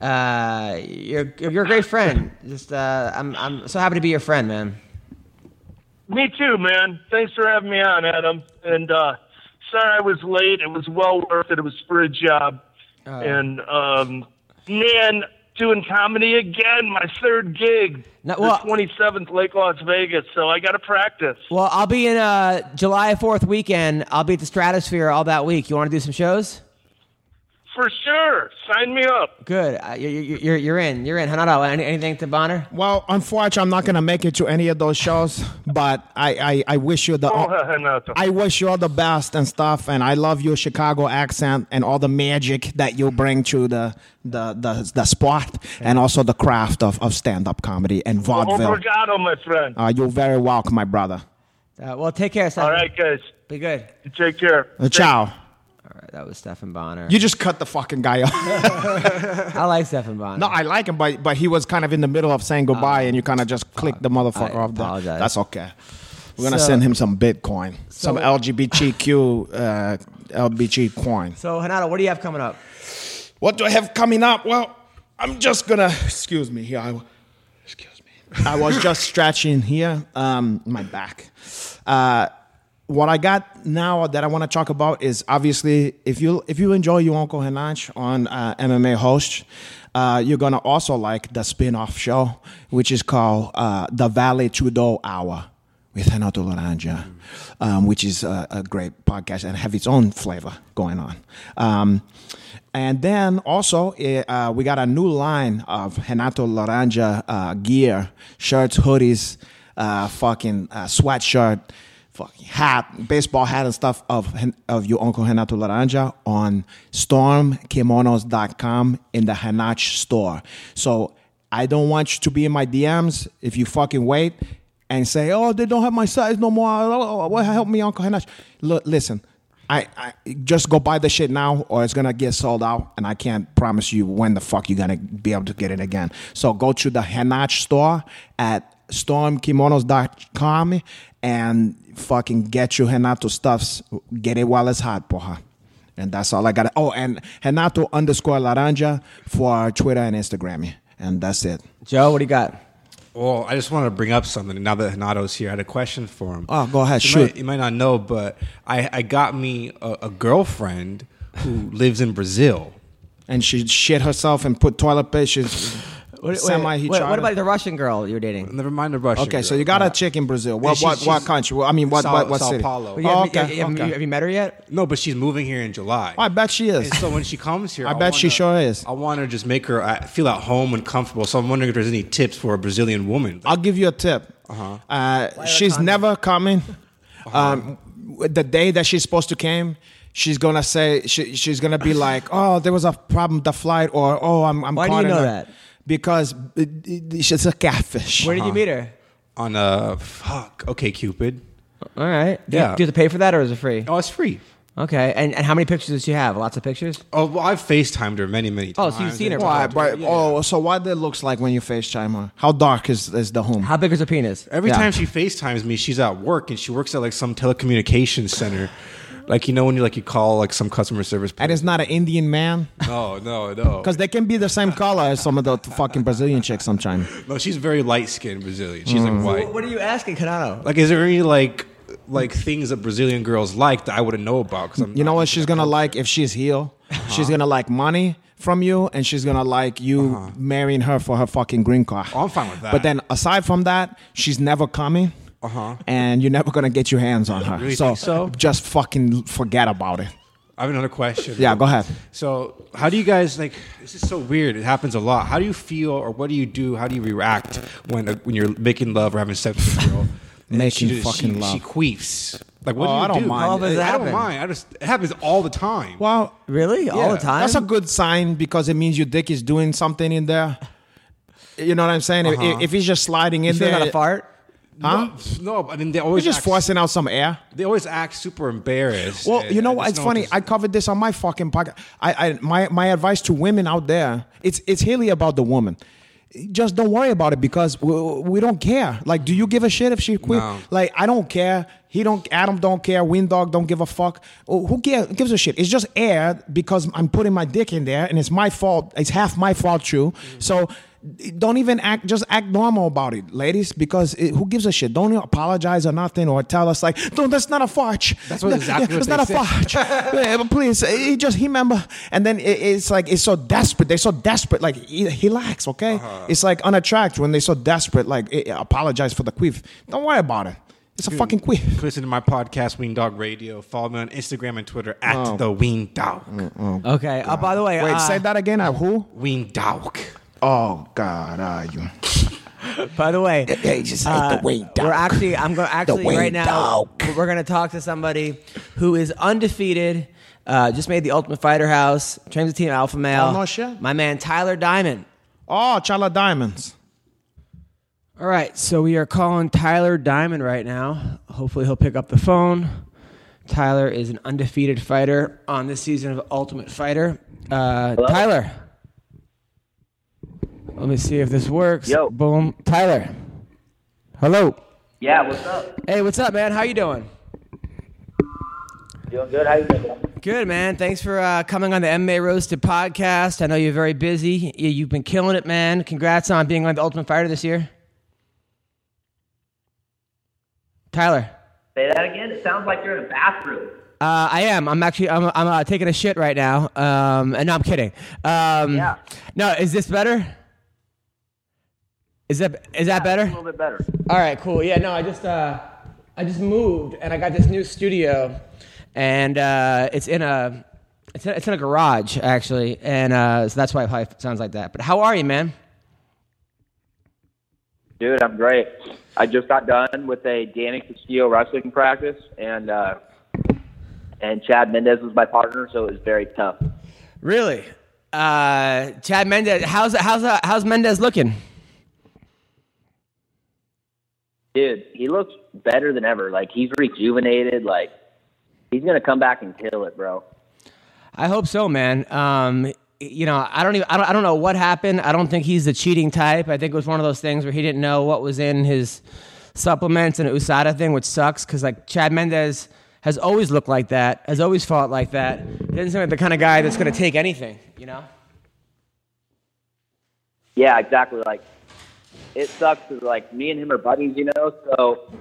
S1: Uh, you're you're a great friend. Just uh, I'm I'm so happy to be your friend, man.
S5: Me too, man. Thanks for having me on, Adam. And uh, sorry I was late. It was well worth it. It was for a job. and um, man, doing comedy again. My third gig.
S1: No, well-
S5: the 27th, Lake Las Vegas. So I got to practice.
S1: Well, I'll be in uh, July 4th weekend. I'll be at the Stratosphere all that week. You want to do some shows?
S5: For sure. Sign me up.
S1: Good. Uh, you, you, you're, you're in. You're in. Hanada, any, anything to Bonner?
S3: Well, unfortunately, I'm not gonna make it to any of those shows. But I, I, I wish you the.
S5: Oh, <laughs> Renato.
S3: I wish you all the best and stuff, and I love your Chicago accent and all the magic that you bring to the the the, the spot and also the craft of, of stand up comedy
S5: Oh
S3: and vaudeville.
S5: Obrigado, my friend.
S3: Uh, you're very welcome, my brother.
S1: Uh, well, take care, Stefan.
S5: All right, guys.
S1: Be good.
S5: Take care.
S3: Uh, ciao.
S1: All right. That was Stefan Bonner.
S3: You just cut the fucking guy off.
S1: I like Stefan Bonner.
S3: no, I like him, but but he was kind of in the middle of saying goodbye, and you kind of just clicked the motherfucker
S1: Uh, I
S3: off. the-
S1: apologize.
S3: That's okay. We're gonna
S1: So-
S3: send him some Bitcoin, some
S1: So-
S3: LGBTQ uh, LBG coin.
S1: so, Hanada, what do you have coming up?
S3: What do I have coming up? Well, I'm just gonna excuse me here. I, excuse me. I was just stretching here, um, my back. Uh, what I got now that I want to talk about is obviously if you if you enjoy your Uncle Henanch on uh, MMA host, uh, you're gonna also like the spin-off show which is called uh, the Valley Trudeau Hour with Renato Laranja, um, which is a, a great podcast and have its own flavor going on. Um, and then also, eh, uh, we got a new line of Renato Laranja uh, gear, shirts, hoodies, uh, fucking uh, sweatshirt, fucking hat, baseball hat and stuff of, Hen- of your uncle Renato Laranja on stormkimonos.com in the Hanach store. So I don't want you to be in my DMs if you fucking wait and say, "Oh, they don't have my size no more. Oh, well, help me, Uncle Hanash." Look, listen, I, I just go buy the shit now, or it's gonna get sold out, and I can't promise you when the fuck you're gonna be able to get it again. So go to the Hanach store at stormkimonos.com and fucking get your Hanato stuffs. Get it while it's hot, poja. And that's all I got. Oh, and Hanato underscore Laranja for Twitter and Instagram. And that's it.
S1: Joe, what do you got?
S4: Well, I just wanted to bring up something. Now that Hanato's here, I had a question for him.
S3: Oh, go ahead,
S4: You
S3: shoot.
S4: Might, you might not know, but I, I got me a, a girlfriend
S6: <laughs>
S4: who lives in Brazil.
S3: and she shit herself and put toilet paper. She's
S1: What,
S3: semi he
S1: wait, what
S3: tried
S1: about
S3: to-
S1: the Russian girl you were dating?
S6: Never mind the Russian.
S3: Okay, so
S6: girl.
S3: you got a chick in Brazil. What
S6: she's-
S3: what what
S6: she's-
S3: country? Well, I mean, what
S6: Sao-
S3: what, what
S6: Sao
S3: city?
S6: Paulo.
S1: You
S6: Oh,
S3: Oh,
S1: haven't-
S3: okay.
S1: you haven't-
S3: okay.
S1: Have you met her yet?
S6: No, but she's moving here in July.
S3: I bet she is.
S6: <laughs> And so when she comes here,
S3: I bet she sure is.
S6: I want to just make her uh, feel at home and comfortable. So I'm wondering if there's any tips for a Brazilian woman.
S3: I'll give you a tip. Uh-huh. she's never
S1: <laughs>
S3: coming.
S1: Uh-huh.
S3: Um, w- the day that she's supposed to came, she's gonna say she, she's gonna be
S1: <laughs>
S3: like, "Oh, there was a problem with the flight," or "Oh, I'm I'm
S1: Why do
S3: caught
S1: you
S3: in
S1: know
S3: a-"
S1: that?
S3: Because it, it- she's a catfish. Uh-huh.
S1: Where did you meet her?
S6: on a fuck, okay, Cupid.
S1: All right. Do you-
S6: Yeah.
S1: do you have to pay for that or is it free?
S6: Oh, it's free.
S1: Okay. And, and how many pictures does she have? Lots of pictures?
S6: Oh, well, I've FaceTimed her many, many
S1: Oh,
S6: times.
S1: so you've seen her
S6: Well,
S1: before.
S3: Why- why- Oh, so what that looks like when you FaceTime her? How dark is, is the home?
S1: How big is her penis?
S6: Every
S3: Yeah.
S6: time she FaceTimes me, she's at work and she works at like some telecommunications center. Like you know when you like you call like some customer service.
S3: and it's not an Indian man
S6: <laughs> no, no, no.
S3: because they can be the same color as some of the fucking Brazilian chicks sometimes.
S6: No, she's very light skinned Brazilian. She's like
S3: Mm.
S6: white.
S1: What are you asking, Canano?
S6: Like, is there any like like things that Brazilian girls like that I wouldn't know about? Because I'm
S3: You know
S6: not
S3: what
S6: into
S3: she's
S6: that
S3: gonna
S6: culture.
S3: like if she's here? She's gonna like money from you, and she's gonna like you marrying her for her fucking green card.
S6: Uh-huh. Oh, I'm fine with that.
S3: But then, aside from that, she's never coming,
S6: Uh-huh.
S3: and you're never gonna get your hands on her.
S6: Really
S3: so,
S6: think so?
S3: just fucking forget about it.
S6: I have another question.
S3: Yeah, go ahead.
S6: So, how do you guys like? This is so weird. It happens a lot. How do you feel, or what do you do? How do you react when uh, when you're making love or having sex with a girl? and
S3: Making
S6: she
S3: fucking
S6: she,
S3: love.
S6: She queefs. Like, what
S3: Oh,
S6: do you
S3: I don't
S6: do?
S3: mind. How
S1: does it
S6: I
S1: happen?
S6: don't mind. I just it happens all the time.
S3: Well,
S1: Really? All the
S6: Yeah.
S1: time?
S3: That's a good sign because it means your dick is doing something in there. You know what I'm saying? If-
S6: Uh-huh.
S3: If, if he's just sliding in
S1: You still
S3: there,
S1: got a fart?
S3: huh?
S6: no, I mean they
S3: You're
S6: always
S3: just
S6: act,
S3: forcing out some air.
S6: They always act super embarrassed.
S3: Well,
S6: and
S3: you know
S6: I
S3: what?
S6: just
S3: It's funny.
S6: this-
S3: I covered this on my fucking podcast. I, I my my advice to women out there. It's it's really about the woman. Just don't worry about it because we, we don't care. Like, do you give a shit if she quit?
S6: No.
S3: Like, I don't care. He don't. Adam don't care. Wind dog don't give a fuck. Oh, Who cares? Gives a shit. It's just air because I'm putting my dick in there, and it's my fault. It's half my fault too.
S6: Mm-hmm.
S3: So. Don't even act. Just act normal about it, ladies. Because it, who gives a shit? Don't apologize or nothing, or tell us like, "Don't. That's not a fart."
S6: That's what- exactly what
S3: It's
S6: they
S3: not a
S6: said. <laughs>
S3: fudge. Yeah, but please, eh, he just he remember, and then it, it's like it's so desperate. They're so desperate. Like he, relax, okay?
S6: Uh-huh.
S3: It's like unattract when they're so desperate. Like eh, eh, apologize for the queef. Don't worry about it. It's a fucking queef.
S6: Listen to my podcast, Ween Dog Radio. Follow me on Instagram and Twitter at
S3: Oh. Mm.
S6: the Ween Dog.
S1: Okay. Oh, by the way,
S3: Wait,
S1: uh,
S3: say that again. At who?
S6: Ween Dog.
S3: Oh God, are you?
S1: By the way,
S3: They just hate the Wayne
S1: Uh, we're
S3: Dog.
S1: actually I'm going to actually
S3: Wayne
S1: right now
S3: Dog.
S1: we're going to talk to somebody who is undefeated. Uh, just made the Ultimate Fighter House. Trains the team Alpha Male.
S3: Oh, no shit.
S1: My man Tyler Diamond.
S3: Oh, Chala Diamonds.
S1: All right, so we are calling Tyler Diamond right now. Hopefully, he'll pick up the phone. Tyler is an undefeated fighter on this season of Ultimate Fighter. Uh, Tyler, let me see if this works.
S7: Yo.
S1: boom, Tyler. Hello.
S7: Yeah, what's up?
S1: Hey, what's up, man? How you doing?
S7: Doing good? How you doing?
S1: Good, man. Thanks for uh, coming on the MMA Roasted podcast. I know you're very busy. You, you've been killing it, man. Congrats on being on the Ultimate Fighter this year, Tyler.
S7: Say that again. It sounds like you're in a bathroom.
S1: Uh, I am. I'm actually. I'm. I'm uh, taking a shit right now. Um, and no, I'm kidding. Um,
S7: Yeah.
S1: No, is this better? Is that is that
S7: A
S1: better?
S7: little bit better.
S1: All right, cool. Yeah, no, I just uh, I just moved and I got this new studio, and uh, it's in a it's in, it's in a garage actually, and uh, so that's why it probably sounds like that. But how are you, man?
S7: Dude, I'm great. I just got done with a Danny Castillo wrestling practice, and uh, and Chad Mendez was my partner, so it was very tough.
S1: Really? Uh, Chad Mendez. How's how's uh, how's Mendez looking?
S7: Dude, he looks better than ever. Like he's rejuvenated. Like he's gonna come back and kill it, bro.
S1: I hope so, man. Um, you know, I don't even I don't, I don't know what happened. I don't think he's the cheating type. I think it was one of those things where he didn't know what was in his supplements and USADA thing, which sucks because like Chad Mendez has always looked like that, has always fought like that. He doesn't seem like the kind of guy that's going to take anything, you know.
S7: Yeah, exactly. Like, it sucks 'cause like me and him are buddies, you know. So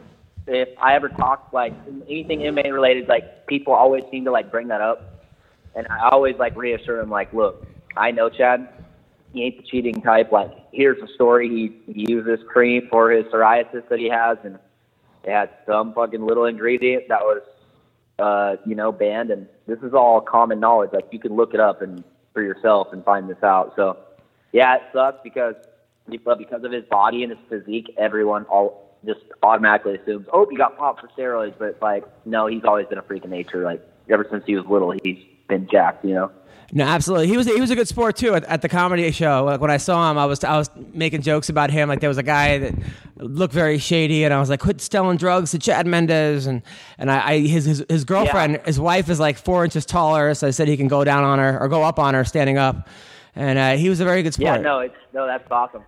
S7: if I ever talk like anything MMA related, like people always seem to like bring that up, and I always like reassure him, like, look, I know Chad. he ain't the cheating type. Like, here's a story. He, he uses cream for his psoriasis that he has, and they had some fucking little ingredient that was, uh, you know, banned. And this is all common knowledge. Like, you can look it up and for yourself and find this out. So, yeah, it sucks because, but because of his body and his physique, everyone all just automatically assumes, oh, he got popped for steroids. But like, no, he's always been a freak of nature. Like, ever since he was little, he's been jacked. You know.
S1: No, absolutely. He was he was a good sport too at, at the comedy show. Like when I saw him, I was I was making jokes about him. Like there was a guy that looked very shady, and I was like, "Quit selling drugs to Chad Mendez." And and I, I his, his his girlfriend, his wife is like four inches taller, so I said he can go down on her or go up on her standing up. And uh, he was a very good sport.
S7: Yeah, no, it's no, that's awesome.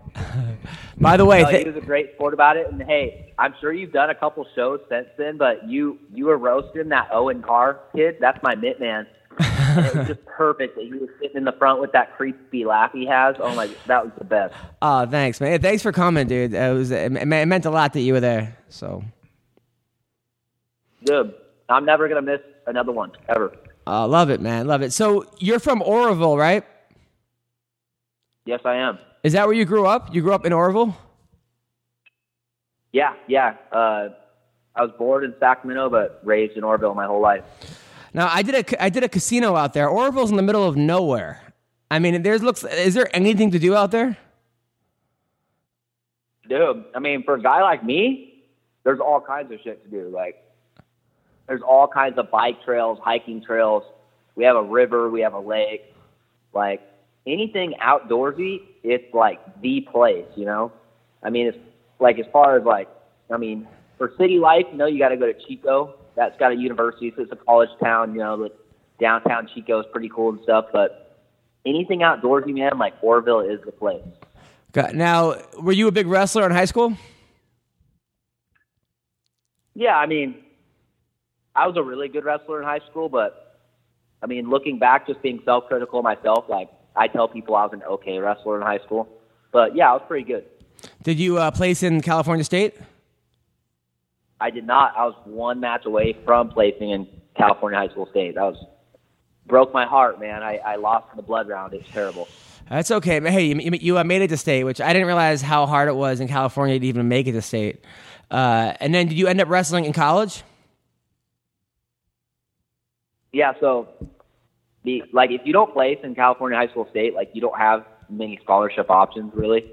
S1: By the way,
S7: no,
S1: th-
S7: he was a great sport about it. And hey, I'm sure you've done a couple shows since then, but you you were roasting that Owen Carr kid. That's my mitt man. And it was just perfect that he was sitting in the front with that creepy laugh he has. Oh my, that was the best.
S1: oh, thanks, man. Thanks for coming, dude. It was it, me- it meant a lot that you were there. So.
S7: Dude, I'm never gonna miss another one ever.
S1: Uh, love it, man. Love it. So you're from Oroville, right?
S7: Yes, I am.
S1: Is that where you grew up? You grew up in Oroville?
S7: Yeah, yeah. Uh, I was born in Sacramento, but raised in Orville my whole life.
S1: Now I did a ca- I did a casino out there. Orville's in the middle of nowhere. I mean, there's looks. Is there anything to do out there?
S7: Dude, I mean, for a guy like me, there's all kinds of shit to do. Like, there's all kinds of bike trails, hiking trails. We have a river, we have a lake. Like, anything outdoorsy, it's like the place, you know? I mean, it's like as far as like, I mean, for city life, you know, you got to go to Chico. That's got a university, so it's a college town, you know, like downtown Chico is pretty cool and stuff. But anything outdoorsy, man, like Orville is the place.
S1: Got, now, were you a big wrestler in high school?
S7: Yeah, I mean, I was a really good wrestler in high school, but I mean, looking back, just being self-critical of myself, like I tell people I was an okay wrestler in high school, but yeah, I was pretty good.
S1: Did you uh, place in California State?
S7: I did not. I was one match away from placing in California high school state. That was broke my heart, man. I, I lost in the blood round. It's terrible.
S1: That's okay. But Hey, you, you, you uh, made it to state, which I didn't realize how hard it was in California to even make it to state. Uh, and then, did you end up wrestling in college?
S7: Yeah, so the like if you don't place in California high school state, like you don't have many scholarship options really.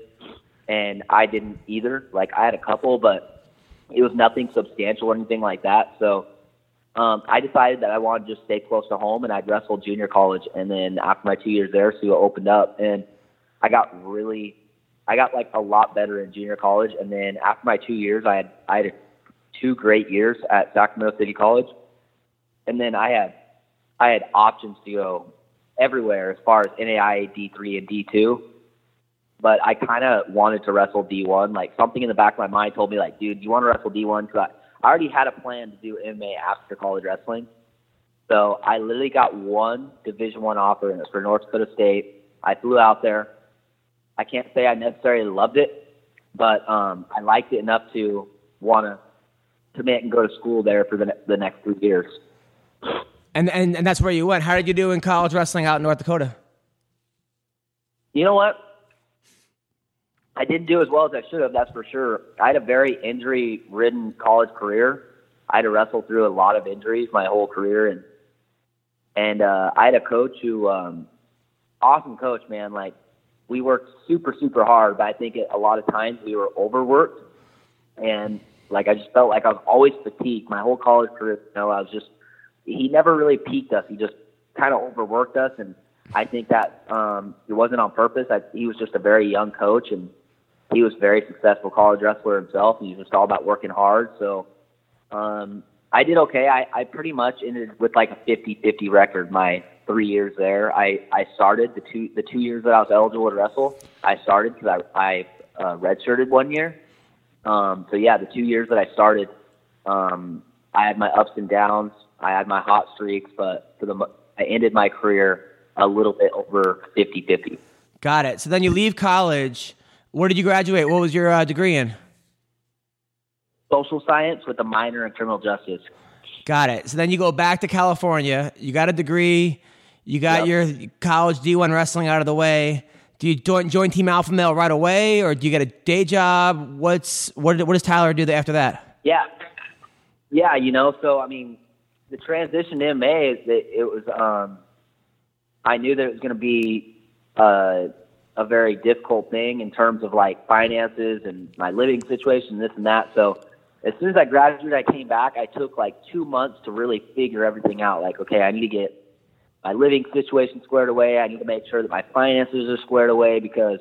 S7: And I didn't either. Like I had a couple, but it was nothing substantial or anything like that. So um, I decided that I wanted to just stay close to home, and I'd wrestle junior college, and then after my two years there, SUA opened up, and I got really, I got like a lot better in junior college, and then after my two years, I had I had two great years at Sacramento City College, and then I had I had options to go everywhere as far as NAIA D3 and D2. But I kind of wanted to wrestle D1. Like something in the back of my mind told me, like, dude, you want to wrestle D1? Because I, I already had a plan to do MMA after college wrestling. So I literally got one Division One offer, and it was for North Dakota State. I flew out there. I can't say I necessarily loved it, but um, I liked it enough to want to commit and go to school there for the, ne- the next three years.
S1: And, and and that's where you went. How did you do in college wrestling out in North Dakota?
S7: You know what? I didn't do as well as I should have, that's for sure. I had a very injury ridden college career. I had to wrestle through a lot of injuries my whole career and and uh I had a coach who um awesome coach, man. Like we worked super, super hard, but I think a lot of times we were overworked and like I just felt like I was always fatigued my whole college career. You know, I was just he never really peaked us. He just kind of overworked us, and I think that um, it wasn't on purpose. I, he was just a very young coach, and he was a very successful college wrestler himself. He was just all about working hard. So um, I did okay. I, I pretty much ended with like a 50-50 record my three years there. I, I started the two the two years that I was eligible to wrestle. I started because I I uh, redshirted one year. Um, so yeah, the two years that I started, um, I had my ups and downs. I had my hot streaks, but for the mo- I ended my career a little bit over 50-50.
S1: Got it. So then you leave college. Where did you graduate? What was your uh, degree in?
S7: Social science with a minor in criminal justice.
S1: Got it. So then you go back to California. You got a degree. You got your college D1 wrestling out of the way. Do you join, join Team Alpha Male right away, or do you get a day job? What's what? did- What does Tyler do after that?
S7: Yeah, yeah, you know. So I mean, the transition to MA is that it was. Um, I knew that it was going to be uh, a very difficult thing in terms of like finances and my living situation, this and that. So as soon as I graduated, I came back. I took like two months to really figure everything out. Like, okay, I need to get my living situation squared away. I need to make sure that my finances are squared away because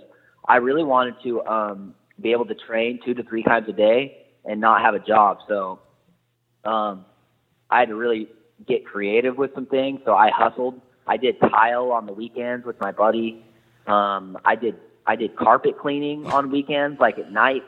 S7: I really wanted to um, be able to train two to three times a day and not have a job. So um, I had to really get creative with some things. So I hustled. I did tile on the weekends with my buddy. Um, I did I did carpet cleaning on weekends, like at night.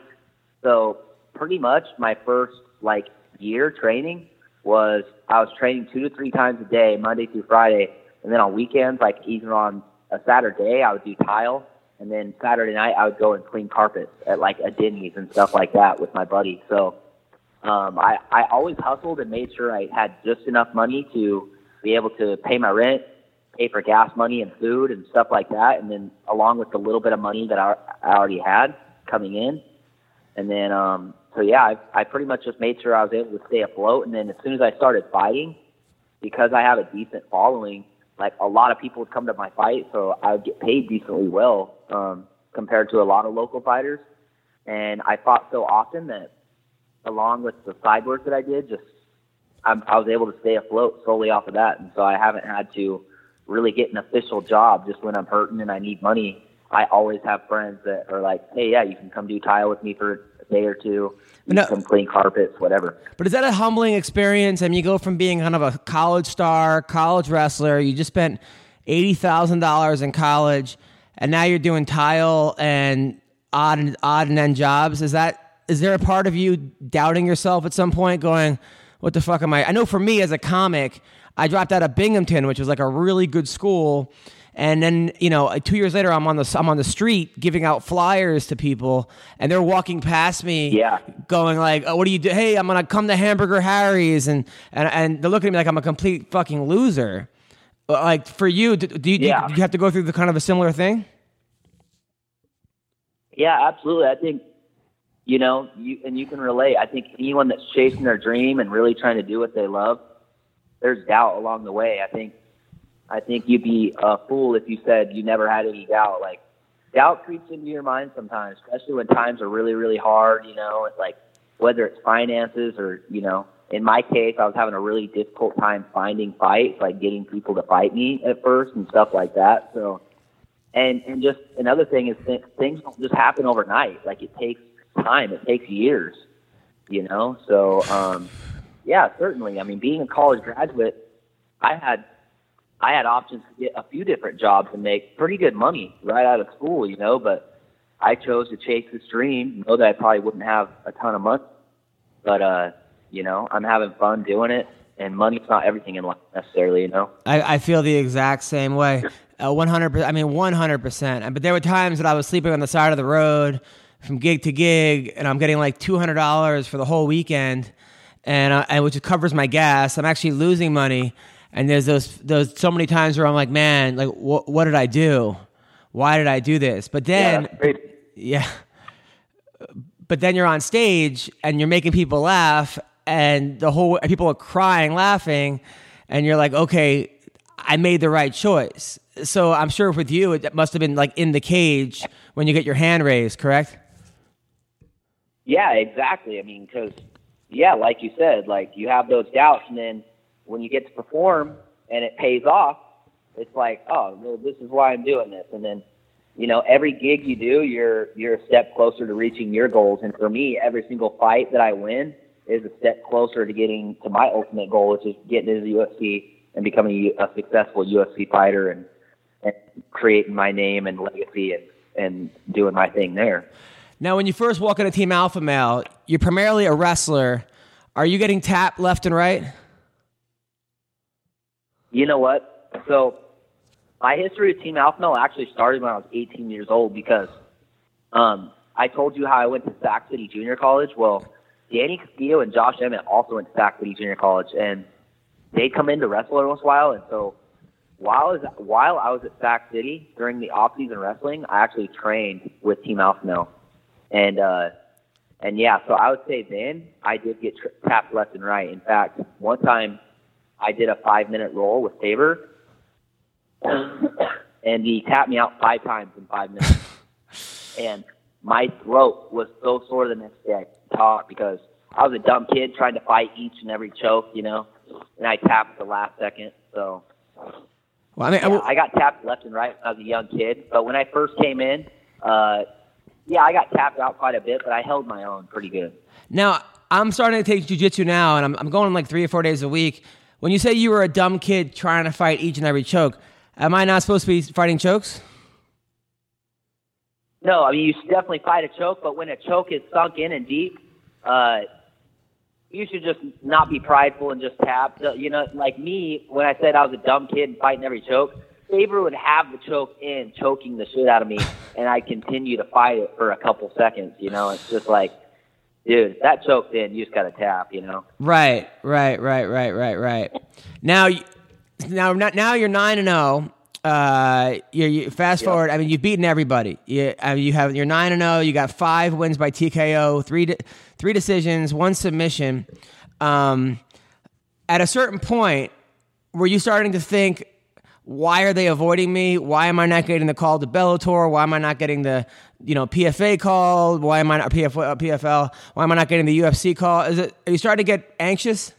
S7: So pretty much my first like year training was I was training two to three times a day, Monday through Friday, and then on weekends, like even on a Saturday, I would do tile, and then Saturday night I would go and clean carpets at like a Denny's and stuff like that with my buddy. So um, I I always hustled and made sure I had just enough money to be able to pay my rent, pay for gas money and food and stuff like that, and then along with the little bit of money that I, I already had coming in, and then um, so yeah, I, I pretty much just made sure I was able to stay afloat. And then as soon as I started fighting, because I have a decent following, like a lot of people would come to my fight, so I would get paid decently well um, compared to a lot of local fighters. And I fought so often that, along with the side work that I did, just I'm, I was able to stay afloat solely off of that. And so I haven't had to really get an official job just when I'm hurting and I need money. I always have friends that are like, "Hey, yeah, you can come do tile with me for a day or two. You
S1: No.
S7: can come clean carpets, whatever."
S1: But is that a humbling experience? I mean, you go from being kind of a college star, college wrestler. You just spent eighty thousand dollars in college, and now you're doing tile and odd and odd and end jobs. Is that is there a part of you doubting yourself at some point, going, "What the fuck am I?" I know for me as a comic, I dropped out of Binghamton, which was like a really good school. And then you know, two years later, I'm on the I'm on the street giving out flyers to people, and they're walking past me,
S7: Yeah.
S1: going like, "Oh, what do you do? Hey, I'm gonna come to Hamburger Harry's," and and and they're looking at me like I'm a complete fucking loser. Uh, Like for you, do, do, you, do you-
S7: Yeah.
S1: do you have to go through the kind of a similar thing?
S7: Yeah, absolutely. I think you know, you and you can relate. I think anyone that's chasing their dream and really trying to do what they love, there's doubt along the way. I think I think you'd be a fool if you said you never had any doubt. Like doubt creeps into your mind sometimes, especially when times are really, really hard, you know, it's like whether it's finances or, you know, in my case I was having a really difficult time finding fights, like getting people to fight me at first and stuff like that. So and and just another thing is th- things don't just happen overnight. Like it takes time. It takes years. You know. So um, yeah, certainly. I mean, being a college graduate, I had I had options to get a few different jobs and make pretty good money right out of school. You know, but I chose to chase this dream. Know that I probably wouldn't have a ton of money, but uh, you know, I'm having fun doing it. And money's not everything in life necessarily. You know.
S1: I, I feel the exact same way. Uh, 100 I mean, 100%. But there were times that I was sleeping on the side of the road from gig to gig, and I'm getting like $200 for the whole weekend, and, I, and which covers my gas. I'm actually losing money. And there's those, those so many times where I'm like, man, like, wh- what did I do? Why did I do this? But then,
S7: that's great.
S1: yeah. But then you're on stage and you're making people laugh, and the whole people are crying, laughing, and you're like, okay, I made the right choice. So I'm sure with you, it must have been like in the cage when you get your hand raised, correct?
S7: Yeah, exactly. I mean, because yeah, like you said, like you have those doubts, and then when you get to perform and it pays off, it's like, oh, well, this is why I'm doing this. And then, you know, every gig you do, you're you're a step closer to reaching your goals. And for me, every single fight that I win is a step closer to getting to my ultimate goal, which is getting into the UFC and becoming a successful UFC fighter and, and creating my name and legacy and and doing my thing there.
S1: Now, when you first walk into Team Alpha Male, you're primarily a wrestler. Are you getting tapped left and right?
S7: You know what? So my history with Team Alpha Male actually started when I was 18 years old because um, I told you how I went to Sac City Junior College. Well, Danny Castillo and Josh Emmett also went to Sac City Junior College, and they come in to wrestle every once in a while. And so while I was, while I was at Sac City during the off season wrestling, I actually trained with Team Alpha Male, and uh, and yeah, so I would say then I did get tra- tapped left and right. In fact, one time I did a five minute roll with Faber, and he tapped me out five times in five minutes, and my throat was so sore the next day I could talk because I was a dumb kid trying to fight each and every choke, you know, and I tapped at the last second, so.
S1: Well, I mean, I
S7: Yeah,
S1: will-
S7: I got tapped left and right when I was a young kid, but when I first came in, uh, yeah, I got tapped out quite a bit, but I held my own pretty good.
S1: Now I'm starting to take jujitsu now, and I'm, I'm going like three or four days a week. When you say you were a dumb kid trying to fight each and every choke, am I not supposed to be fighting chokes?
S7: No, I mean you should definitely fight a choke, but when a choke is sunk in and deep, uh, you should just not be prideful and just tap. So, You know, like me when I said I was a dumb kid and fighting every choke. Saber would have the choke in, choking the shit out of me, and I continue to fight it for a couple seconds. You know, it's just like, dude, if that choke's in. You just gotta tap. You know.
S1: Right, right, right, right, right, right. Now, y- now, now- now you're nine and zero. Uh, you you fast forward. I mean, you've beaten everybody. You, I mean, you have you're nine and zero. You got five wins by TKO, three de- three decisions, one submission. Um, at a certain point, were you starting to think, why are they avoiding me? Why am I not getting the call to Bellator? Why am I not getting the you know PFA call? Why am I not PF, uh, PFL? Why am I not getting the UFC call? Is it are you starting to get anxious?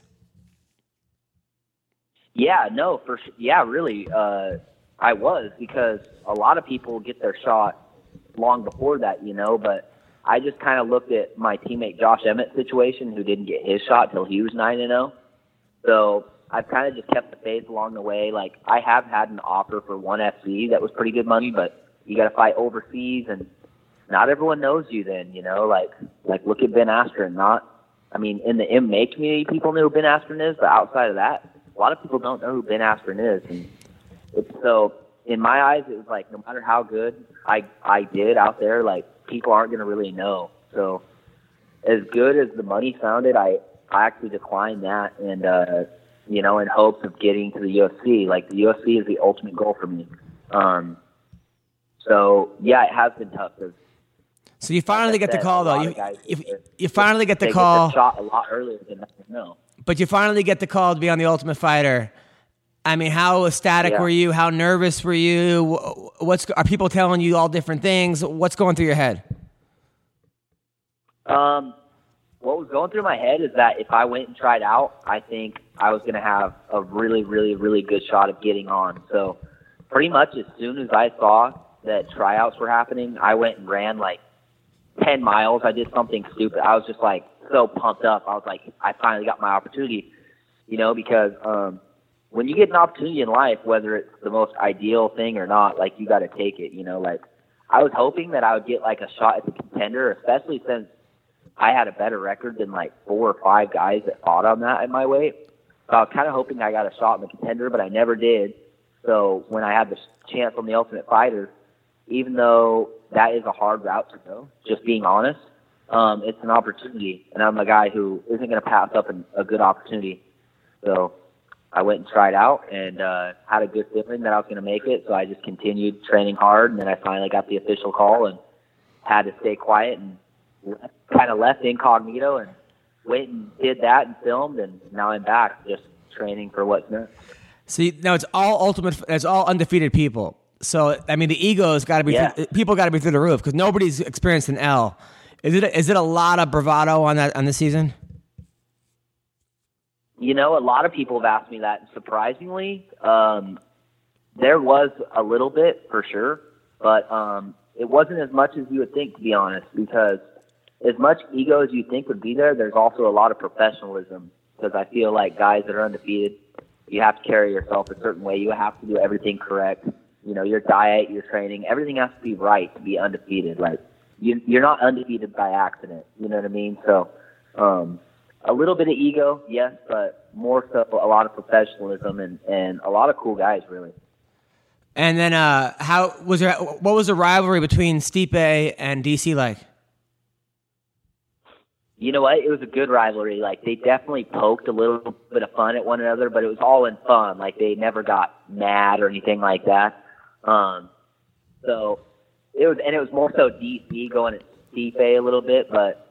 S7: Yeah, no, for su- yeah, really, uh, I was because a lot of people get their shot long before that, you know. But I just kind of looked at my teammate Josh Emmett's situation, who didn't get his shot till he was nine and zero. So I've kind of just kept the faith along the way. Like I have had an offer for one FC that was pretty good money, but you got to fight overseas, and not everyone knows you. Then you know, like like look at Ben Askren. Not, I mean, in the MMA community, people knew who Ben Askren is, but outside of that, a lot of people don't know who Ben Askren is. And it's so in my eyes, it was like no matter how good I I did out there, like people aren't gonna really know. So as good as the money sounded, I I actually declined that and uh you know in hopes of getting to the UFC. Like the UFC is the ultimate goal for me. Um so yeah, it has been tough 'cause
S1: So you finally get the
S7: said,
S1: call
S7: a lot
S1: though.
S7: of
S1: You,
S7: guys
S1: you,
S7: get their-
S1: you finally get
S7: they
S1: the
S7: their
S1: call,
S7: shot a lot earlier than I know.
S1: but you finally get the call to be on the Ultimate Fighter. I mean, how ecstatic
S7: Yeah.
S1: were you? How nervous were you? Wh- What's are people telling you all different things? What's going through your head?
S7: Um, what was going through my head is that if I went and tried out, I think I was going to have a really, really, really good shot of getting on. So, pretty much as soon as I saw that tryouts were happening, I went and ran like 10 miles. I did something stupid. I was just like so pumped up. I was like, I finally got my opportunity, you know, because, um, when you get an opportunity in life, whether it's the most ideal thing or not, like you got to take it, you know, like I was hoping that I would get like a shot at the contender, especially since I had a better record than like four or five guys that fought on that at my weight. So I was kind of hoping I got a shot in the contender, but I never did. So when I had the chance on the Ultimate Fighter, even though that is a hard route to go, just being honest, um, it's an opportunity, and I'm a guy who isn't going to pass up an, a good opportunity. So I went and tried out and uh, had a good feeling that I was going to make it. So I just continued training hard, and then I finally got the official call and had to stay quiet and kind of left incognito and went and did that and filmed, and now I'm back just training for what's next.
S1: See, now it's all ultimate. It's all undefeated people. So I mean, the ego's got to be
S7: Yeah.
S1: through, people got to be through the roof because nobody's experienced an L. Is it is it a lot of bravado on that on this season?
S7: You know, a lot of people have asked me that. and Surprisingly, um, there was a little bit for sure, but um, it wasn't as much as you would think, to be honest. Because as much ego as you think would be there, there's also a lot of professionalism. Because I feel like guys that are undefeated, you have to carry yourself a certain way. You have to do everything correct. You know, your diet, your training, everything has to be right to be undefeated. Like you, you're not undefeated by accident. You know what I mean? So. Um, a little bit of ego, yes, but more so a lot of professionalism and, and a lot of cool guys, really.
S1: And then uh, how was there? What was the rivalry between Stipe and DC like?
S7: you know what? It was a good rivalry. Like they definitely poked a little bit of fun at one another, but it was all in fun. Like they never got mad or anything like that. Um, so it was, and it was more so DC going at Stipe a little bit, but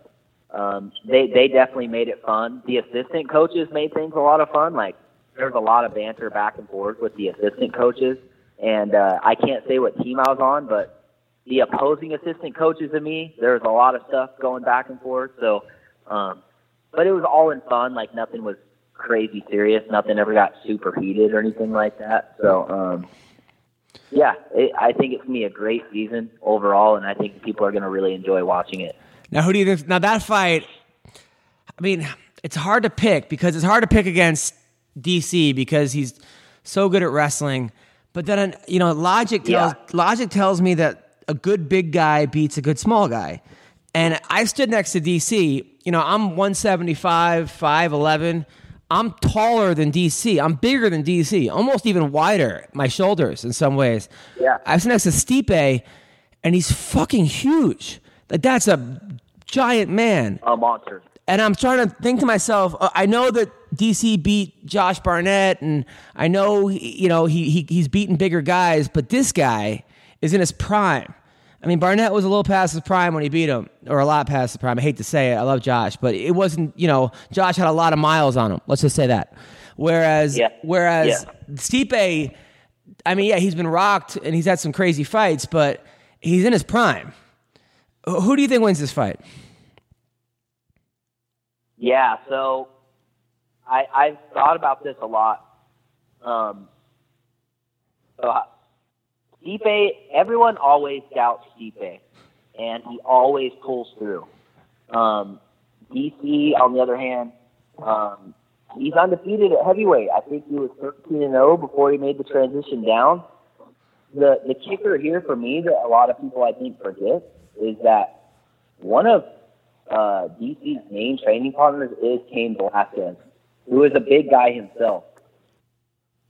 S7: um, they they definitely made it fun. The assistant coaches made things a lot of fun. Like there's a lot of banter back and forth with the assistant coaches, and uh, I can't say what team I was on, but the opposing assistant coaches and me, there was a lot of stuff going back and forth. So, um, but it was all in fun. Like nothing was crazy serious. Nothing ever got super heated or anything like that. So, um, yeah, it, I think it's gonna be a great season overall, and I think people are gonna really enjoy watching it.
S1: Now, who do you think? Now that fight, I mean, it's hard to pick because it's hard to pick against DC because he's so good at wrestling. But then, you know, logic tells
S7: Yeah.
S1: logic tells me that a good big guy beats a good small guy. And I stood next to DC. You know, I'm 175, 5'11. I'm taller than DC. I'm bigger than DC, almost even wider, my shoulders in some ways.
S7: Yeah.
S1: I was next to Stipe, and he's fucking huge. Like, that's a giant man.
S7: A monster.
S1: And I'm trying to think to myself, uh, I know that DC beat Josh Barnett, and I know he- you know he, he he's beaten bigger guys, but this guy is in his prime. I mean, Barnett was a little past his prime when he beat him, or a lot past the prime. I hate to say it. I love Josh, but it wasn't. You know, Josh had a lot of miles on him. Let's just say that. Whereas,
S7: Yeah.
S1: whereas
S7: Yeah.
S1: Stipe, I mean, yeah, he's been rocked and he's had some crazy fights, but he's in his prime. Who who do you think wins this fight?
S7: Yeah, so I I've thought about this a lot. Um, so I- Stipe, everyone always doubts Stipe, and he always pulls through. Um, DC, on the other hand, um, he's undefeated at heavyweight. I think he was 13 and 0 before he made the transition down. The the kicker here for me that a lot of people I think forget is that one of uh, DC's main training partners is Kane Velasquez, who is a big guy himself.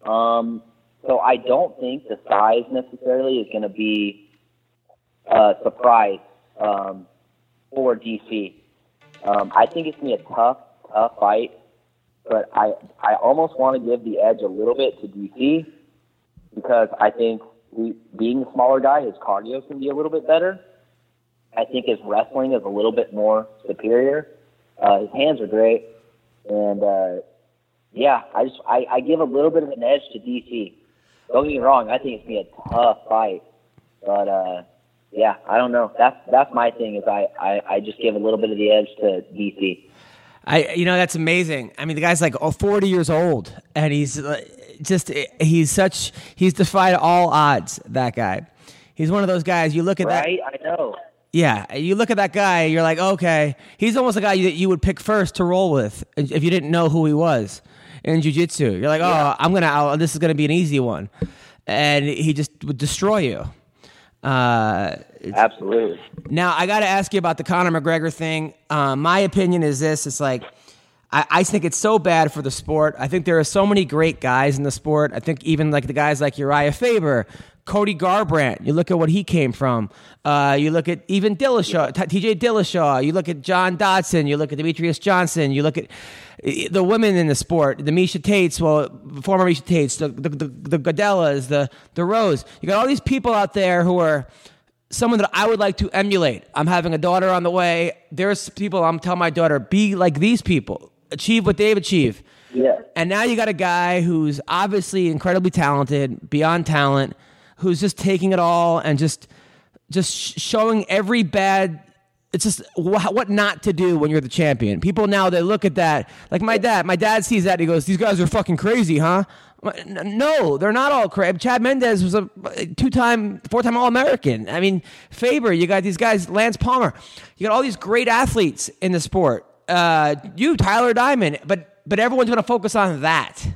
S7: Um, so I don't think the size necessarily is going to be a surprise um, for DC. Um, I think it's going to be a tough, tough fight, but I, I almost want to give the edge a little bit to DC because I think we, being a smaller guy, his cardio can be a little bit better. I think his wrestling is a little bit more superior. Uh, his hands are great, and uh, yeah, I just I, I give a little bit of an edge to DC. Don't get me wrong; I think it's gonna be a tough fight, but uh, yeah, I don't know. That's that's my thing is I, I I just give a little bit of the edge to DC.
S1: I, you know, that's amazing. I mean, the guy's like oh, 40 years old, and he's uh, just, he's such, he's defied all odds, that guy. He's one of those guys, you look at that,
S7: Right? I know.
S1: yeah, you look at that guy, you're like, okay, he's almost a guy that you would pick first to roll with if you didn't know who he was in jujitsu. You're like, oh, I'm gonna, I'll, this is gonna be an easy one, and he just would destroy you. Uh,
S7: Absolutely.
S1: now I got to ask you about the Conor McGregor thing. Uh, my opinion is this: it's like I, I think it's so bad for the sport. I think there are so many great guys in the sport. I think even like the guys like Uriah Faber, Cody Garbrandt. You look at what he came from. Uh, you look at even Dillashaw, T- T.J. Dillashaw. You look at John Dodson. You look at Demetrius Johnson. You look at eh, the women in the sport, the Misha Tates, well, former Misha Tates, the the the, the Godellas, the the Rose. You got all these people out there who are someone that I would like to emulate. I'm having a daughter on the way. There's people I'm telling my daughter, be like these people, achieve what they've achieved.
S7: Yeah.
S1: And now you got a guy who's obviously incredibly talented, beyond talent, who's just taking it all and just just sh- showing every bad it's just wh- what not to do when you're the champion. People now they look at that like my dad. My dad sees that and he goes, "These guys are fucking crazy, huh?" I'm like, "N- No, they're not all crazy. Chad Mendez was a two-time, four-time All-American. I mean, Faber. You got these guys, Lance Palmer. You got all these great athletes in the sport. Uh, you, Tyler Diamond. But but everyone's going to focus on that.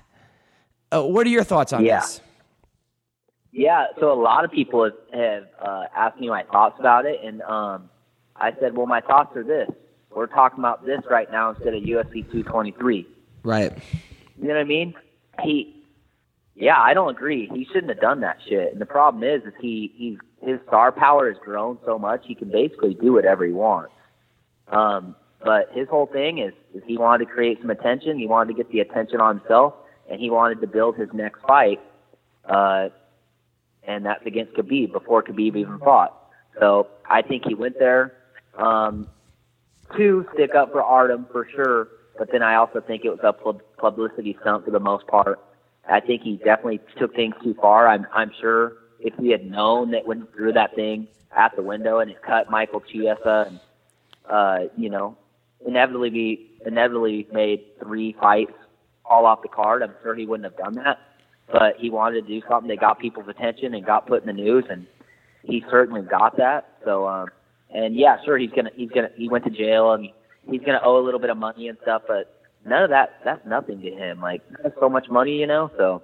S1: Uh, what are your thoughts on
S7: Yeah.
S1: this?
S7: Yeah, so a lot of people have, have uh, asked me my thoughts about it, and um, I said, well, my thoughts are this: we're talking about this right now instead of UFC 223.
S1: Right.
S7: You know what I mean? He, yeah, I don't agree. He shouldn't have done that shit. And the problem is, is he, he's, his star power has grown so much, he can basically do whatever he wants. Um, But his whole thing is, is he wanted to create some attention. He wanted to get the attention on himself, and he wanted to build his next fight. Uh, and that's against Khabib before Khabib even fought. So I think he went there um, to stick up for Artem for sure. But then I also think it was a pub- publicity stunt for the most part. I think he definitely took things too far. I'm I'm sure if he had known that when he threw that thing out the window and it cut Michael Chiesa and uh, you know, inevitably be inevitably made three fights all off the card. I'm sure he wouldn't have done that, but he wanted to do something that got people's attention and got put in the news, and he certainly got that. So, um, and yeah, sure, he's gonna he's gonna he went to jail and he's gonna owe a little bit of money and stuff, but none of that that's nothing to him. Like that's so much money, you know. So,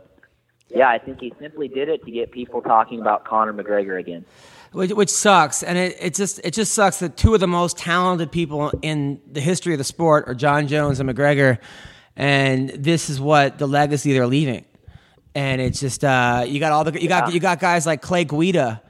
S7: yeah, I think he simply did it to get people talking about Conor McGregor again.
S1: which, which sucks. And it, it just it just sucks that two of the most talented people in the history of the sport are John Jones and McGregor, and this is what the legacy they're leaving. And it's just uh, you got all the you got
S7: Yeah.
S1: you got guys like Clay Guida,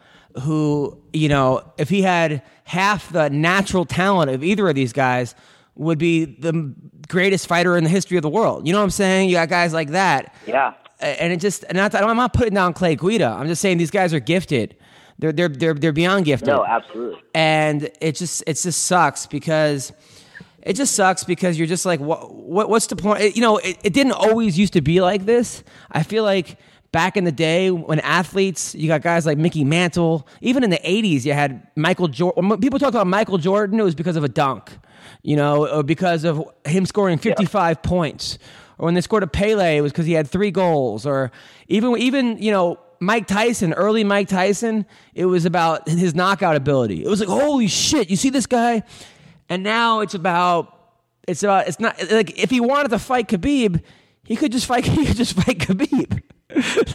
S1: who you know if he had half the natural talent of either of these guys would be the greatest fighter in the history of the world. You know what I'm saying? You got guys like that
S7: Yeah.
S1: and it just and not, I'm not putting down Clay Guida. I'm just saying these guys are gifted. They're they're they're they're beyond gifted.
S7: No, absolutely.
S1: And it just it just sucks because it just sucks because you're just like what what what's the point? It- you know, it, it didn't always used to be like this. I feel like back in the day when athletes, you got guys like Mickey Mantle. Even in the '80s, you had Michael Jordan. When people talked about Michael Jordan, it was because of a dunk, you know, or because of him scoring 55 points. Or when they scored a Pele, it was because he had three goals. Or even even you know. Mike Tyson, early Mike Tyson, it was about his knockout ability. It was like, holy shit, you see this guy? And now it's about it's about it's not like if he wanted to fight Khabib, he could just fight <laughs> he could just fight Khabib.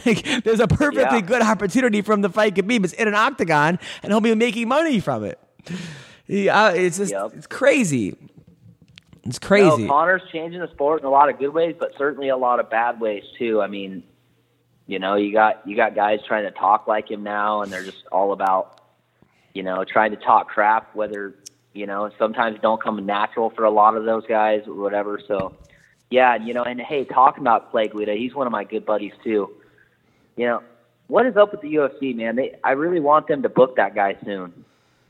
S1: <laughs> like there's a perfectly
S7: Yeah.
S1: good opportunity for him to fight Khabib. It's in an octagon, and he'll be making money from it. He, uh, it's just
S7: Yep.
S1: it's crazy. It's crazy.
S7: No, Connor's changing the sport in a lot of good ways, but certainly a lot of bad ways too. I mean, you know, you got you got guys trying to talk like him now, and they're just all about, you know, trying to talk crap. Whether you know, sometimes don't come natural for a lot of those guys, or whatever. So, yeah, you know, and hey, talking about Plague Guida, he's one of my good buddies too. You know, what is up with the UFC, man? They, I really want them to book that guy soon.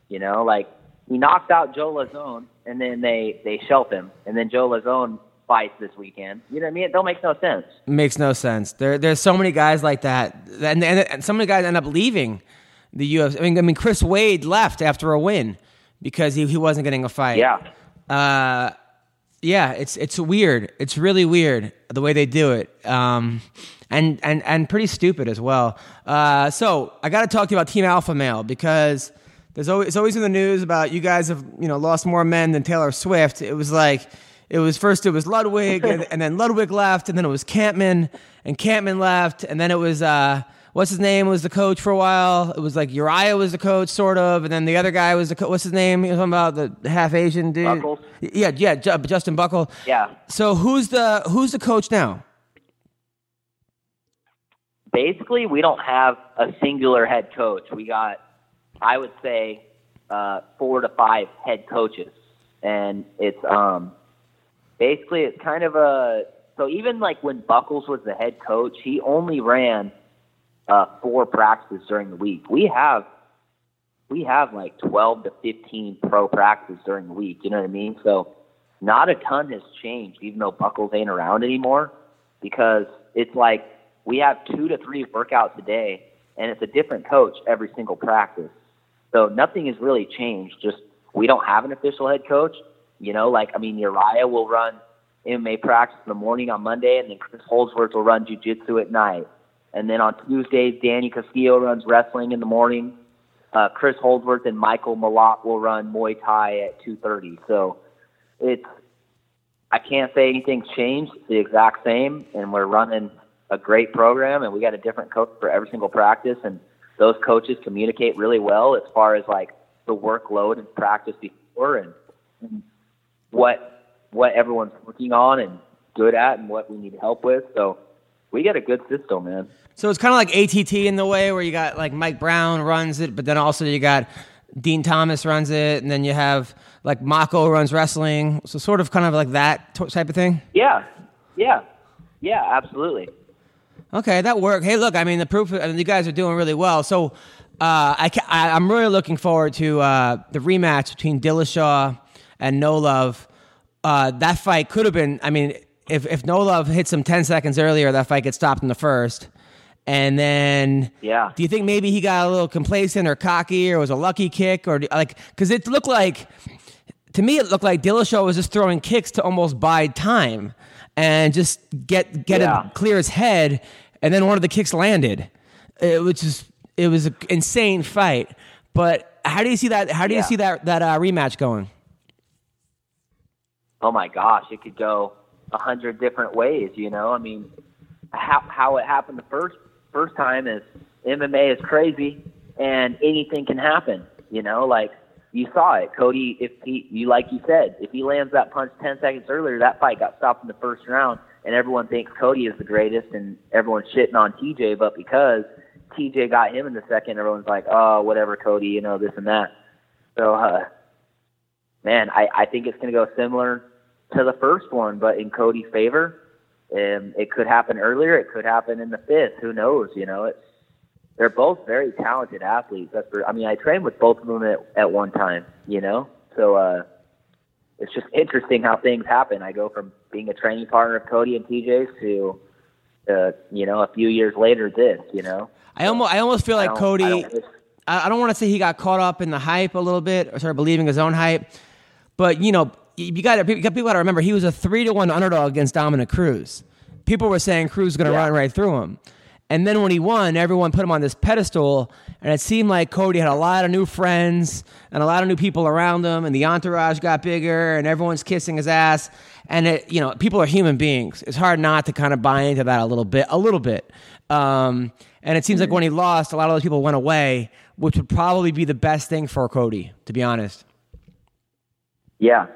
S7: You know, like he knocked out Joe Lazone, and then they they shelf him, and then Joe Lazone fights this weekend. You know what I mean? It don't make no sense.
S1: Makes no sense. There, there's so many guys like that, and, and, and so many guys end up leaving the UFC. I mean, I mean, Chris Wade left after a win because he, he wasn't getting a fight.
S7: Yeah,
S1: Uh, yeah, it's it's weird. It's really weird the way they do it, um, and and and pretty stupid as well. Uh, so I got to talk to you about Team Alpha Male because there's always it's always in the news about you guys have you know lost more men than Taylor Swift. It was like it was first it was Ludwig and, and then Ludwig left and then it was Campman and Campman left and then it was uh, what's his name was the coach for a while. It was like Uriah was the coach sort of and then the other guy was the co- what's his name? You're talking about the- the half Asian dude.
S7: Buckles.
S1: Yeah, yeah, Ju- Justin Buckle.
S7: yeah.
S1: So who's the who's the coach now?
S7: Basically, we don't have a singular head coach. We got, I would say, uh, four to five head coaches, and it's um, basically it's kind of a so even like when Buckles was the head coach, he only ran uh, four practices during the week. We have we have like twelve to fifteen pro practices during the week. You know what I mean? So not a ton has changed, even though Buckles ain't around anymore, because it's like we have two to three workouts a day, and it's a different coach every single practice. So nothing has really changed. Just we don't have an official head coach. You know, like I mean, Uriah will run MMA practice in the morning on Monday, and then Chris Holdsworth will run jujitsu at night. And then on Tuesdays, Danny Castillo runs wrestling in the morning. Uh, Chris Holdsworth and Michael Malott will run Muay Thai at 2:30. So it's I can't say anything's changed. It's the exact same, and we're running a great program, and we got a different coach for every single practice, and those coaches communicate really well as far as like the workload and practice before and what what everyone's working on and good at and what we need help with. So we got a good system, man.
S1: So it's kind of like ATT in the way where you got like Mike Brown runs it, but then also you got Dean Thomas runs it, and then you have like Mako runs wrestling, so sort of kind of like that t- type of thing.
S7: Yeah, yeah, yeah, absolutely.
S1: Okay, that worked. Hey, look, I mean, the proof. I mean, you guys are doing really well. So, uh, I, ca- I I'm really looking forward to uh, the rematch between Dillashaw and No Love. Uh, that fight could have been. I mean, if if No Love hits him ten seconds earlier, that fight gets stopped in the first. And then,
S7: Yeah.
S1: Do you think maybe he got a little complacent or cocky, or was a lucky kick, or do- like because it looked like to me, it looked like Dillashaw was just throwing kicks to almost buy time and just get get
S7: Yeah.
S1: him clear his head, and then one of the kicks landed, it, which is it was an insane fight. But how do you see that? How do you
S7: Yeah.
S1: see that that uh, rematch going?
S7: oh my gosh, it could go a hundred different ways. You know, I mean, how how it happened the first first time is MMA is crazy and anything can happen. You know, like you saw it, Cody. If he, you like you said, if he lands that punch ten seconds earlier, that fight got stopped in the first round, and everyone thinks Cody is the greatest, and everyone's shitting on TJ, but because TJ got him in the second, everyone's like, oh, whatever, Cody, you know, this and that. So, uh, man, I, I think it's going to go similar to the first one, but in Cody's favor. Um, it could happen earlier. It could happen in the fifth. Who knows? You know, it's they're both very talented athletes. That's for, I mean, I trained with both of them at, at one time. You know, so uh, it's just interesting how things happen. I go from being a training partner of Cody and TJ's to, uh, you know, a few years later, this. You know,
S1: I almost I almost feel
S7: I
S1: like
S7: don't- I
S1: Cody.
S7: don't-
S1: I, I don't want to say he got caught up in the hype a little bit or started believing his own hype, but you know, you got to people got to remember he was a three to one underdog against Dominic Cruz. People were saying Cruz was going to
S7: Yeah.
S1: run right through him, and then when he won, everyone put him on this pedestal, and it seemed like Cody had a lot of new friends and a lot of new people around him, and the entourage got bigger, and everyone's kissing his ass. And it, you know, people are human beings. It's hard not to kind of buy into that a little bit, a little bit. Um, and it seems like when he lost, a lot of those people went away, which would probably be the best thing for Cody, to be honest.
S7: yeah,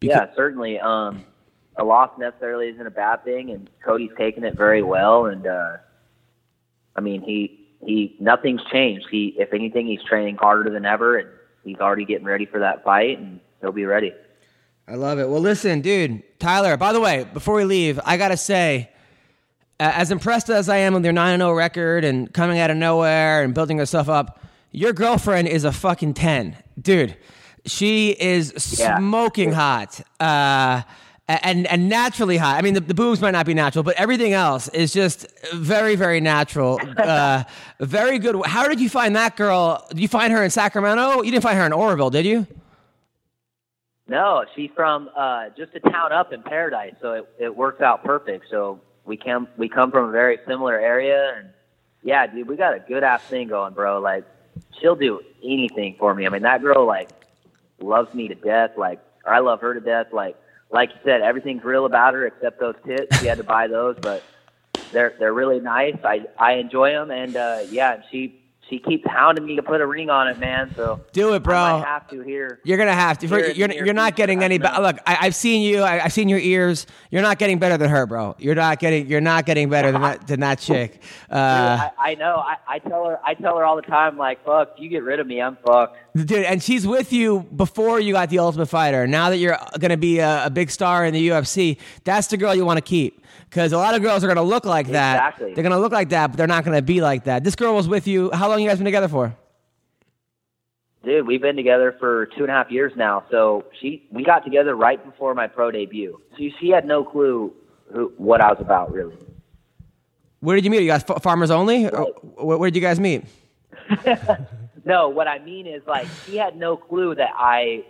S1: Because-
S7: yeah, certainly. Um, a loss necessarily isn't a bad thing, and Cody's taken it very well. And uh, I mean, he he nothing's changed. He, if anything, he's training harder than ever, and he's already getting ready for that fight, and he'll be ready.
S1: I love it. Well, listen, dude, Tyler, by the way, before we leave, I got to say, uh, as impressed as I am with your 9 0 record and coming out of nowhere and building yourself up, your girlfriend is a fucking 10. Dude, she is
S7: Yeah.
S1: smoking hot. Uh, and and naturally hot. I mean, the, the boobs might not be natural, but everything else is just very, very natural. <laughs> Uh, very good. How did you find that girl? Did you find her in Sacramento? You didn't find her in Oroville, did you?
S7: No, she's from uh, just a town up in Paradise, so it, it works out perfect. So we come we come from a very similar area, and yeah, dude, we got a good ass thing going, bro. Like she'll do anything for me. I mean, that girl like loves me to death. Like I love her to death. Like like you said, everything's real about her except those tits. She had to buy those, but they're they're really nice. I I enjoy them, and uh, yeah, and she she keeps hounding me to put a ring on it, man. So
S1: Do it, bro.
S7: I might have to here.
S1: You're gonna have to.
S7: Here
S1: You're
S7: in
S1: you're,
S7: the near
S1: you're not
S7: future,
S1: getting
S7: I
S1: any.
S7: don't
S1: Be-
S7: know.
S1: look, I, I've seen you. I, I've seen your ears. You're not getting better than her, bro. You're not getting. You're not getting better than that than that
S7: <laughs>
S1: chick. Uh,
S7: I, I know. I, I tell her. I tell her all the time, like, "Fuck, you get rid of me, I'm fucked."
S1: dude, and she's with you before you got the Ultimate Fighter. Now that you're gonna be a, a big star in the UFC, that's the girl you want to keep. Because a lot of girls are gonna look like that.
S7: Exactly.
S1: They're gonna look like that, but they're not gonna be like that. This girl was with you. How long you guys been together for?
S7: Dude, we've been together for two and a half years now. So she, we got together right before my pro debut. She, she had no clue who, what I was about, really.
S1: Where did you meet? her? You guys f- farmers only? Or where, where did you guys meet?
S7: No, what I mean is, like, she had no clue that I,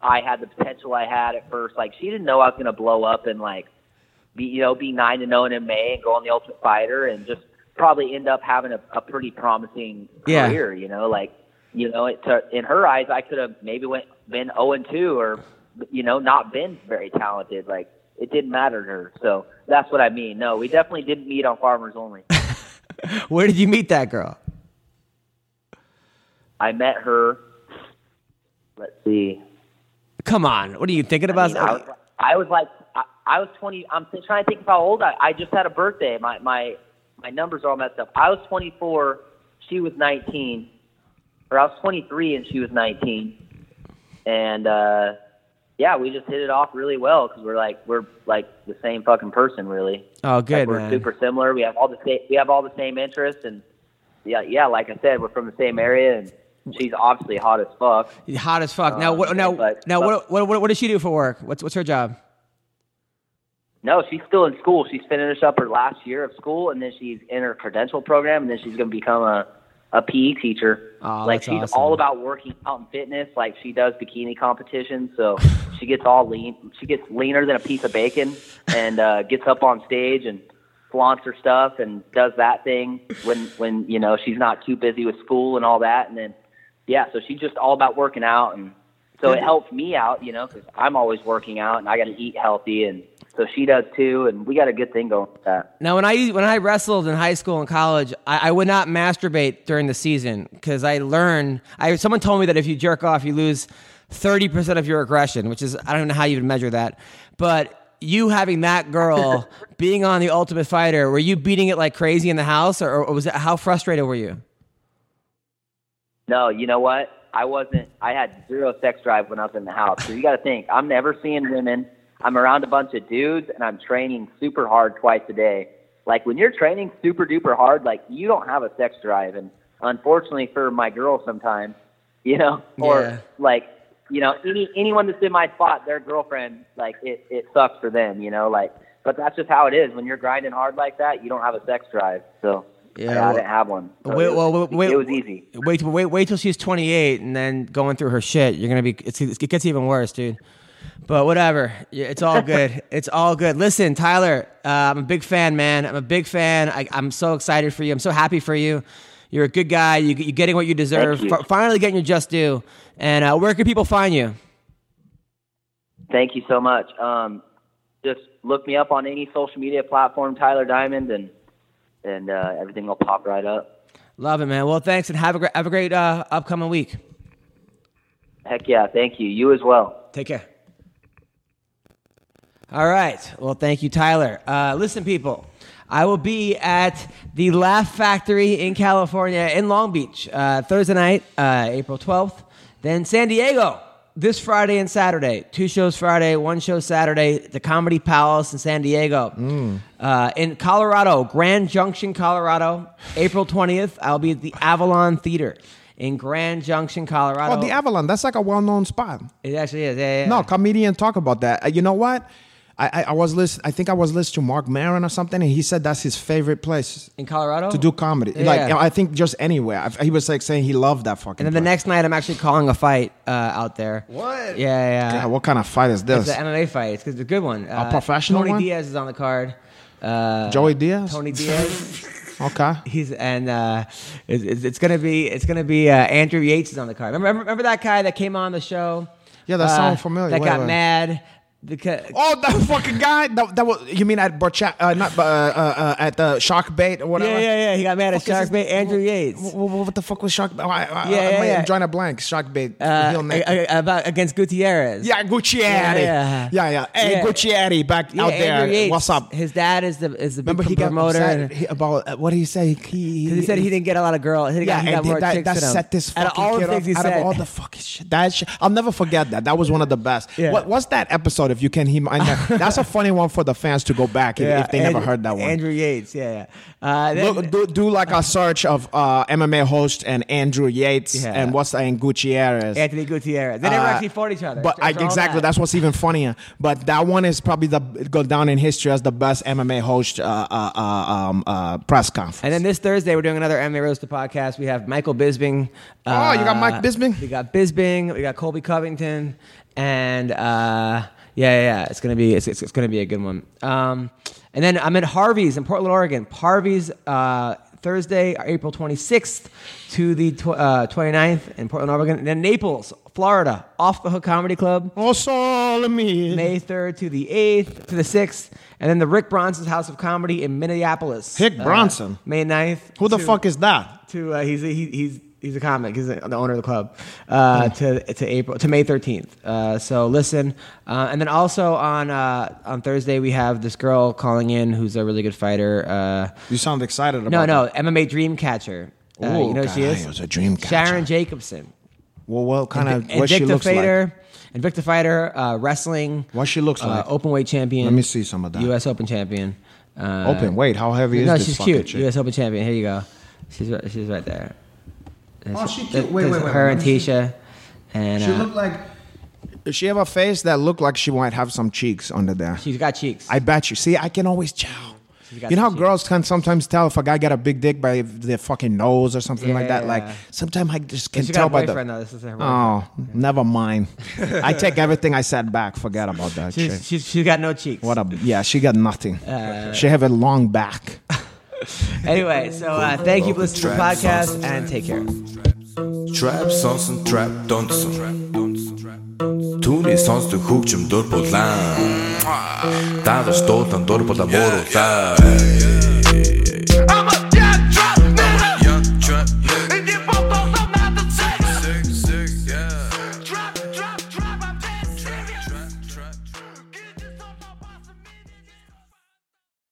S7: I had the potential I had at first. Like, she didn't know I was gonna blow up and like, be you know, be nine to zero in May and go on the Ultimate Fighter and just probably end up having a, a pretty promising
S1: Yeah.
S7: career. You know, like, you know, it, to, in her eyes, I could have maybe went been zero and two or, you know, not been very talented. Like, it didn't matter to her. So that's what I mean. No, we definitely didn't meet on Farmers Only.
S1: Where did you meet that girl?
S7: I met her. Let's see.
S1: Come on, what are you thinking about?
S7: I, mean, I, was, I was like, I, I was 20. I'm th- trying to think of how old I. I just had a birthday. My my my numbers are all messed up. I was 24. She was 19. or I was 23 and she was 19, and uh, yeah, we just hit it off really well because we're like we're like the same fucking person, really.
S1: Oh, good,
S7: Like, we're
S1: man.
S7: super similar. We have all the same we have all the same interests, and yeah, yeah, like I said, we're from the same area, and she's obviously hot as fuck.
S1: Hot as fuck. now what? Now,
S7: uh, but-
S1: now
S7: but-
S1: what, what? What? What does she do for work? What's What's her job?
S7: No, she's still in school. She's finished up her last year of school, and then she's in her credential program, and then she's going to become a a PE teacher.
S1: Oh,
S7: like
S1: that's
S7: she's
S1: awesome.
S7: all about working out and fitness. Like she does bikini competitions, so she gets all lean. She gets leaner than a piece of bacon, and uh, gets up on stage and flaunts her stuff and does that thing when when you know she's not too busy with school and all that. And then yeah, so she's just all about working out, and so it helped me out, you know, because I'm always working out and I got to eat healthy, and so she does too, and we got a good thing going with that.
S1: Now, when I when I wrestled in high school and college, I, I would not masturbate during the season because I learned. I someone told me that if you jerk off, you lose thirty percent of your aggression, which is I don't know how you would measure that, but. You having that
S7: <laughs>
S1: girl being on the Ultimate Fighter, were you beating it like crazy in the house, or, or was it how frustrated were you?
S7: No, you know what? I wasn't. I had zero sex drive when I was in the house. So you got to think. I'm never seeing women. I'm around a bunch of dudes, and I'm training super hard twice a day. Like when you're training super duper hard, like you don't have a sex drive, and unfortunately for my girl, sometimes, you know, <laughs> or
S1: Yeah.
S7: like you know, any anyone that's in my spot, their girlfriend, like it it sucks for them, you know, like. But that's just how it is. When you're grinding hard like that, you don't have a sex drive. So
S1: Yeah,
S7: I, I
S1: well-
S7: didn't have one. So
S1: Wait,
S7: it was-
S1: well, wait-
S7: it was easy.
S1: Wait, wait, wait till she's 28 and then going through her shit. You're gonna be. It's, it gets even worse, dude. But whatever, Yeah, it's all
S7: <laughs>
S1: good. it's all good. Listen, Tyler, uh, I'm a big fan, man. I'm a big fan. I, I'm so excited for you. I'm so happy for you. You're a good guy. You, you're getting what you deserve.
S7: you.
S1: Fi- finally getting your just due. And uh, where can people find you?
S7: Thank you so much. Um, just look me up on any social media platform, Tyler Diamond, and and uh, everything will pop right up.
S1: Love it, man. Well, thanks, and have a great, have a great uh, upcoming week.
S7: Heck yeah, thank you. You as well.
S1: Take care. All right. Well, thank you, Tyler. Uh, listen, people, I will be at the Laugh Factory in California, in Long Beach, uh, Thursday night, uh, April 12th. Then San Diego this Friday and Saturday. Two shows Friday, one show Saturday, the Comedy Palace in San Diego.
S3: Mm.
S1: Uh, in Colorado, Grand Junction, Colorado, April 20th, I'll be at the Avalon Theater in Grand Junction, Colorado.
S3: Oh, the Avalon. That's like a well-known spot.
S1: it actually is. Yeah, yeah, yeah.
S3: No, comedian talk about that. Uh, You know what? I, I, I was listen. I think I was listening to Mark Maron or something, and he said that's his favorite place
S1: in Colorado
S3: to do comedy. Like
S1: Yeah.
S3: I think just anywhere. I- He was like saying he loved that fucking.
S1: And then the
S3: place.
S1: next night, I'm actually calling a fight uh, out there.
S3: What?
S1: Yeah, yeah.
S3: God, what kind of fight is this?
S1: It's an MMA fight. It's, it's a good one. Uh,
S3: professional
S1: Tony
S3: one?
S1: Diaz is on the card. Uh,
S3: Joey Diaz.
S1: Tony Diaz.
S3: Okay.
S1: He's and uh, it's, it's, it's gonna be it's gonna be uh, Andrew Yates is on the card. Remember, remember that guy that came on the show?
S3: Yeah, that
S1: uh,
S3: sounds familiar.
S1: That
S3: Wait,
S1: got
S3: wait.
S1: mad because
S3: Oh, that fucking guy! That, that was you mean at Burcha, uh, not uh, uh, uh, at the Shark Bait or whatever?
S1: yeah, yeah, yeah. He got mad at
S3: Fuck is his-
S1: Sharkbait. Andrew Yates. Uh,
S3: Wh- wh- what the fuck was Shark? Bait? I, I,
S1: Yeah,
S3: I,
S1: yeah,
S3: I'm
S1: yeah.
S3: drawing a blank. Shark Bait.
S1: Uh,
S3: heel neck.
S1: a- a- about against Gutierrez.
S3: yeah, Gucci Eddie.
S1: yeah.
S3: Yeah, yeah. Hey,
S1: Yeah.
S3: Gucci Eddie back
S1: Yeah,
S3: out there.
S1: Andrew Yates.
S3: What's up?
S1: His dad is the is the big
S3: Remember he got
S1: promoter.
S3: upset
S1: and-
S3: he- about uh, what did he say? He,
S1: Because he said he didn't get a lot of girls. He
S3: Yeah,
S1: got, he got
S3: and
S1: more
S3: that,
S1: chicks
S3: that
S1: than him.
S3: set this
S1: Out of
S3: fucking
S1: all the
S3: kid
S1: things
S3: off,
S1: he
S3: out
S1: said.
S3: of all the fucking shit. That shit, I'll never forget that. That was one of the best.
S1: Yeah.
S3: What, what's that episode? If you can hear, my
S1: <laughs>
S3: name? that's a funny one for the fans to go back if,
S1: Yeah,
S3: if they
S1: Andrew-
S3: never heard that one.
S1: Andrew Yates, yeah, yeah. Uh, then,
S3: Look, do, do like a search of uh, MMA host and Andrew Yates
S1: Yeah.
S3: and what's that, and Gutierrez.
S1: Anthony Gutierrez. They never
S3: Uh,
S1: actually fought each other.
S3: But
S1: for-
S3: I,
S1: for all
S3: exactly,
S1: that.
S3: that's what's even funnier. But that one is probably the it go down in history as the best MMA host uh, uh, uh, um, uh, press conference.
S1: And then this Thursday, we're doing another MMA Roaster podcast. We have Michael Bisbing.
S3: Oh, you got Mike Bisping?
S1: We got Bisbing. We got Colby Covington, and uh, yeah, yeah, yeah, it's gonna be it's, it's, it's gonna be a good one. Um, and then I'm at Harvey's in Portland, Oregon. Harvey's uh, Thursday, April 26th to the tw- uh, 29th in Portland, Oregon. And then Naples, Florida, Off the Hook Comedy Club.
S3: oh, Solomon.
S1: May 3rd to the 8th to the 6th. And then the Rick Bronson's House of Comedy in Minneapolis.
S3: Rick
S1: uh,
S3: Bronson?
S1: May 9th.
S3: Who the
S1: to-
S3: fuck is that?
S1: To, uh, he's, a, he, he's, he's a comic. He's the owner of the club.
S3: Hmm.
S1: Uh, to, to April to May 13th. Uh, so listen. Uh, and then also on, uh, on Thursday, we have this girl calling in who's a really good fighter. Uh,
S3: You sound excited about
S1: no,
S3: that.
S1: no, MMA Dreamcatcher. Uh, you know who she is?
S3: It was a dream
S1: Sharon Jacobson.
S3: Well, what kind
S1: Invi-
S3: of what she
S1: Invicta
S3: looks like?
S1: fighter, Invicta fighter, uh, wrestling.
S3: What she looks like?
S1: Uh, open weight champion.
S3: Let me see some of that.
S1: U.S. Open champion. Uh,
S3: Open weight. How heavy is
S1: no,
S3: this
S1: she's
S3: fucking
S1: cute.
S3: chick?
S1: U.S. Open champion. Here you go. She's right, she's right there. That's-
S3: Oh, she cute.
S1: that-
S3: Wait,
S1: that's
S3: wait, wait,
S1: Her
S3: wait.
S1: and Tisha, and
S3: She
S1: uh,
S3: looked like. Does she have a face that looked like she might have some cheeks under there?
S1: she's got cheeks.
S3: I bet you. See, I can always tell.
S1: She's got
S3: You know how
S1: some
S3: girls can sometimes tell if a guy got a big dick by their fucking nose or something like that. Like
S1: Yeah.
S3: sometimes I just
S1: But
S3: can
S1: she got
S3: tell
S1: a
S3: by the.
S1: boyfriend, though. This is her
S3: oh, never mind.
S1: <laughs>
S3: I take everything I said back. Forget about that
S1: cheeks.
S3: shit.
S1: She's, she's, she's got no cheeks.
S3: What a yeah. She got nothing.
S1: Uh,
S3: she have a long back.
S1: Anyway, so uh, thank you for listening to the podcast and take care.
S8: Trap songs and trap danser Tuni songs të hukë që më dorë po t'lan Tadër shtot në dorë po t'a morë o thaj